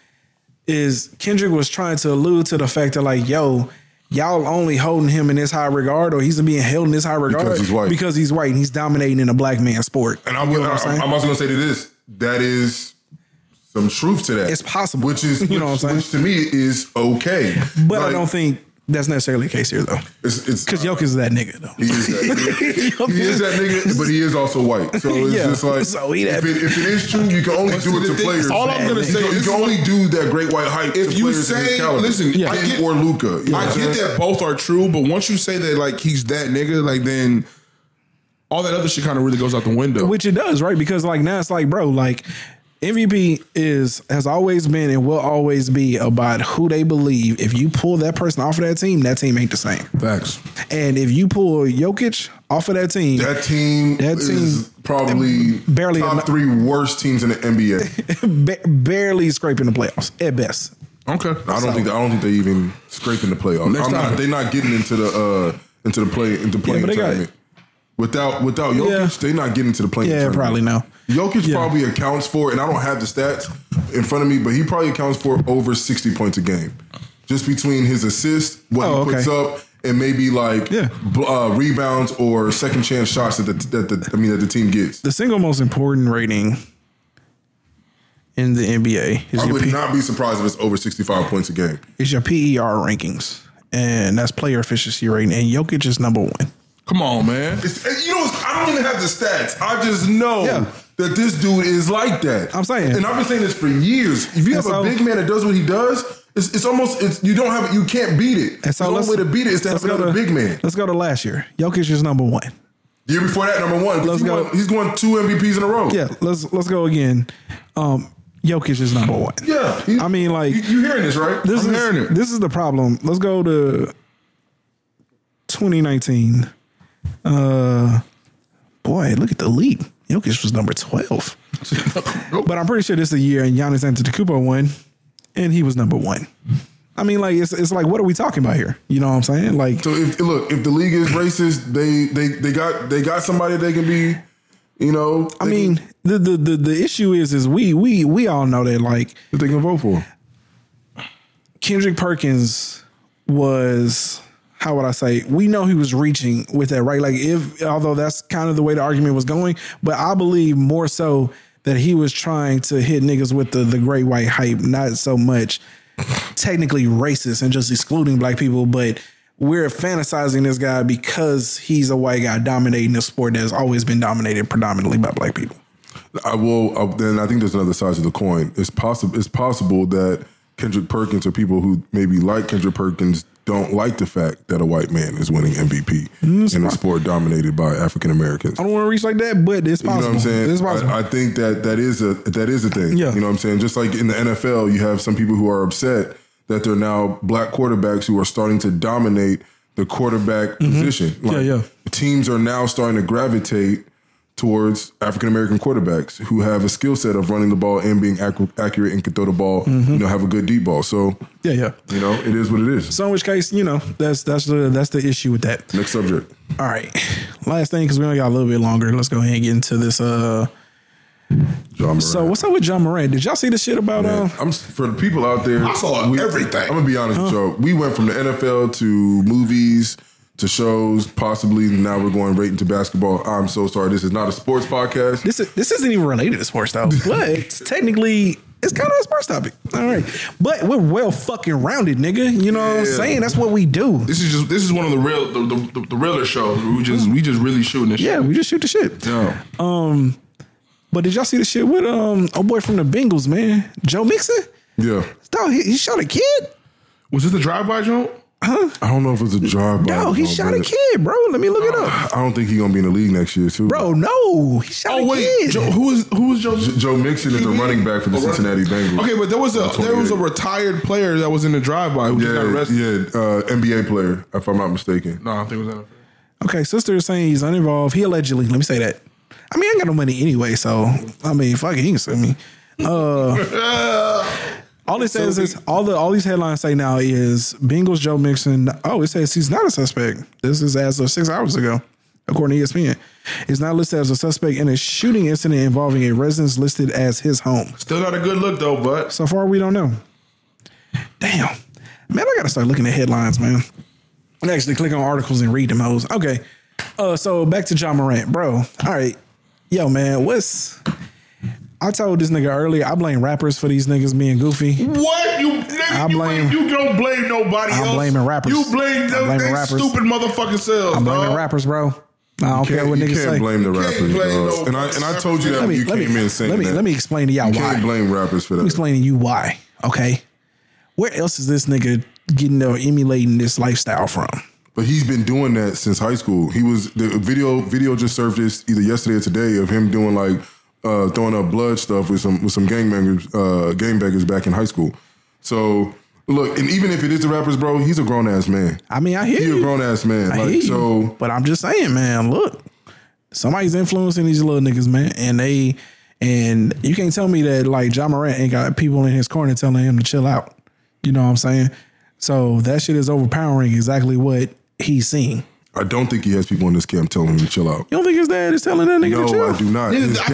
Speaker 1: is Kendrick was trying to allude to the fact that like, yo, y'all only holding him in this high regard, or he's being held in this high regard
Speaker 4: he's white.
Speaker 1: because he's white and he's dominating in a black man sport.
Speaker 4: And I'm,
Speaker 1: You know what
Speaker 4: I'm,
Speaker 1: I'm saying?
Speaker 4: I'm also gonna say to this, that is some truth to that.
Speaker 1: It's possible.
Speaker 4: which
Speaker 1: *laughs*
Speaker 4: is
Speaker 1: You know what I'm
Speaker 4: which-
Speaker 1: saying?
Speaker 4: Which to me is okay,
Speaker 1: but I
Speaker 4: Like,
Speaker 1: don't think that's necessarily the case here though,
Speaker 4: it's it's
Speaker 1: because Jokic is that nigga though.
Speaker 4: He
Speaker 1: *laughs*
Speaker 2: *laughs*
Speaker 4: is that. he is that nigga, but he is also white. So it's
Speaker 1: Yeah.
Speaker 4: just like
Speaker 1: So he that-
Speaker 4: if, it, if it is true, you can only do
Speaker 2: the
Speaker 4: it to
Speaker 2: thing-
Speaker 4: players.
Speaker 2: all I'm gonna
Speaker 4: You
Speaker 2: say
Speaker 4: can-
Speaker 2: is
Speaker 4: you
Speaker 2: this
Speaker 4: can
Speaker 2: is
Speaker 4: only do that great white hype.
Speaker 2: If
Speaker 4: to
Speaker 2: you
Speaker 4: players of his
Speaker 2: say-
Speaker 4: caliber.
Speaker 2: listen,
Speaker 1: Yeah. I
Speaker 4: Him
Speaker 2: get-
Speaker 4: or Luca,
Speaker 2: I get that both are true, but once you say that like he's that nigga, like then all that other shit kind of really goes out the window.
Speaker 1: Which it does, right? Because like now it's like, bro, like MVP is has always been and will always be about who they believe. If you pull that person off of that team, that team ain't the same.
Speaker 2: Facts.
Speaker 1: And if you pull Jokic off of that team,
Speaker 4: That team
Speaker 1: That
Speaker 4: is probably
Speaker 1: barely
Speaker 4: top
Speaker 1: enough-
Speaker 4: three worst teams in the
Speaker 1: *laughs*
Speaker 4: NBA.
Speaker 1: ba- barely scraping the playoffs at best.
Speaker 2: Okay.
Speaker 4: I don't think I don't think they even scraping the playoffs.
Speaker 2: Next
Speaker 4: I'm not-
Speaker 2: time.
Speaker 4: they're not getting into the uh, into the play into playing
Speaker 1: but they got-
Speaker 4: tournament. Without without Jokic,
Speaker 1: Yeah.
Speaker 4: they're not getting into the playing.
Speaker 1: Yeah,
Speaker 4: tournament.
Speaker 1: probably no.
Speaker 4: Jokic
Speaker 1: Yeah.
Speaker 4: probably accounts for, and I don't have the stats in front of me, but he probably accounts for over 60 points a game. Just between his assists, what
Speaker 1: Oh,
Speaker 4: he
Speaker 1: okay.
Speaker 4: puts up, and maybe like
Speaker 1: Yeah.
Speaker 4: bl- uh, rebounds or second chance shots that the, that the I mean that the team gets.
Speaker 1: The single most important rating in the NBA is
Speaker 4: I
Speaker 1: your,
Speaker 4: would
Speaker 1: P-
Speaker 4: not be surprised if it's over 65 points a game.
Speaker 1: is your PER rankings, and that's player efficiency rating. And Jokic is number one.
Speaker 2: Come on, man.
Speaker 4: It's, and you know, it's- I don't even have the stats. I just know
Speaker 1: Yeah.
Speaker 4: that this dude is like that.
Speaker 1: I'm saying.
Speaker 4: and I've been saying this for years. If
Speaker 1: And
Speaker 4: you have
Speaker 1: so-
Speaker 4: a big man that does what he does, it's, it's almost it's, you don't have you can't beat it.
Speaker 1: And so
Speaker 4: the
Speaker 1: let's-
Speaker 4: only way to beat it is to have
Speaker 1: let's go
Speaker 4: another
Speaker 1: to
Speaker 4: big man.
Speaker 1: Let's go to last year. Jokic is number one.
Speaker 4: The year before that, number one. 'cause
Speaker 1: Let's
Speaker 4: he
Speaker 1: go.
Speaker 4: won- he's going two MVPs in a row.
Speaker 1: Yeah, let's let's go again. Um, Jokic is number one.
Speaker 4: yeah. he-
Speaker 1: I mean, like-
Speaker 4: you, you hearing this right?
Speaker 1: This
Speaker 4: I'm
Speaker 1: is
Speaker 4: hearing it.
Speaker 1: this is the problem. Let's go to 2019. Uh, boy, look at the leap.
Speaker 4: *laughs*
Speaker 1: Jokic was number 12, but I'm pretty sure this is a year and Giannis Antetokounmpo won, and he was number one. I mean, like it's it's like what are we talking about here? You know what I'm saying? Like
Speaker 4: So if look, if the league is racist, they they they got they got somebody they can be, you know.
Speaker 1: I mean, the, the the the issue is is we we we all know that like
Speaker 4: that they can vote for.
Speaker 1: Kendrick Perkins was how would I say? We know he was reaching with that, right? Like if although that's kind of the way the argument was going, but I believe more so that he was trying to hit niggas with the the great white hype, not so much technically racist and just excluding black people, but we're fantasizing this guy because he's a white guy dominating a sport that's always been dominated predominantly by black people.
Speaker 4: I will. Uh, then I think there's another side to the coin. It's possible. It's possible that Kendrick Perkins or people who maybe like Kendrick Perkins don't like the fact that a white man is winning MVP in a sport dominated by African Americans.
Speaker 1: I don't want to reach like that, but it's
Speaker 4: You know
Speaker 1: possible.
Speaker 4: what I'm saying?
Speaker 1: It's possible.
Speaker 4: I, I think that that is a that is a thing.
Speaker 1: Yeah.
Speaker 4: You know what I'm saying? Just like in the NFL, you have some people who are upset that they're now black quarterbacks who are starting to dominate the quarterback position. Like,
Speaker 1: Mm-hmm. yeah.
Speaker 4: Teams are now starting to gravitate towards African American quarterbacks who have a skill set of running the ball and being ac- accurate and can throw the ball.
Speaker 1: Mm-hmm.
Speaker 4: You know, have a good deep ball. So
Speaker 1: yeah, yeah.
Speaker 4: you know, it is what it is.
Speaker 1: So in which case, you know, that's that's the that's the issue with that.
Speaker 4: Next subject.
Speaker 1: All right. Last thing, because we only got a little bit longer. Let's go ahead and get into this. Uh,
Speaker 4: John
Speaker 1: so what's up with John Moran? Did y'all see the shit about um?
Speaker 4: I'm for the people out there.
Speaker 3: I saw everything.
Speaker 4: I'm gonna be honest with y'all. We went from the NFL to movies to shows, possibly. and Now we're going right into basketball. I'm so sorry. This is not a sports podcast.
Speaker 1: This is, this isn't even related to sports
Speaker 4: *laughs*
Speaker 1: though, but technically it's kind of a sports topic. All right, but we're well fucking rounded, nigga. You know what I'm
Speaker 4: Yeah.
Speaker 1: saying? That's what we do.
Speaker 3: This is just this is one of the real the, the, the, the realer shows. We just we just really shooting this.
Speaker 1: Yeah,
Speaker 3: shit.
Speaker 1: we just shoot the shit.
Speaker 3: Yeah.
Speaker 1: Um, but did y'all see the shit with um a boy from the Bengals, man, Joe Mixon?
Speaker 4: Yeah,
Speaker 1: Dog, he, he shot a kid.
Speaker 3: Was it the drive by joint?
Speaker 4: I don't know if it's a job.
Speaker 1: No, he shot a kid, bro. Let me look it up.
Speaker 4: I don't think he's gonna be in the league next year, too.
Speaker 1: Bro, no, he shot
Speaker 3: Oh
Speaker 1: a
Speaker 3: wait,
Speaker 1: kid.
Speaker 3: Joe, who is who is Joe?
Speaker 4: J- Joe Mixon is the running back for the
Speaker 3: Oh, running-
Speaker 4: Cincinnati Bengals.
Speaker 3: Okay, but there was a there was a
Speaker 4: 28.
Speaker 3: retired player that was in the drive by who just got
Speaker 4: yeah,
Speaker 3: arrested.
Speaker 4: yeah, uh, NBA player, if I'm not mistaken.
Speaker 3: No, I think it was NFL.
Speaker 1: Okay, sister is saying he's uninvolved. He allegedly, let me say that. I mean, I ain't got no money anyway, so I mean, fuck it, he can sue me. Uh, all it says is all the all these headlines say now is Bengals Joe Mixon. Oh, it says he's not a suspect. This is as of six hours ago, according to E ESPN. Is now listed as a suspect in a shooting incident involving a residence listed as his home.
Speaker 3: Still not a good look though, but
Speaker 1: So far, we don't know. Damn. Man, I gotta start looking at headlines, man. And actually click on articles and read them hoes. Okay. Uh so back to John Morant, bro. All right. Yo, man, what's I told this nigga earlier, I blame rappers for these niggas being goofy.
Speaker 3: What you? Nigga,
Speaker 1: I
Speaker 3: you
Speaker 1: blame-
Speaker 3: ain't- you, don't blame nobody
Speaker 1: I'm
Speaker 3: else.
Speaker 1: blaming rappers.
Speaker 3: You blame
Speaker 1: I'm
Speaker 3: them
Speaker 1: blaming
Speaker 3: they
Speaker 1: rappers.
Speaker 3: stupid motherfucking selves.
Speaker 1: I'm blaming
Speaker 3: dog.
Speaker 1: rappers, bro. I don't care
Speaker 4: Can't-
Speaker 1: what
Speaker 4: you
Speaker 1: niggas
Speaker 4: can't
Speaker 1: say.
Speaker 4: blame the
Speaker 3: Can't
Speaker 4: rappers.
Speaker 3: blame
Speaker 4: dog.
Speaker 3: no
Speaker 4: and I and I told you that
Speaker 1: Let
Speaker 4: when
Speaker 1: me,
Speaker 4: you
Speaker 1: let,
Speaker 4: came
Speaker 1: me,
Speaker 4: in saying
Speaker 1: let, me,
Speaker 4: that.
Speaker 1: let me explain to y'all
Speaker 4: You
Speaker 1: why.
Speaker 4: can't blame rappers for that.
Speaker 1: I'm explaining to you why. Okay. Where else is this nigga getting or emulating this lifestyle from?
Speaker 4: But he's been doing that since high school. He was the video video just surfaced either yesterday or today of him doing like uh, throwing up blood stuff with some with some gangbangers uh, gangbangers back in high school. So look, and even if it is the rappers, bro, he's a grown ass man.
Speaker 1: I mean, I hear
Speaker 4: He's a
Speaker 1: you.
Speaker 4: grown ass man.
Speaker 1: I
Speaker 4: like
Speaker 1: hear you,
Speaker 4: so,
Speaker 1: but I'm just saying, man. Look, somebody's influencing these little niggas, man, and they and you can't tell me that like John Morant ain't got people in his corner telling him to chill out. You know what I'm saying? So that shit is overpowering exactly what he's seeing.
Speaker 4: I don't think he has people in this camp telling him to chill out.
Speaker 1: You don't think his dad is telling that nigga
Speaker 4: No,
Speaker 1: to chill?
Speaker 4: I do not.
Speaker 3: His-
Speaker 4: His,
Speaker 3: I thought they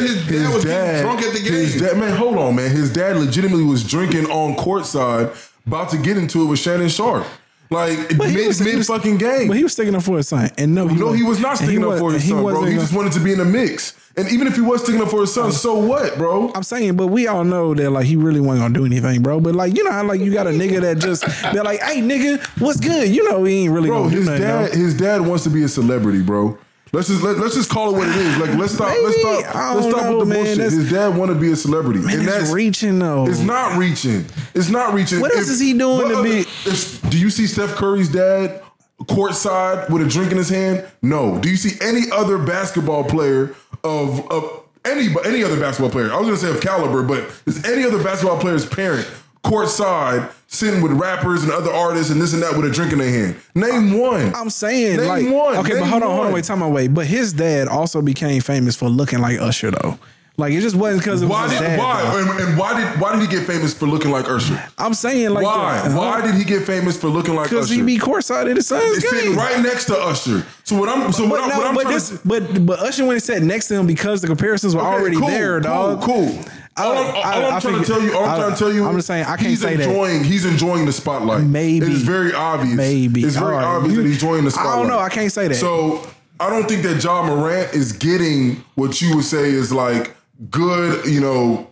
Speaker 3: said his dad was getting drunk at the
Speaker 4: his
Speaker 3: game.
Speaker 4: dad- man, hold on, man. His dad legitimately was drinking on courtside, about to get into it with Shannon Sharp, like
Speaker 1: he
Speaker 4: mid
Speaker 1: was- he
Speaker 4: mid
Speaker 1: was-
Speaker 4: fucking game.
Speaker 1: But he was sticking up for his son, and no, he
Speaker 4: No,
Speaker 1: wasn't.
Speaker 4: he was not
Speaker 1: And he
Speaker 4: sticking up
Speaker 1: was-
Speaker 4: for his
Speaker 1: and he
Speaker 4: son, bro.
Speaker 1: wasn't
Speaker 4: He
Speaker 1: gonna-
Speaker 4: just wanted to be in the mix. And even if he was sticking up for his son, so what, bro?
Speaker 1: I'm saying, but we all know that like he really wasn't gonna do anything, bro. But like you know how like you got a nigga that just they're like, hey nigga, what's good? You know he ain't really
Speaker 4: Bro,
Speaker 1: gonna do
Speaker 4: his
Speaker 1: nothing.
Speaker 4: dad,
Speaker 1: though.
Speaker 4: his dad wants to be a celebrity, bro. Let's just let, let's just call it what it is. Like let's stop let's
Speaker 1: Maybe. I
Speaker 4: stop let's
Speaker 1: don't
Speaker 4: stop
Speaker 1: know,
Speaker 4: with the
Speaker 1: man. That's-
Speaker 4: bullshit. His dad want to be a celebrity,
Speaker 1: Man,
Speaker 4: and
Speaker 1: it's
Speaker 4: that's
Speaker 1: reaching though.
Speaker 4: It's not reaching. It's not reaching.
Speaker 1: Mm. What else is he doing to
Speaker 4: other-
Speaker 1: be-
Speaker 4: if- do you see Steph Curry's dad courtside with a drink in his hand? No. Do you see any other basketball player of of any any other basketball player? I was gonna say of caliber, but is any other basketball player's parent courtside sitting with rappers and other artists and this and that with a drink in their hand? Name one.
Speaker 1: I'm saying
Speaker 4: Name
Speaker 1: like
Speaker 4: one.
Speaker 1: okay, but
Speaker 4: Name
Speaker 1: hold on, hold on,
Speaker 4: one.
Speaker 1: wait, time away. But his dad also became famous for looking like Usher though. Like it just wasn't because it was
Speaker 4: Why
Speaker 1: his
Speaker 4: did
Speaker 1: dad.
Speaker 4: why
Speaker 1: though.
Speaker 4: and, and why did why did he get famous for looking like Usher?
Speaker 1: I'm saying like
Speaker 4: Why? Why did he get famous for looking like
Speaker 1: Because
Speaker 4: Usher?
Speaker 1: he be courtside at the Suns
Speaker 4: It's
Speaker 1: game.
Speaker 4: sitting right next to Usher. So what I'm so what,
Speaker 1: But
Speaker 4: I'm, what
Speaker 1: no,
Speaker 4: I'm
Speaker 1: but
Speaker 4: trying
Speaker 1: this,
Speaker 4: to
Speaker 1: but but Usher went and sat next to him because the comparisons were
Speaker 4: Okay,
Speaker 1: already
Speaker 4: cool,
Speaker 1: there,
Speaker 4: cool,
Speaker 1: dog.
Speaker 4: Cool.
Speaker 1: I-
Speaker 4: all I'm, all
Speaker 1: I-
Speaker 4: I'm
Speaker 1: I
Speaker 4: trying
Speaker 1: figure-
Speaker 4: to tell you, all I'm
Speaker 1: I-
Speaker 4: trying to tell you,
Speaker 1: I'm just saying, I can't
Speaker 4: he's
Speaker 1: say that.
Speaker 4: enjoying, that. He's enjoying the spotlight.
Speaker 1: Maybe.
Speaker 4: it is very obvious.
Speaker 1: Maybe.
Speaker 4: it's very
Speaker 1: All right.
Speaker 4: obvious
Speaker 1: You-
Speaker 4: that he's enjoying the
Speaker 1: I don't
Speaker 4: spotlight.
Speaker 1: know. I can't say that.
Speaker 4: So I don't think that John Morant is getting what you would say is like good, you know,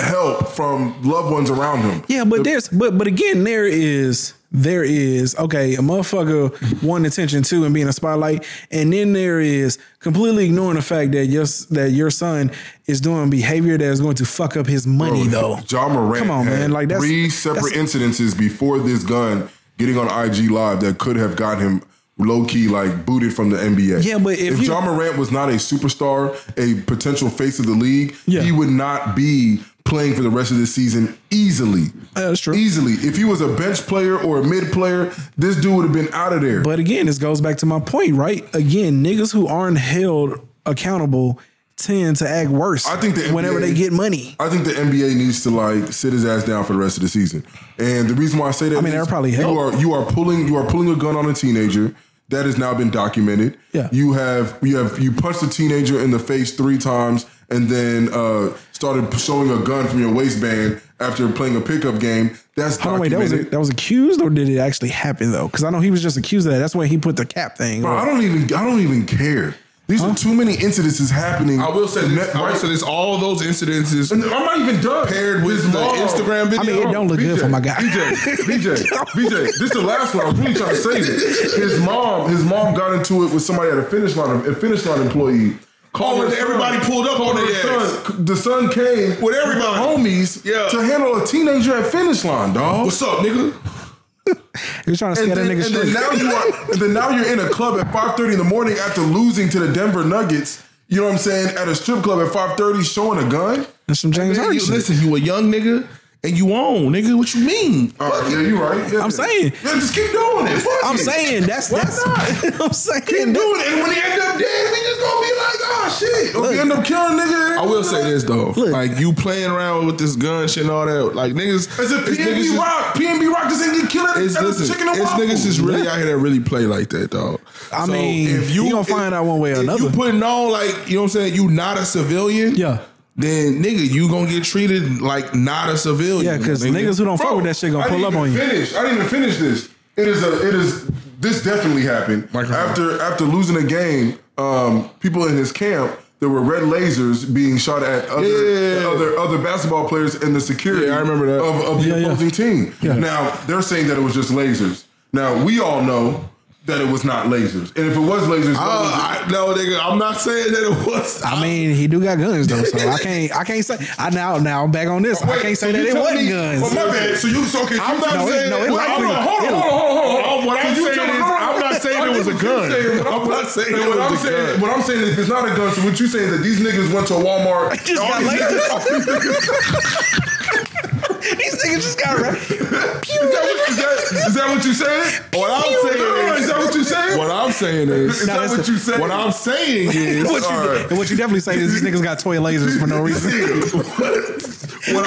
Speaker 4: help from loved ones around him.
Speaker 1: Yeah, but there's but but again, there is there is okay, a motherfucker wanting attention too and being a spotlight, and then there is completely ignoring the fact that your that your son is doing behavior that is going to fuck up his money though.
Speaker 4: John Morant.
Speaker 1: Come on,
Speaker 4: had
Speaker 1: man. Like that's
Speaker 4: three separate incidences before this gun getting on IG live that could have got him low key like booted from the NBA.
Speaker 1: Yeah, but if you-
Speaker 4: John Morant was not a superstar, a potential face of the league,
Speaker 1: Yeah.
Speaker 4: he would not be playing for the rest of the season easily.
Speaker 1: Yeah, that's true.
Speaker 4: Easily. If he was a bench player or a mid player, this dude would have been out of there.
Speaker 1: But again, this goes back to my point, right? Again, niggas who aren't held accountable tend to act worse
Speaker 4: I think the NBA
Speaker 1: whenever they get money.
Speaker 4: I think the NBA needs to like sit his ass down for the rest of the season. And the reason why I say that, I
Speaker 1: mean, they're probably
Speaker 4: you
Speaker 1: helped.
Speaker 4: are you are pulling you are pulling a gun on a teenager that has now been documented.
Speaker 1: Yeah.
Speaker 4: you have you have you punched a teenager in the face three times and then uh, started showing a gun from your waistband after playing a pickup game. That's
Speaker 1: Hold on, Oh, wait, that
Speaker 4: documented.
Speaker 1: was that was accused or did it actually happen though? Because I know he was just accused of that. That's why he put the cap thing.
Speaker 4: Bro, I don't even I don't even care. These are too many incidences happening.
Speaker 2: I will say this. I will
Speaker 4: Right-
Speaker 2: say this. All those incidences
Speaker 4: And I'm not even done.
Speaker 2: paired with
Speaker 4: This
Speaker 2: the
Speaker 4: law-
Speaker 2: Instagram video.
Speaker 1: I
Speaker 4: *laughs*
Speaker 1: mean, it don't look good for my guy.
Speaker 4: BJ, BJ, BJ. This is the last one. I was really trying to say this. His mom, his mom got into it with somebody at a finish line, a finish line employee. Called
Speaker 2: Oh,
Speaker 4: her
Speaker 2: and
Speaker 4: son.
Speaker 2: everybody pulled up on
Speaker 4: Her
Speaker 2: their ass.
Speaker 4: son- The son came
Speaker 2: With everybody.
Speaker 4: homies,
Speaker 2: Yeah.
Speaker 4: to handle a teenager at finish line, dog.
Speaker 2: What's up, nigga?
Speaker 1: You're trying to
Speaker 4: And
Speaker 1: scare that
Speaker 4: then,
Speaker 1: nigga
Speaker 4: and then
Speaker 1: straight.
Speaker 4: now you are, and then now you're in a club at 5:30 in the morning after losing to the Denver Nuggets. You know what I'm saying? At a strip club at 5:30, showing a gun.
Speaker 1: That's some James
Speaker 2: Man,
Speaker 1: Harden
Speaker 2: you,
Speaker 1: shit.
Speaker 2: listen, you a young nigga and you on, nigga. What you mean?
Speaker 4: All right, Uh, yeah, you're right. Yeah.
Speaker 1: I'm saying.
Speaker 4: yeah, just keep doing it. Fuck
Speaker 1: I'm
Speaker 4: it.
Speaker 1: saying that's
Speaker 4: Why
Speaker 1: that's. *laughs*
Speaker 4: not?
Speaker 1: I'm saying
Speaker 4: keep doing it. And when they end up dead, we just gonna be like, oh shit. Or we end up killing nigga.
Speaker 2: I will say this though, like you playing around with this gun shit and all that, like niggas.
Speaker 4: It's a
Speaker 2: it's niggas
Speaker 4: PNB
Speaker 2: just-
Speaker 4: Rock. PNB Rock just ain't get killed at
Speaker 2: It's,
Speaker 4: at a
Speaker 2: listen,
Speaker 4: chicken and
Speaker 2: it's
Speaker 4: waffle.
Speaker 2: niggas just really out here that really play like that, dog.
Speaker 1: I mean, you gonna find out one way or another.
Speaker 2: You putting on like you know what I'm saying. You not a civilian,
Speaker 1: Yeah.
Speaker 2: Then nigga, you gonna get treated like not a civilian,
Speaker 1: Yeah, because niggas who don't fuck with that shit gonna
Speaker 4: I
Speaker 1: pull
Speaker 4: didn't
Speaker 1: up
Speaker 4: even
Speaker 1: on you.
Speaker 4: Finish. I didn't even finish this. It is a. It is. This definitely happened
Speaker 2: Microphone.
Speaker 4: after after losing a game. Um, people in his camp. There were red lasers being shot at other
Speaker 2: Yeah.
Speaker 4: other other basketball players and the security.
Speaker 2: Yeah, I remember that.
Speaker 4: of, of the
Speaker 1: Yeah, yeah.
Speaker 4: opposing team. Now they're saying that it was just lasers. Now we all know that it was not lasers, and if it was lasers,
Speaker 2: Uh, I, no, nigga, I'm not saying that it was.
Speaker 1: I mean, he do got guns though, so I can't. I can't say. I now now I'm back on this. I
Speaker 4: Wait,
Speaker 1: can't say
Speaker 4: so
Speaker 1: that
Speaker 4: you
Speaker 1: it
Speaker 4: tell
Speaker 1: wasn't
Speaker 4: me-
Speaker 1: guns.
Speaker 4: Well, my bad. So you so okay? so
Speaker 2: I'm
Speaker 4: you
Speaker 2: not
Speaker 4: tell me-
Speaker 2: saying
Speaker 1: no, it
Speaker 2: well,
Speaker 1: likely-
Speaker 2: I'm not- Hold on,
Speaker 1: it-
Speaker 2: hold on, hold on, hold on. Oh, What I'm
Speaker 4: You
Speaker 2: saying is,
Speaker 4: tell me- no, no, no,
Speaker 2: I'm
Speaker 4: no,
Speaker 2: not saying
Speaker 4: I
Speaker 2: it
Speaker 4: get
Speaker 2: was a
Speaker 4: what you're
Speaker 2: gun.
Speaker 4: saying, but
Speaker 2: I'm not saying
Speaker 4: but
Speaker 2: it
Speaker 4: what I'm
Speaker 2: was a
Speaker 4: saying-
Speaker 2: gun.
Speaker 4: What I'm saying is, if it's not a gun, so what you saying that these niggas went to Walmart?
Speaker 1: Just
Speaker 4: all
Speaker 1: got
Speaker 4: these
Speaker 1: lasers.
Speaker 4: niggas- all these niggas-
Speaker 1: *laughs* These niggas just got
Speaker 4: *laughs*
Speaker 1: right.
Speaker 4: Is that what- is that- is that what you said?
Speaker 2: What I'm saying
Speaker 4: Is that what you said?
Speaker 2: What I'm saying
Speaker 4: Is
Speaker 2: is,
Speaker 1: No,
Speaker 4: that
Speaker 1: that's
Speaker 4: what you said?
Speaker 2: what I'm *laughs* saying is,
Speaker 1: What you,
Speaker 4: Alright.
Speaker 1: and what you definitely say is these niggas got toy lasers for no
Speaker 4: *laughs*
Speaker 1: reason.
Speaker 2: uh,
Speaker 4: What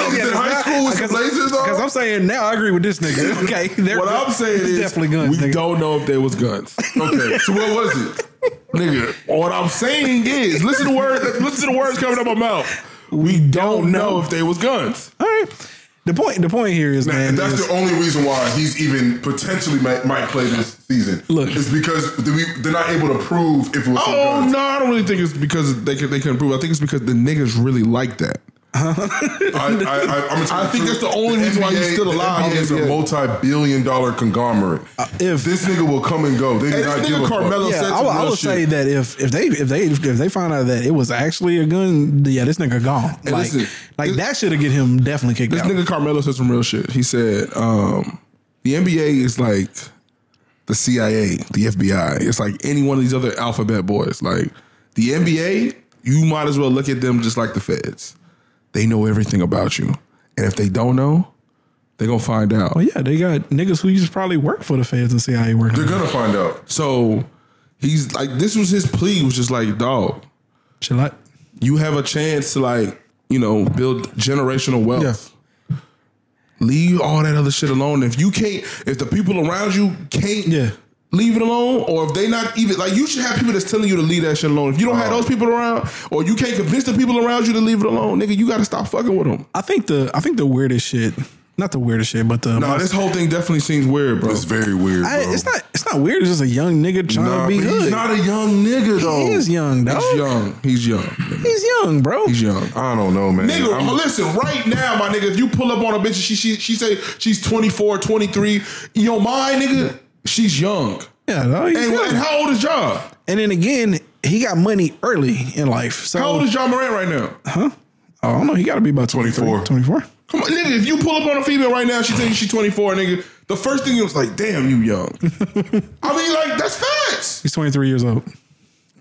Speaker 1: *laughs*
Speaker 4: I was in high school with some lasers
Speaker 1: Because I'm
Speaker 4: on.
Speaker 1: saying now I agree with this
Speaker 2: *laughs*
Speaker 1: nigga. Okay, they're-
Speaker 2: what *laughs* I'm saying
Speaker 1: it's
Speaker 2: is,
Speaker 1: definitely guns.
Speaker 2: we
Speaker 1: nigga.
Speaker 2: don't know if there was guns.
Speaker 4: Okay, so what was it?
Speaker 2: nigga. What I'm saying is, listen to words. Listen to the words coming out my mouth. We don't know if they was guns.
Speaker 1: All right. The point. The point here is, man.
Speaker 4: And that's
Speaker 1: is-
Speaker 4: the only reason why he's even potentially might, might play this season.
Speaker 1: Look.
Speaker 4: it's because we, they're not able to prove if it was. some
Speaker 2: Oh
Speaker 4: guns.
Speaker 2: no, I don't really think it's because they could, they couldn't prove. I think it's because the niggas really like that.
Speaker 4: I, I, I, I'm gonna tell you
Speaker 2: I think that's
Speaker 4: truth.
Speaker 2: the only reason why he's still
Speaker 4: the
Speaker 2: alive.
Speaker 4: NBA is
Speaker 2: Yeah.
Speaker 4: a multi-billion dollar conglomerate.
Speaker 1: if-
Speaker 4: this nigga will come and go, they do
Speaker 2: this
Speaker 4: not
Speaker 2: nigga
Speaker 4: give a
Speaker 2: Carmelo
Speaker 4: fuck.
Speaker 2: said
Speaker 1: yeah,
Speaker 2: some
Speaker 1: I, would- I
Speaker 2: real
Speaker 1: would
Speaker 2: shit.
Speaker 1: say that if if they if they if they find out that it was actually a gun, yeah, this nigga gone. Like,
Speaker 2: listen,
Speaker 1: like
Speaker 2: this-
Speaker 1: that should have get him definitely kicked
Speaker 2: This
Speaker 1: out.
Speaker 2: nigga Carmelo said some real shit. He said, um, the NBA is like the CIA, the FBI. It's like any one of these other alphabet boys. Like the NBA, you might as well look at them just like the feds. They know everything about you. And if they don't know, they're gonna find out.
Speaker 1: Well, yeah, they got niggas who used to probably work for the feds and see how he working.
Speaker 4: They're gonna find out.
Speaker 2: So he's like this was his plea was just like, dog,
Speaker 1: Chill out.
Speaker 2: you have a chance to like you know build generational wealth.
Speaker 1: Yeah.
Speaker 2: Leave all that other shit alone. If you can't, if the people around you can't
Speaker 1: Yeah.
Speaker 2: leave it alone, or if they not even like you should have people that's telling you to leave that shit alone. If you don't have those people around, or you can't convince the people around you to leave it alone, nigga, you got to stop fucking with them.
Speaker 1: I think the I think the weirdest shit, not the weirdest shit, but the
Speaker 2: Nah, this whole thing definitely seems weird, bro.
Speaker 4: It's very weird, bro.
Speaker 1: I, it's not it's not weird. It's just a young nigga trying
Speaker 2: Nah,
Speaker 1: to be
Speaker 2: but
Speaker 1: hood.
Speaker 2: he's not a young nigga though.
Speaker 1: he is young, dog.
Speaker 2: He's young. He's young. nigga.
Speaker 1: He's young, bro.
Speaker 2: He's young.
Speaker 4: I don't know, man.
Speaker 2: Nigga,
Speaker 4: I'm-
Speaker 2: listen, right now, my nigga, if you pull up on a bitch and she she, she say she's 24, 23, in your mind, nigga, she's young.
Speaker 1: yeah, dog, he's
Speaker 2: And,
Speaker 1: young.
Speaker 2: and how old is y'all?
Speaker 1: And then again, he got money early in life. So
Speaker 2: How old is y'all Moran right now?
Speaker 1: Oh, I don't know. He got to be about 24.
Speaker 4: 24.
Speaker 1: 24?
Speaker 2: Come on, nigga, if you pull up on a female right now, she tell you she 24, nigga, the first thing you was like, damn, you young.
Speaker 1: *laughs*
Speaker 2: I mean, like, that's facts.
Speaker 1: He's 23 years old.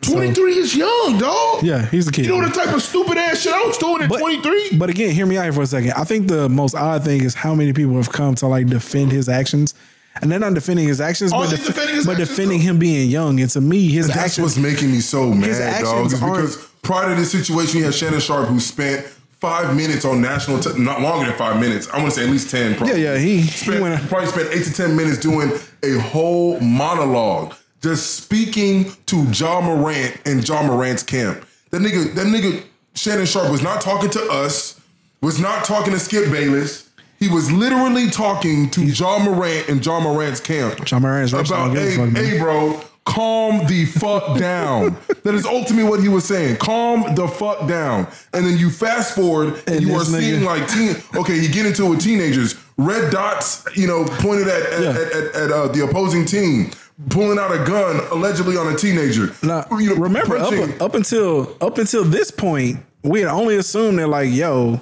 Speaker 2: 23 is young, dog.
Speaker 1: Yeah, he's the kid.
Speaker 2: You know the type of stupid ass shit I was doing at
Speaker 1: But-
Speaker 2: 23?
Speaker 1: But again, hear me out here for a second. I think the most odd thing is how many people have come to like defend his actions. And they're not defending his actions,
Speaker 2: Oh,
Speaker 1: but,
Speaker 2: they're
Speaker 1: def-
Speaker 2: defending his
Speaker 1: but
Speaker 2: actions,
Speaker 1: defending him being young. And to me, his
Speaker 4: That's
Speaker 1: actions.
Speaker 4: what's making me so mad, dog.
Speaker 1: actions
Speaker 4: Is because prior to this situation, you had Shannon Sharp who spent five minutes on national, te- not longer than five minutes. I want to say at least ten. Probably.
Speaker 1: Yeah, yeah, he- he
Speaker 4: spent,
Speaker 1: went-
Speaker 4: probably spent eight to ten minutes doing a whole monologue, just speaking to John Morant and John Morant's camp. That nigga, that nigga, Shannon Sharp was not talking to us. Was not talking to Skip Bayless. He was literally talking to John Morant and John Morant's camp
Speaker 1: John Moran is rich, so I
Speaker 4: about
Speaker 1: don't give a
Speaker 4: hey,
Speaker 1: fuck, man."
Speaker 4: hey, bro, calm
Speaker 1: *laughs*
Speaker 4: the fuck down. that is ultimately what he was saying. Calm the fuck down. And then you fast forward and,
Speaker 1: And
Speaker 4: you are
Speaker 1: this nigga-
Speaker 4: seeing like teen. Okay, you get into it with teenagers. Red dots, you know, pointed at at,
Speaker 1: Yeah.
Speaker 4: at, at, at, uh, the opposing team, pulling out a gun allegedly on a teenager.
Speaker 1: Now,
Speaker 4: You know,
Speaker 1: remember up,
Speaker 4: punching-
Speaker 1: up until up until this point, we had only assumed that like, yo,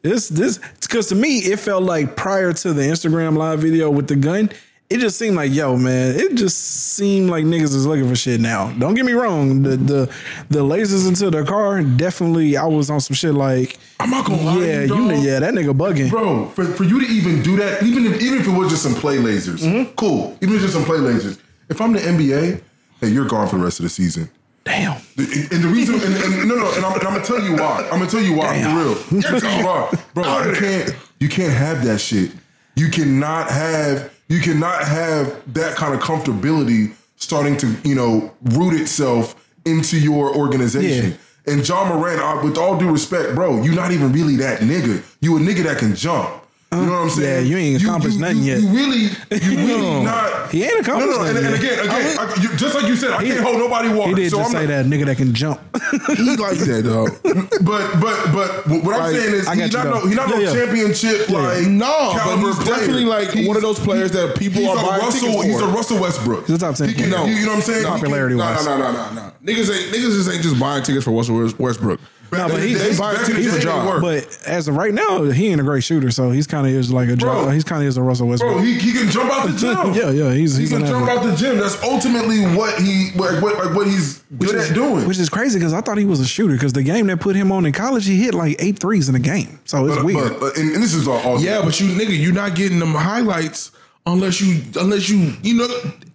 Speaker 1: this this because to me it felt like prior to the Instagram live video with the gun, it just seemed like, yo, man, it just seemed like niggas is looking for shit now. Don't get me wrong, the the the lasers into the car definitely. I was on some shit like,
Speaker 4: I'm not gonna lie.
Speaker 1: yeah,
Speaker 4: to
Speaker 1: you,
Speaker 4: dog.
Speaker 1: yeah, that nigga bugging.
Speaker 4: Bro, for, for you to even do that, even if even if it was just some play lasers, cool. Even if it's just some play lasers. If I'm the NBA, hey, you're gone for the rest of the season.
Speaker 1: Damn,
Speaker 4: And and the reason, and, and- no, no, and I'm, and I'm gonna tell you why. I'm gonna tell you why
Speaker 1: Damn. *laughs*
Speaker 4: for real, bro. Bro, you can't, you can't have that shit. You cannot have, you cannot have that kind of comfortability starting to, you know, root itself into your organization. And John Moran, I, with all due respect, bro, you're not even really that nigga. You a nigga that can jump. You know what I'm saying?
Speaker 1: Uh, yeah, you ain't accomplished nothing
Speaker 4: you-
Speaker 1: yet.
Speaker 4: You really, you
Speaker 1: *laughs*
Speaker 4: really
Speaker 1: No.
Speaker 4: not.
Speaker 1: He ain't accomplished
Speaker 4: No, no, and,
Speaker 1: nothing
Speaker 4: and
Speaker 1: yet.
Speaker 4: again, again, I, you, just like you said, I can't hold nobody water.
Speaker 1: he did
Speaker 4: so
Speaker 1: just
Speaker 4: I'm
Speaker 1: say
Speaker 4: not,
Speaker 1: that nigga that can jump. *laughs*
Speaker 2: He like that, dog.
Speaker 4: but but but what I'm
Speaker 1: Right.
Speaker 4: saying is
Speaker 1: I
Speaker 4: he
Speaker 1: got you,
Speaker 4: not
Speaker 1: though.
Speaker 4: no, he not no
Speaker 1: Yeah, yeah.
Speaker 4: championship like
Speaker 2: No, but
Speaker 4: caliber
Speaker 2: he's
Speaker 4: player.
Speaker 2: definitely like
Speaker 4: He's-
Speaker 2: one of those players that people
Speaker 4: He's a
Speaker 2: are buying tickets
Speaker 4: Russell.
Speaker 2: for.
Speaker 4: He's a Russell Westbrook.
Speaker 1: He's a top 10
Speaker 4: He can-
Speaker 1: player.
Speaker 4: You, you know what I'm saying? He can-
Speaker 1: Popularity
Speaker 2: No,
Speaker 1: wise.
Speaker 2: no, no, no, no. Niggas ain't niggas just ain't just buying tickets for Russell Westbrook.
Speaker 1: No,
Speaker 4: Back
Speaker 1: but
Speaker 4: in the
Speaker 1: he's,
Speaker 4: day-
Speaker 1: he's,
Speaker 4: back in the
Speaker 1: he's
Speaker 4: day,
Speaker 1: a
Speaker 4: it
Speaker 1: job.
Speaker 4: worked.
Speaker 1: But as of right now, he ain't a great shooter, so he's kind of is like a
Speaker 4: Bro.
Speaker 1: job. He's kind of is a Russell Westbrook.
Speaker 4: Bro, he, he can jump out
Speaker 1: *laughs*
Speaker 4: the gym.
Speaker 1: Yeah, yeah, he's-
Speaker 4: he
Speaker 1: he's
Speaker 4: can
Speaker 1: an
Speaker 4: jump
Speaker 1: athlete.
Speaker 4: out the gym. That's ultimately what he what what, like, what he's good at doing.
Speaker 1: Which is crazy because I thought he was a shooter because the game that put him on in college, he hit like eight threes in a game. So it's
Speaker 4: but,
Speaker 1: weird.
Speaker 4: but- but- and, and this is all, all
Speaker 2: Yeah, but you nigga, you not getting them highlights unless you unless you you know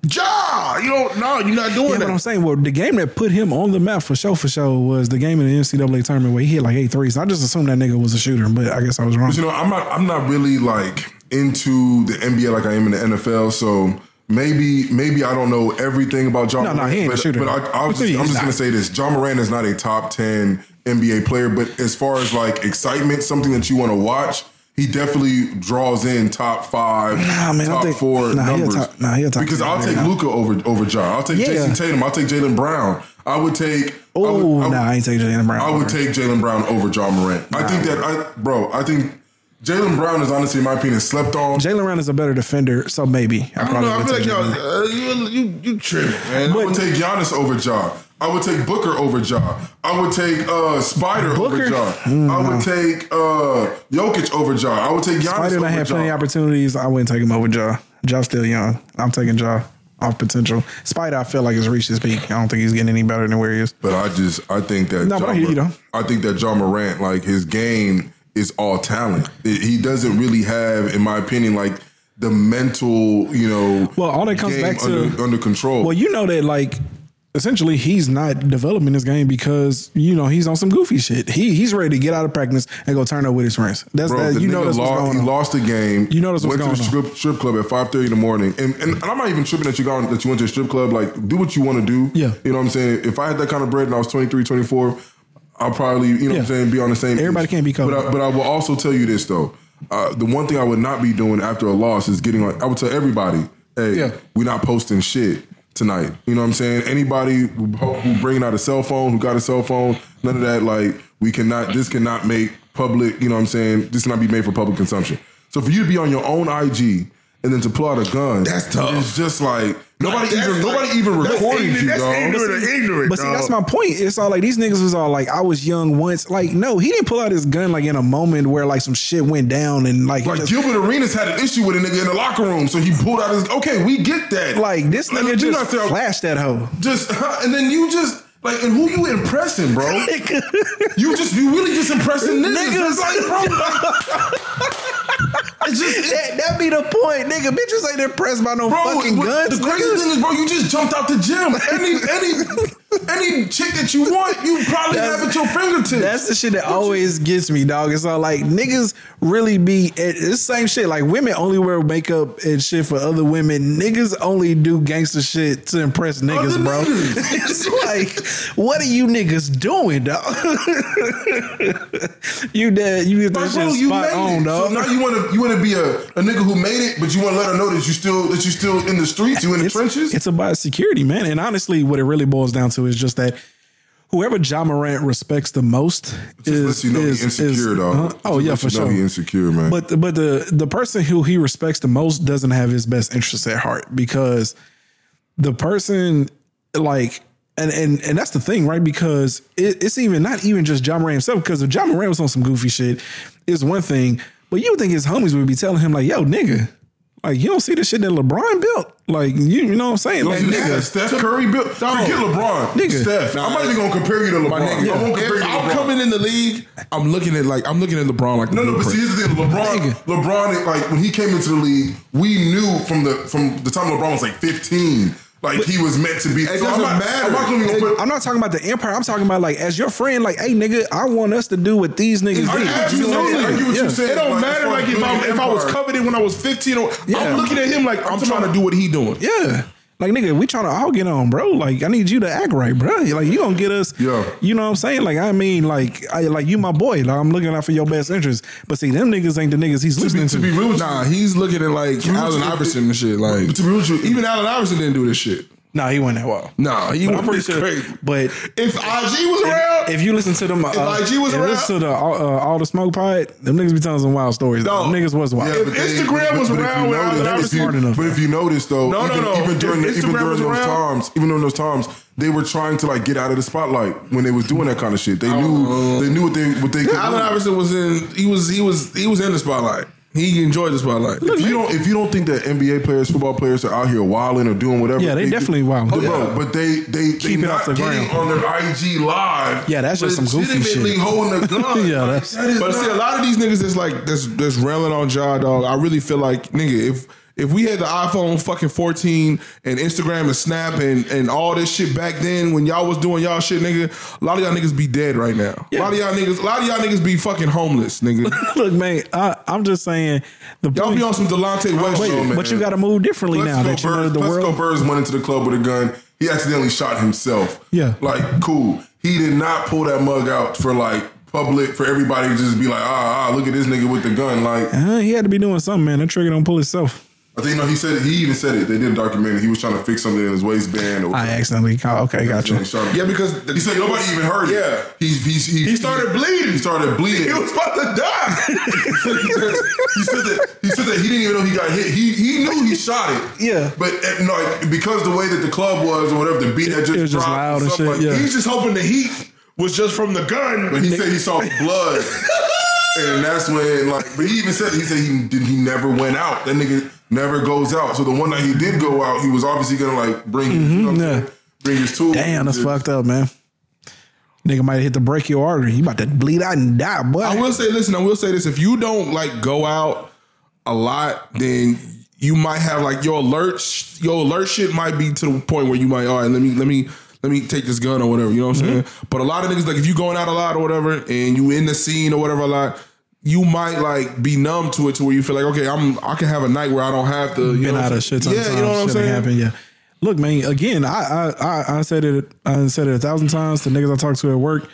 Speaker 2: ja. You don't no, you're not doing
Speaker 1: yeah, but I'm
Speaker 2: that.
Speaker 1: saying, well, the game that put him on the map for show for show was the game in the NCAA tournament where he hit like eight threes. I just assumed that nigga was a shooter, but I guess I was wrong.
Speaker 4: But you know, I'm not I'm not really like into the NBA like I am in the NFL, so maybe maybe I don't know everything about John.
Speaker 1: No, no,
Speaker 4: Moran,
Speaker 1: he ain't a
Speaker 4: but,
Speaker 1: shooter.
Speaker 4: But I, I was
Speaker 1: He's
Speaker 4: just, I'm just
Speaker 1: not.
Speaker 4: gonna say this: John Moran is not a top ten NBA player, but as far as like excitement, something that you want to watch. He definitely draws in top five,
Speaker 1: Nah, man, I
Speaker 4: top
Speaker 1: think-
Speaker 4: four
Speaker 1: nah, he a
Speaker 4: numbers.
Speaker 1: top- nah, he a top
Speaker 4: because
Speaker 1: ten
Speaker 4: I'll
Speaker 1: player
Speaker 4: take
Speaker 1: now.
Speaker 4: Luca over over John. I'll take
Speaker 1: Yeah.
Speaker 4: Jason Tatum. I'll take Jalen Brown. I would take. I would-
Speaker 1: Oh,
Speaker 4: I would-
Speaker 1: nah, I ain't taking Jalen Brown.
Speaker 4: I would take Jalen Brown over John Morant. I think that I, bro. I think Jalen Brown is honestly, in my opinion, slept on.
Speaker 1: Jalen Brown is a better defender, so maybe. I,
Speaker 2: I don't
Speaker 1: probably
Speaker 2: know. I
Speaker 1: would
Speaker 2: feel
Speaker 1: take
Speaker 2: like
Speaker 1: Jalen
Speaker 2: y'all
Speaker 1: Brown.
Speaker 2: uh, you you you tripping, man.
Speaker 4: I would take Giannis over Ja. I would take Booker over Ja. I would take uh, Spider
Speaker 1: Booker? Hmm,
Speaker 4: over Ja. I would take uh, Jokic over Ja. I would take Giannis
Speaker 1: Spider
Speaker 4: over
Speaker 1: done had
Speaker 4: Ja.
Speaker 1: plenty of opportunities. I wouldn't take him over Ja. Ja's still young. I'm taking Ja off potential. Spider, I feel like has reached his peak. I don't think he's getting any better than where he is.
Speaker 4: But I just I think that
Speaker 1: No,
Speaker 4: Ja
Speaker 1: but I hear you,
Speaker 4: Mor-
Speaker 1: though.
Speaker 4: I think that John Morant like his game is all talent. It- he doesn't really have, in my opinion, like the mental you know.
Speaker 1: Well, all that comes
Speaker 4: game
Speaker 1: back to-
Speaker 4: under, under control.
Speaker 1: Well, you know that like essentially he's not developing this game because you know he's on some goofy shit. He he's ready to get out of practice and go turn up with his friends. That's
Speaker 4: Bro,
Speaker 1: that,
Speaker 4: the
Speaker 1: you
Speaker 4: nigga
Speaker 1: know that's
Speaker 4: lost,
Speaker 1: what's going
Speaker 4: he
Speaker 1: on.
Speaker 4: lost the game.
Speaker 1: You know that's
Speaker 4: went
Speaker 1: what's
Speaker 4: to the
Speaker 1: going
Speaker 4: strip, strip club at five thirty in the morning, and, and and I'm not even tripping that you gone that you went to a strip club. Like, do what you want to do.
Speaker 1: Yeah.
Speaker 4: you know what I'm saying. If I had that kind of bread and I was 23, 24, I'll probably you know what
Speaker 1: Yeah.
Speaker 4: I'm saying be on the same.
Speaker 1: Everybody
Speaker 4: page.
Speaker 1: can't be Kobe.
Speaker 4: But I, but I will also tell you this though. Uh, the one thing I would not be doing after a loss is getting on. I would tell everybody, hey,
Speaker 1: Yeah.
Speaker 4: we're not posting shit tonight. You know what I'm saying? Anybody who, who bringing out a cell phone, who got a cell phone, none of that. Like we cannot. This cannot make public. You know what I'm saying? This cannot be made for public consumption. So for you to be on your own IG and then to pull out a gun,
Speaker 3: That's tough.
Speaker 4: It's just like nobody
Speaker 3: That's
Speaker 4: even
Speaker 3: like-
Speaker 4: nobody even
Speaker 3: that's
Speaker 4: recorded
Speaker 3: ignorant-
Speaker 4: you,
Speaker 3: That's
Speaker 4: dog.
Speaker 3: ignorant of ignorant,
Speaker 1: But see,
Speaker 3: dog.
Speaker 1: that's my point. It's all like these niggas was all like, I was young once. Like, no, he didn't pull out his gun like in a moment where like some shit went down and like,
Speaker 4: Like
Speaker 1: just-
Speaker 4: Gilbert Arenas had an issue with a nigga in the locker room, so he pulled out his. Okay, we get that.
Speaker 1: like this
Speaker 4: Like,
Speaker 1: nigga
Speaker 4: do
Speaker 1: just
Speaker 4: not tell-
Speaker 1: flashed that
Speaker 4: *laughs*
Speaker 1: hoe.
Speaker 4: just and then you just like and who you impressing, bro? you just you really just impressing niggas.
Speaker 1: Niggas.
Speaker 4: It's like, bro, like, it's just it's,
Speaker 1: That, that be the point, nigga. Bitches ain't impressed by no
Speaker 4: bro.
Speaker 1: fucking
Speaker 4: what-
Speaker 1: guns.
Speaker 4: the crazy
Speaker 1: nigga.
Speaker 4: thing is, bro, you just jumped out the gym. Any any any chick that you want, you probably
Speaker 1: That's-
Speaker 4: have at your fingertips.
Speaker 1: That's the shit that always gets me, dog. It's all like niggas really be it- it's the same shit. Like women only wear makeup and shit for other women. Niggas only do gangster shit to impress niggas,
Speaker 4: Other
Speaker 1: bro.
Speaker 4: niggas.
Speaker 1: *laughs* it's like, what are you niggas doing, dog? *laughs* you dead. You get that
Speaker 4: Like,
Speaker 1: shit
Speaker 4: bro, you
Speaker 1: spot
Speaker 4: made
Speaker 1: on,
Speaker 4: it.
Speaker 1: dog.
Speaker 4: So now you want to you want to be a, a nigga who made it, but you want to let her know that you still that you still in the streets, you in the trenches.
Speaker 1: It's about security, man. And honestly, what it really boils down to is just that whoever John Morant respects the most is
Speaker 4: lets you know he
Speaker 1: is, is-
Speaker 4: insecure, dog.
Speaker 1: huh? Oh
Speaker 4: Just
Speaker 1: yeah,
Speaker 4: lets
Speaker 1: for
Speaker 4: you know
Speaker 1: sure.
Speaker 4: he insecure, man.
Speaker 1: But but the the person who he respects the most doesn't have his best interests at heart because the person like. And, and and that's the thing, right? Because it, it's even not even just John Moran himself. Because if John Moran was on some goofy shit, it's one thing. But you would think his homies would be telling him like, "Yo, nigga, like you don't see the shit that LeBron built. Like you, you know what I'm saying? Like,
Speaker 4: Like,
Speaker 1: nigga,
Speaker 4: nigga, Steph Curry built. Forget LeBron.
Speaker 1: Nigga.
Speaker 4: Steph. I'm not even gonna compare you to LeBron.
Speaker 3: My nigga,
Speaker 4: I won't compare
Speaker 3: if
Speaker 4: you to
Speaker 3: I'm
Speaker 4: LeBron.
Speaker 3: coming in the league, I'm looking at like I'm looking at LeBron like the
Speaker 4: no, no, but see,
Speaker 3: blueprint.
Speaker 4: here's the thing. LeBron,
Speaker 1: Nigga.
Speaker 4: LeBron, is, like when he came into the league, we knew from the from the time LeBron was like 15, like he was meant to be.
Speaker 3: It doesn't
Speaker 4: I'm not,
Speaker 3: matter.
Speaker 4: I'm not gonna even put.
Speaker 1: I'm not talking about the empire. I'm talking about like as your friend, like, hey nigga, I want us to do what these niggas
Speaker 4: I-
Speaker 1: did.
Speaker 4: absolutely. I get what
Speaker 1: Yeah.
Speaker 4: you said.
Speaker 3: It don't
Speaker 4: Like,
Speaker 3: matter
Speaker 4: as far
Speaker 3: like
Speaker 4: as
Speaker 3: if I'm
Speaker 4: building
Speaker 3: if I was
Speaker 4: empire.
Speaker 3: coveted when I was 15 or
Speaker 1: Yeah.
Speaker 3: I'm looking at him like I'm, trying to do what he doing.
Speaker 1: Yeah. Like nigga, we trying to all get on, bro. Like I need you to act right, bro. Like you gonna get us.
Speaker 4: Yeah.
Speaker 1: You know what I'm saying? Like I mean, like I like you, my boy. Like, I'm looking out for your best interest. But see, them niggas ain't the niggas he's listening
Speaker 4: To be
Speaker 1: to.
Speaker 4: real with
Speaker 3: Nah,
Speaker 4: you,
Speaker 3: he's looking at like
Speaker 4: real
Speaker 3: Allen
Speaker 4: with you,
Speaker 3: Iverson and shit. Like
Speaker 4: but to be real with you,
Speaker 3: even Allen Iverson didn't do this shit.
Speaker 1: Nah, he went that well.
Speaker 3: Nah, he
Speaker 1: I'm pretty
Speaker 3: was
Speaker 1: sure.
Speaker 3: crazy.
Speaker 1: But
Speaker 3: If IG was around,
Speaker 1: if you listen to them, uh, if
Speaker 3: IG was around-
Speaker 1: listen to the uh, uh, all the smoke pod. Them niggas be telling some wild stories. though.
Speaker 3: Dog.
Speaker 1: Them niggas was wild.
Speaker 4: Yeah, but
Speaker 3: Instagram was
Speaker 4: but if
Speaker 3: around
Speaker 4: you
Speaker 3: when I was
Speaker 4: notice-
Speaker 1: at Iverson-
Speaker 4: if you-
Speaker 1: Smart enough.
Speaker 4: But if you notice though,
Speaker 3: No, no,
Speaker 4: even,
Speaker 3: no.
Speaker 4: even during the,
Speaker 3: If
Speaker 4: even
Speaker 3: Instagram
Speaker 4: during
Speaker 3: was
Speaker 4: those
Speaker 3: around-
Speaker 4: times, even during those times, they were trying to like get out of the spotlight when they was doing that kind of shit. They knew they knew what they what they could
Speaker 3: Allen
Speaker 4: do.
Speaker 3: Iverson was in. He was. He was. He was in the spotlight. He enjoyed the spotlight.
Speaker 4: If you don't if you don't think that NBA players, football players are out here wilding or doing whatever,
Speaker 1: Yeah, they
Speaker 4: do-
Speaker 1: definitely wildin'.
Speaker 4: Bro,
Speaker 1: Oh, yeah.
Speaker 4: But they they
Speaker 1: Keep
Speaker 4: they
Speaker 1: it off
Speaker 4: not
Speaker 1: the
Speaker 4: getting
Speaker 1: ground.
Speaker 4: on their IG live.
Speaker 1: Yeah, that's just some goofy shit. *laughs*
Speaker 4: legitimately holding a gun.
Speaker 1: Yeah, that's-
Speaker 4: That is
Speaker 3: but see, a
Speaker 4: not-
Speaker 3: lot of these niggas that's like that's that's railing on Ja dog. I really feel like nigga, if if we had the iPhone fucking 14 and Instagram and Snap and and all this shit back then when y'all was doing y'all shit, nigga, a lot of y'all niggas be dead right now. A lot of y'all niggas, a lot of y'all niggas be fucking homeless,
Speaker 1: *laughs*
Speaker 3: nigga.
Speaker 1: Look, man, I, I'm just saying the
Speaker 3: y'all
Speaker 1: point-
Speaker 3: be on some Delonte West
Speaker 1: but,
Speaker 3: show, man.
Speaker 1: but you got to move differently now that you know
Speaker 4: Burrs,
Speaker 1: the
Speaker 4: Plexico
Speaker 1: world.
Speaker 4: Burrs went into the club with a gun. He accidentally shot himself.
Speaker 1: Yeah.
Speaker 4: Like, cool. He did not pull that mug out for like public, for everybody to just be like, ah, ah, look at this nigga with the gun. Like,
Speaker 1: Uh, he had to be doing something, man. That trigger don't pull itself.
Speaker 4: I think, no, he said, he even said it. They did a documentary. He was trying to fix something in his waistband or
Speaker 1: I accidentally caught. Okay, gotcha.
Speaker 3: yeah, because
Speaker 4: He said nobody even heard it.
Speaker 3: Yeah.
Speaker 4: He's, he's, he,
Speaker 3: He started bleeding.
Speaker 4: He started
Speaker 3: He
Speaker 4: bleeding.
Speaker 3: was about to die.
Speaker 4: *laughs* he said that he said that he didn't even know he got hit. He he knew he shot it.
Speaker 1: Yeah.
Speaker 4: But uh, no, because the way that the club was or whatever, the beat had just
Speaker 1: It was just
Speaker 4: dropped or
Speaker 1: loud and
Speaker 4: something
Speaker 1: shit,
Speaker 4: like-
Speaker 1: yeah.
Speaker 4: he
Speaker 3: He's just hoping the heat *laughs* was just from the gun.
Speaker 4: But he said he saw blood, *laughs* and that's when like. But he even said he said he did, he never went out. That nigga never goes out. So the one night he did go out, he was obviously gonna like bring his, you know what I'm
Speaker 1: Mm-hmm. yeah.
Speaker 4: saying? bring his tool.
Speaker 1: Damn, that's
Speaker 4: Just-
Speaker 1: fucked up, man. Nigga might hit the break your artery. You about to bleed out and die, boy.
Speaker 3: I will say, listen, I will say this: if you don't like go out a lot, then you might have like your alert, your alert shit might be to the point where you might, all right, let me, let me,
Speaker 2: let me take this gun or whatever. You know what I'm
Speaker 1: Mm-hmm.
Speaker 2: saying? But a lot of niggas like if you going out a lot or whatever, and you in the scene or whatever a lot. You might like be numb to it to where you feel like okay I'm I can have a night where I don't have to you
Speaker 1: been
Speaker 2: know what
Speaker 1: out
Speaker 2: I'm
Speaker 1: of shit
Speaker 2: saying?
Speaker 1: ton of
Speaker 2: yeah
Speaker 1: times.
Speaker 2: you know what I'm
Speaker 1: shit ain't
Speaker 2: saying
Speaker 1: happened, yeah. Look, man. Again, I I I, I said it. I said it a thousand times to niggas I talked to at work.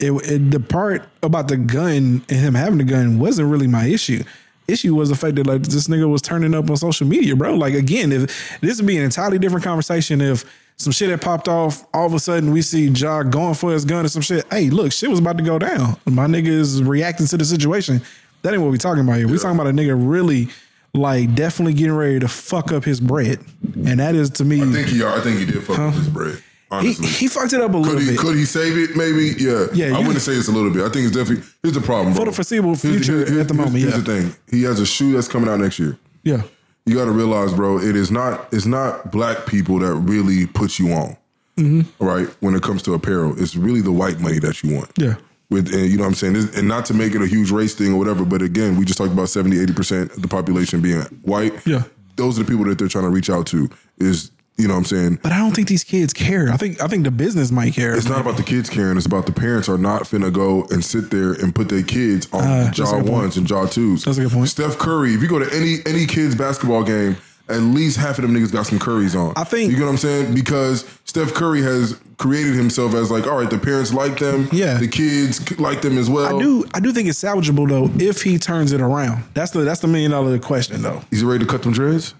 Speaker 1: It, it the part about the gun and him having the gun wasn't really my issue. Issue was the fact that like this nigga was turning up on social media, bro. Like again, if this would be an entirely different conversation if some shit had popped off, all of a sudden we see Ja going for his gun or some shit. Hey, look, shit was about to go down. My nigga is reacting to the situation. That ain't what we talking about here. We talking about a nigga really like definitely getting ready to fuck up his bread, and that is to
Speaker 4: I
Speaker 1: me
Speaker 4: think he, I think he did fuck with his bread.
Speaker 1: he,
Speaker 4: Honestly,
Speaker 1: he fucked it up a little
Speaker 4: could he
Speaker 1: bit.
Speaker 4: could he save it? Maybe. Yeah.
Speaker 1: Yeah, you
Speaker 4: I
Speaker 1: can-
Speaker 4: wouldn't say it's a little bit. I think it's definitely here's the problem
Speaker 1: For
Speaker 4: bro.
Speaker 1: the foreseeable
Speaker 4: Here's
Speaker 1: future
Speaker 4: here's-
Speaker 1: at the moment,
Speaker 4: Here's,
Speaker 1: yeah.
Speaker 4: here's the thing. He has a shoe that's coming out next year.
Speaker 1: Yeah,
Speaker 4: you got to realize, bro, it is not it's not black people that really put you on,
Speaker 1: Mm-hmm.
Speaker 4: right? When it comes to apparel, it's really the white money that you want.
Speaker 1: Yeah.
Speaker 4: With and you know what I'm saying, this, and not to make it a huge race thing or whatever, but again, we just talked about 70, 80 percent of the population being white.
Speaker 1: Yeah.
Speaker 4: those are the people that they're trying to reach out to. Is you know what I'm saying?
Speaker 1: but I don't think these kids care. I think I think the business might care.
Speaker 4: It's not about the kids caring. It's about the parents are not finna go and sit there and put their kids on
Speaker 1: Ah, that's a
Speaker 4: jaw
Speaker 1: good point.
Speaker 4: ones and jaw twos.
Speaker 1: That's a good point.
Speaker 4: Steph Curry. If you go to any any kids basketball game, at least half of them niggas got some Currys on.
Speaker 1: I think-
Speaker 4: you get what I'm saying because Steph Curry has created himself as like, all right, the parents like them.
Speaker 1: Yeah.
Speaker 4: the kids like them as well.
Speaker 1: I do I do think it's salvageable though if he turns it around. That's the that's the million dollar question though.
Speaker 4: Is he ready to cut them dreads?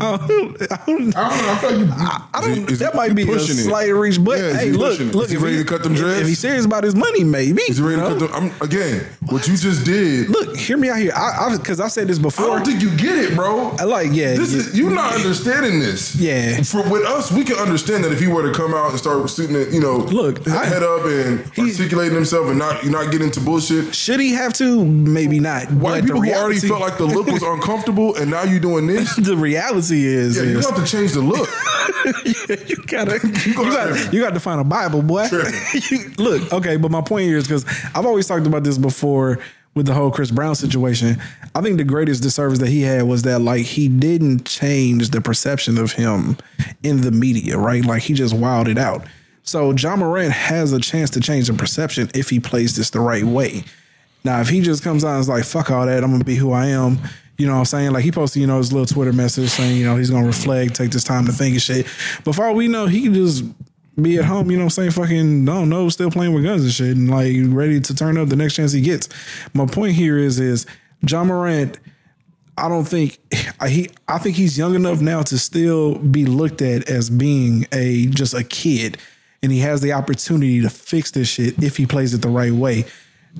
Speaker 2: I don't know I feel like you
Speaker 1: I don't.
Speaker 4: Is he-
Speaker 1: that
Speaker 4: is
Speaker 1: might
Speaker 4: he
Speaker 1: be a
Speaker 4: pushing it?
Speaker 1: slight reach, but
Speaker 4: Yeah, is
Speaker 1: hey,
Speaker 4: he
Speaker 1: look,
Speaker 4: pushing it?
Speaker 1: look.
Speaker 4: Is he
Speaker 1: if
Speaker 4: ready to cut them dreads?
Speaker 1: If he's serious about his money, maybe.
Speaker 4: Is he ready
Speaker 1: you
Speaker 4: to
Speaker 1: know?
Speaker 4: cut them? I'm, again, what you just did.
Speaker 1: Look, hear me out here. I because I, said this
Speaker 4: I
Speaker 1: before.
Speaker 4: don't think you get it, bro.
Speaker 1: I like yeah.
Speaker 4: This
Speaker 1: yeah.
Speaker 4: is you're not understanding this.
Speaker 1: Yeah.
Speaker 4: For with us, we can understand that if he were to come out and start sitting, at, you know,
Speaker 1: Look, I-
Speaker 4: head up and
Speaker 1: He-
Speaker 4: articulating himself and not not getting into bullshit.
Speaker 1: Should he have to? Maybe not.
Speaker 4: White
Speaker 1: But the
Speaker 4: people who already
Speaker 1: reality-
Speaker 4: felt like the look was uncomfortable, and now you doing this.
Speaker 1: *laughs* the reality is,
Speaker 4: Yeah,
Speaker 1: is-
Speaker 4: you have to change the look.
Speaker 1: *laughs* you gotta you
Speaker 4: gonna
Speaker 1: gotta
Speaker 4: have-
Speaker 1: you gotta find a Bible, boy. *laughs* You- look, okay, but my point here is because I've always talked about this before with the whole Chris Brown situation. I think the greatest disservice that he had was that like he didn't change the perception of him in the media, right? Like he just wilded out. So John Morant has a chance to change the perception if he plays this the right way. Now, if he just comes out and is like, fuck all that, I'm gonna be who I am, you know what I'm saying? Like he posted, you know, his little Twitter message saying, you know, he's gonna reflect, take this time to think and shit. Before we know, he can just be at home, you know what I'm saying, fucking don't know, still playing with guns and shit and like ready to turn up the next chance he gets. My point here is is John Morant I don't think *sighs* I- he. I think he's young enough now to still be looked at as being a just a kid, and he has the opportunity to fix this shit if he plays it the right way.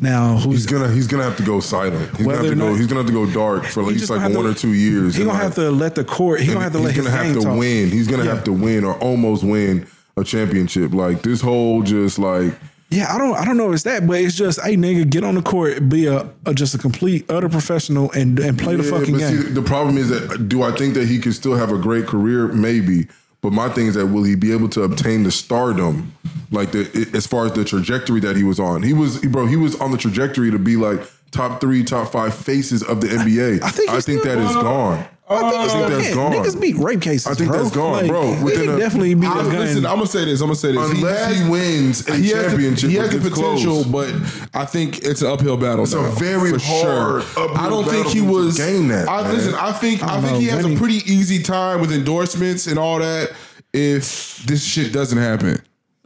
Speaker 1: Now, who's
Speaker 4: He's gonna he's gonna have to go silent. He's gonna
Speaker 1: Whether
Speaker 4: have
Speaker 1: or
Speaker 4: to go.
Speaker 1: not-
Speaker 4: He's gonna have to go dark for at
Speaker 1: He
Speaker 4: least
Speaker 1: just
Speaker 4: like
Speaker 1: gonna have
Speaker 4: one
Speaker 1: to-
Speaker 4: or two years.
Speaker 1: he
Speaker 4: and,
Speaker 1: gonna
Speaker 4: like,
Speaker 1: have to let the court? He gonna have to let
Speaker 4: he's
Speaker 1: his
Speaker 4: gonna have
Speaker 1: game
Speaker 4: to
Speaker 1: talk.
Speaker 4: win. He's gonna have to win or almost win a championship. Like this whole just like
Speaker 1: Yeah, I don't. I don't know. If it's that, but it's just, hey, nigga, get on the court, be a, a just a complete utter professional, and and play the
Speaker 4: Yeah,
Speaker 1: fucking
Speaker 4: but
Speaker 1: game.
Speaker 4: See, the problem is that do I think that he can still have a great career? Maybe, but my thing is that will he be able to obtain the stardom, like the as far as the trajectory that he was on? He was, bro, he was on the trajectory to be like top three, top five faces of the NBA.
Speaker 1: I think he's
Speaker 4: that
Speaker 1: still-
Speaker 4: is gone.
Speaker 1: I think, it's
Speaker 4: I think
Speaker 1: still-
Speaker 4: that's
Speaker 1: yeah,
Speaker 4: gone.
Speaker 1: Oh, Niggas beat rape cases.
Speaker 4: I think
Speaker 1: bro.
Speaker 4: that's gone,
Speaker 1: Like,
Speaker 4: bro.
Speaker 1: he
Speaker 4: Within
Speaker 1: can
Speaker 4: a-
Speaker 1: definitely beat
Speaker 2: I,
Speaker 1: a gun.
Speaker 2: listen, I'm gonna say this. I'm gonna say this.
Speaker 4: Unless he wins a
Speaker 2: he has the-
Speaker 4: championship
Speaker 2: he has
Speaker 4: with
Speaker 2: the
Speaker 4: his clothes.
Speaker 2: potential, but I think it's an uphill battle. It's
Speaker 4: a very hard uphill
Speaker 2: I don't think
Speaker 4: battle
Speaker 2: he
Speaker 4: to
Speaker 2: was.
Speaker 4: gain that,
Speaker 2: I,
Speaker 4: man.
Speaker 2: listen, I think I,
Speaker 1: don't
Speaker 2: think
Speaker 1: know,
Speaker 2: he has
Speaker 1: maybe-
Speaker 2: a pretty easy time with endorsements and all that. If this shit doesn't happen.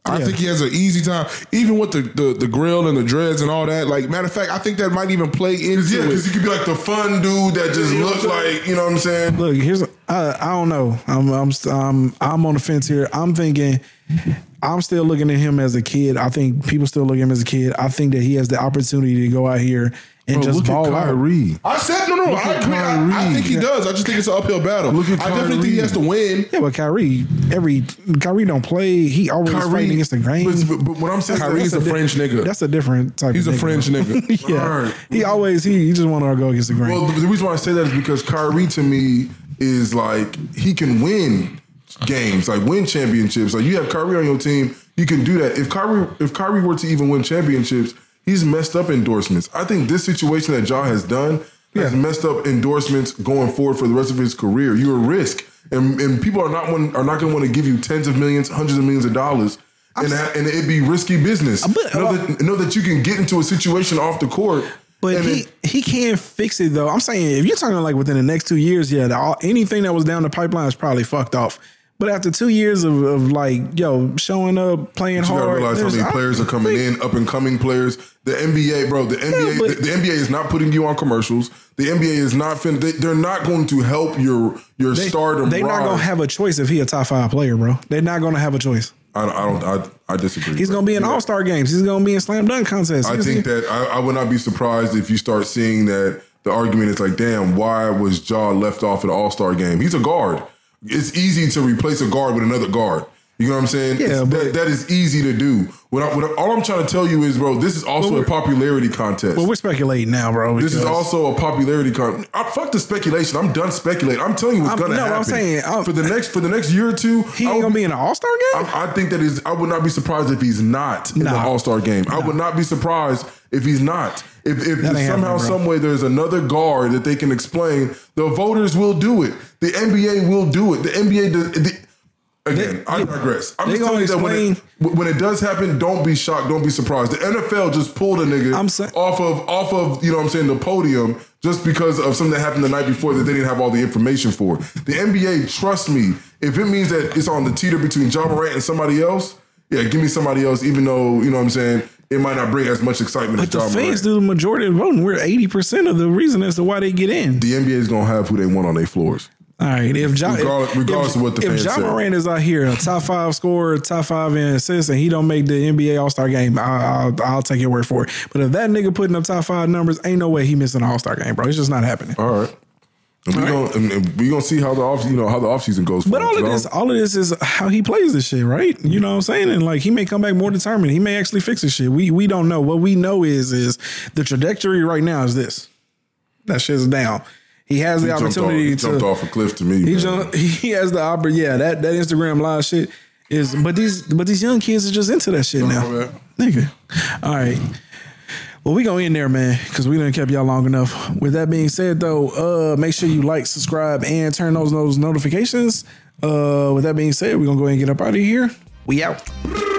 Speaker 2: I
Speaker 1: Yeah.
Speaker 2: think he has an easy time, even with the, the the grill and the dreads and all that. Like matter of fact, I think that might even play
Speaker 4: Cause yeah,
Speaker 2: into
Speaker 4: because
Speaker 2: it.
Speaker 4: he could be like the fun dude that just looked like you know what I'm saying.
Speaker 1: Look, here's I, I don't know. I'm I'm st- I'm I'm on the fence here. I'm thinking I'm still looking at him as a kid. I think people still look at him as a kid. I think that he has the opportunity to go out here and just
Speaker 4: look at
Speaker 1: ball out.
Speaker 4: Kyrie.
Speaker 2: I said no, no, no.
Speaker 4: Look
Speaker 2: I
Speaker 4: at
Speaker 2: agree. I, I
Speaker 4: Kyrie.
Speaker 2: think he does. I just think it's an uphill battle.
Speaker 4: Look at
Speaker 2: I definitely think he
Speaker 4: Kyrie.
Speaker 2: has to win.
Speaker 1: Yeah, but Kyrie, every Kyrie don't play. He always fighting against the grain.
Speaker 4: But, but- but what I'm saying,
Speaker 2: Kyrie's a
Speaker 4: that's
Speaker 2: French nigga.
Speaker 1: That's a different type.
Speaker 2: He's a
Speaker 1: of nigga.
Speaker 2: French
Speaker 1: *laughs*
Speaker 2: nigga.
Speaker 1: Yeah,
Speaker 4: Right.
Speaker 1: he always he, he just want to go against the grain.
Speaker 4: Well, the, the reason why I say that is because Kyrie to me is like he can win games, like win championships. Like you have Kyrie on your team, you can do that. If Kyrie, if Kyrie were to even win championships, he's messed up endorsements. I think this situation that Ja has done. has messed up endorsements going forward for the rest of his career. You're a risk, and and people are not one, are not going to want to give you tens of millions, hundreds of millions of dollars. And, ha- and it'd be risky business.
Speaker 1: But-
Speaker 4: know, that, know that you can get into a situation off the court.
Speaker 1: But
Speaker 4: and
Speaker 1: he
Speaker 4: it-
Speaker 1: he can fix it though. I'm saying if you're talking like within the next two years, yeah, the- all, anything that was down the pipeline is probably fucked off. But after two years of, of like yo showing up playing
Speaker 4: You gotta
Speaker 1: hard,
Speaker 4: realize how
Speaker 1: there's-
Speaker 4: many
Speaker 1: I
Speaker 4: players are
Speaker 1: don't
Speaker 4: coming
Speaker 1: think-
Speaker 4: in, up and coming players. The NBA, bro, the NBA,
Speaker 1: but-
Speaker 4: the, the NBA is not putting you on commercials. The NBA is not fin- they, they're not going to help your your
Speaker 1: They,
Speaker 4: stardom.
Speaker 1: they're not
Speaker 4: rise.
Speaker 1: gonna have a choice if he a top five player, bro. They're not gonna have a choice.
Speaker 4: I, I don't. I, I disagree.
Speaker 1: He's
Speaker 4: bro.
Speaker 1: gonna be in
Speaker 4: Yeah.
Speaker 1: all star games. He's gonna be in slam dunk contests.
Speaker 4: I
Speaker 1: He's-
Speaker 4: think that I, I would not be surprised if you start seeing that the argument is like, damn, why was Jaw left off at All Star game? He's a guard. It's easy to replace a guard with another guard. You know what I'm saying? It's-
Speaker 1: but-
Speaker 4: that, that is easy to do. What I, what I- all I'm trying to tell you is, bro, this is also a popularity contest.
Speaker 1: Well, we're speculating now, bro.
Speaker 4: this is
Speaker 1: because-
Speaker 4: also a popularity contest. I fuck the speculation. I'm done speculating. I'm telling you what's
Speaker 1: I'm-
Speaker 4: gonna
Speaker 1: no, I'm
Speaker 4: happen.
Speaker 1: saying, I'm-
Speaker 4: for the next for the next year or two,
Speaker 1: He
Speaker 4: I
Speaker 1: ain't
Speaker 4: would
Speaker 1: gonna be in an all star game.
Speaker 4: I, I think that is. I would not be surprised if he's not in the
Speaker 1: Nah.
Speaker 4: All Star game. I would not be surprised if he's not. If, if
Speaker 1: That ain't
Speaker 4: somehow,
Speaker 1: happening, bro.
Speaker 4: some way, there's another guard that they can explain, the voters will do it. The NBA will do it. The NBA. The, the, Again, I digress. I'm
Speaker 1: they
Speaker 4: just telling
Speaker 1: gonna
Speaker 4: you that when it, when it does happen, don't be shocked, don't be surprised. The NFL just pulled a nigga
Speaker 1: I'm sa-
Speaker 4: off of off of you know what I'm saying the podium just because of something that happened the night before that they didn't have all the information for. The NBA, trust me, if it means that it's on the teeter between John Morant and somebody else, yeah, give me somebody else, even though you know what I'm saying it might not bring as much excitement
Speaker 1: but
Speaker 4: as
Speaker 1: the
Speaker 4: John Morant.
Speaker 1: fans do the majority of voting. We're eighty percent of the reason as to why they get in.
Speaker 4: the NBA is gonna have who they want on their floors.
Speaker 1: All right. If Ja,
Speaker 4: Regardless-
Speaker 1: if-
Speaker 4: regardless
Speaker 1: if,
Speaker 4: of what the
Speaker 1: if
Speaker 4: fans
Speaker 1: Ja
Speaker 4: say.
Speaker 1: Morant is out here, a top five scorer, top five in assists, and he don't make the NBA All Star game, I, I'll, I'll take your word for it. But if that nigga putting up top five numbers, ain't no way he missing an All Star game, bro. It's just not happening.
Speaker 4: All right. And we gonna and- and we gonna see how the off you know how the offseason goes. for
Speaker 1: But
Speaker 4: him,
Speaker 1: all of
Speaker 4: I don't-
Speaker 1: this, all of this is how he plays this shit, right? You know what I'm saying? And like he may come back more determined. He may actually fix this shit. We we don't know. What we know is is the trajectory right now is this. That shit's down. He has the
Speaker 4: jumped off-
Speaker 1: opportunity to
Speaker 4: he jumped off a cliff to me.
Speaker 1: He
Speaker 4: man.
Speaker 1: jump, he has the opera. Yeah, that that Instagram live shit is. But these but these young kids are just into that shit now,
Speaker 2: man.
Speaker 1: nigga. All right. Well, we gonna end there, man, because we done kept y'all long enough. With that being said, though, uh, make sure you like, subscribe, and turn those those notifications. Uh, with that being said, we are gonna go ahead and get up out of here. We out.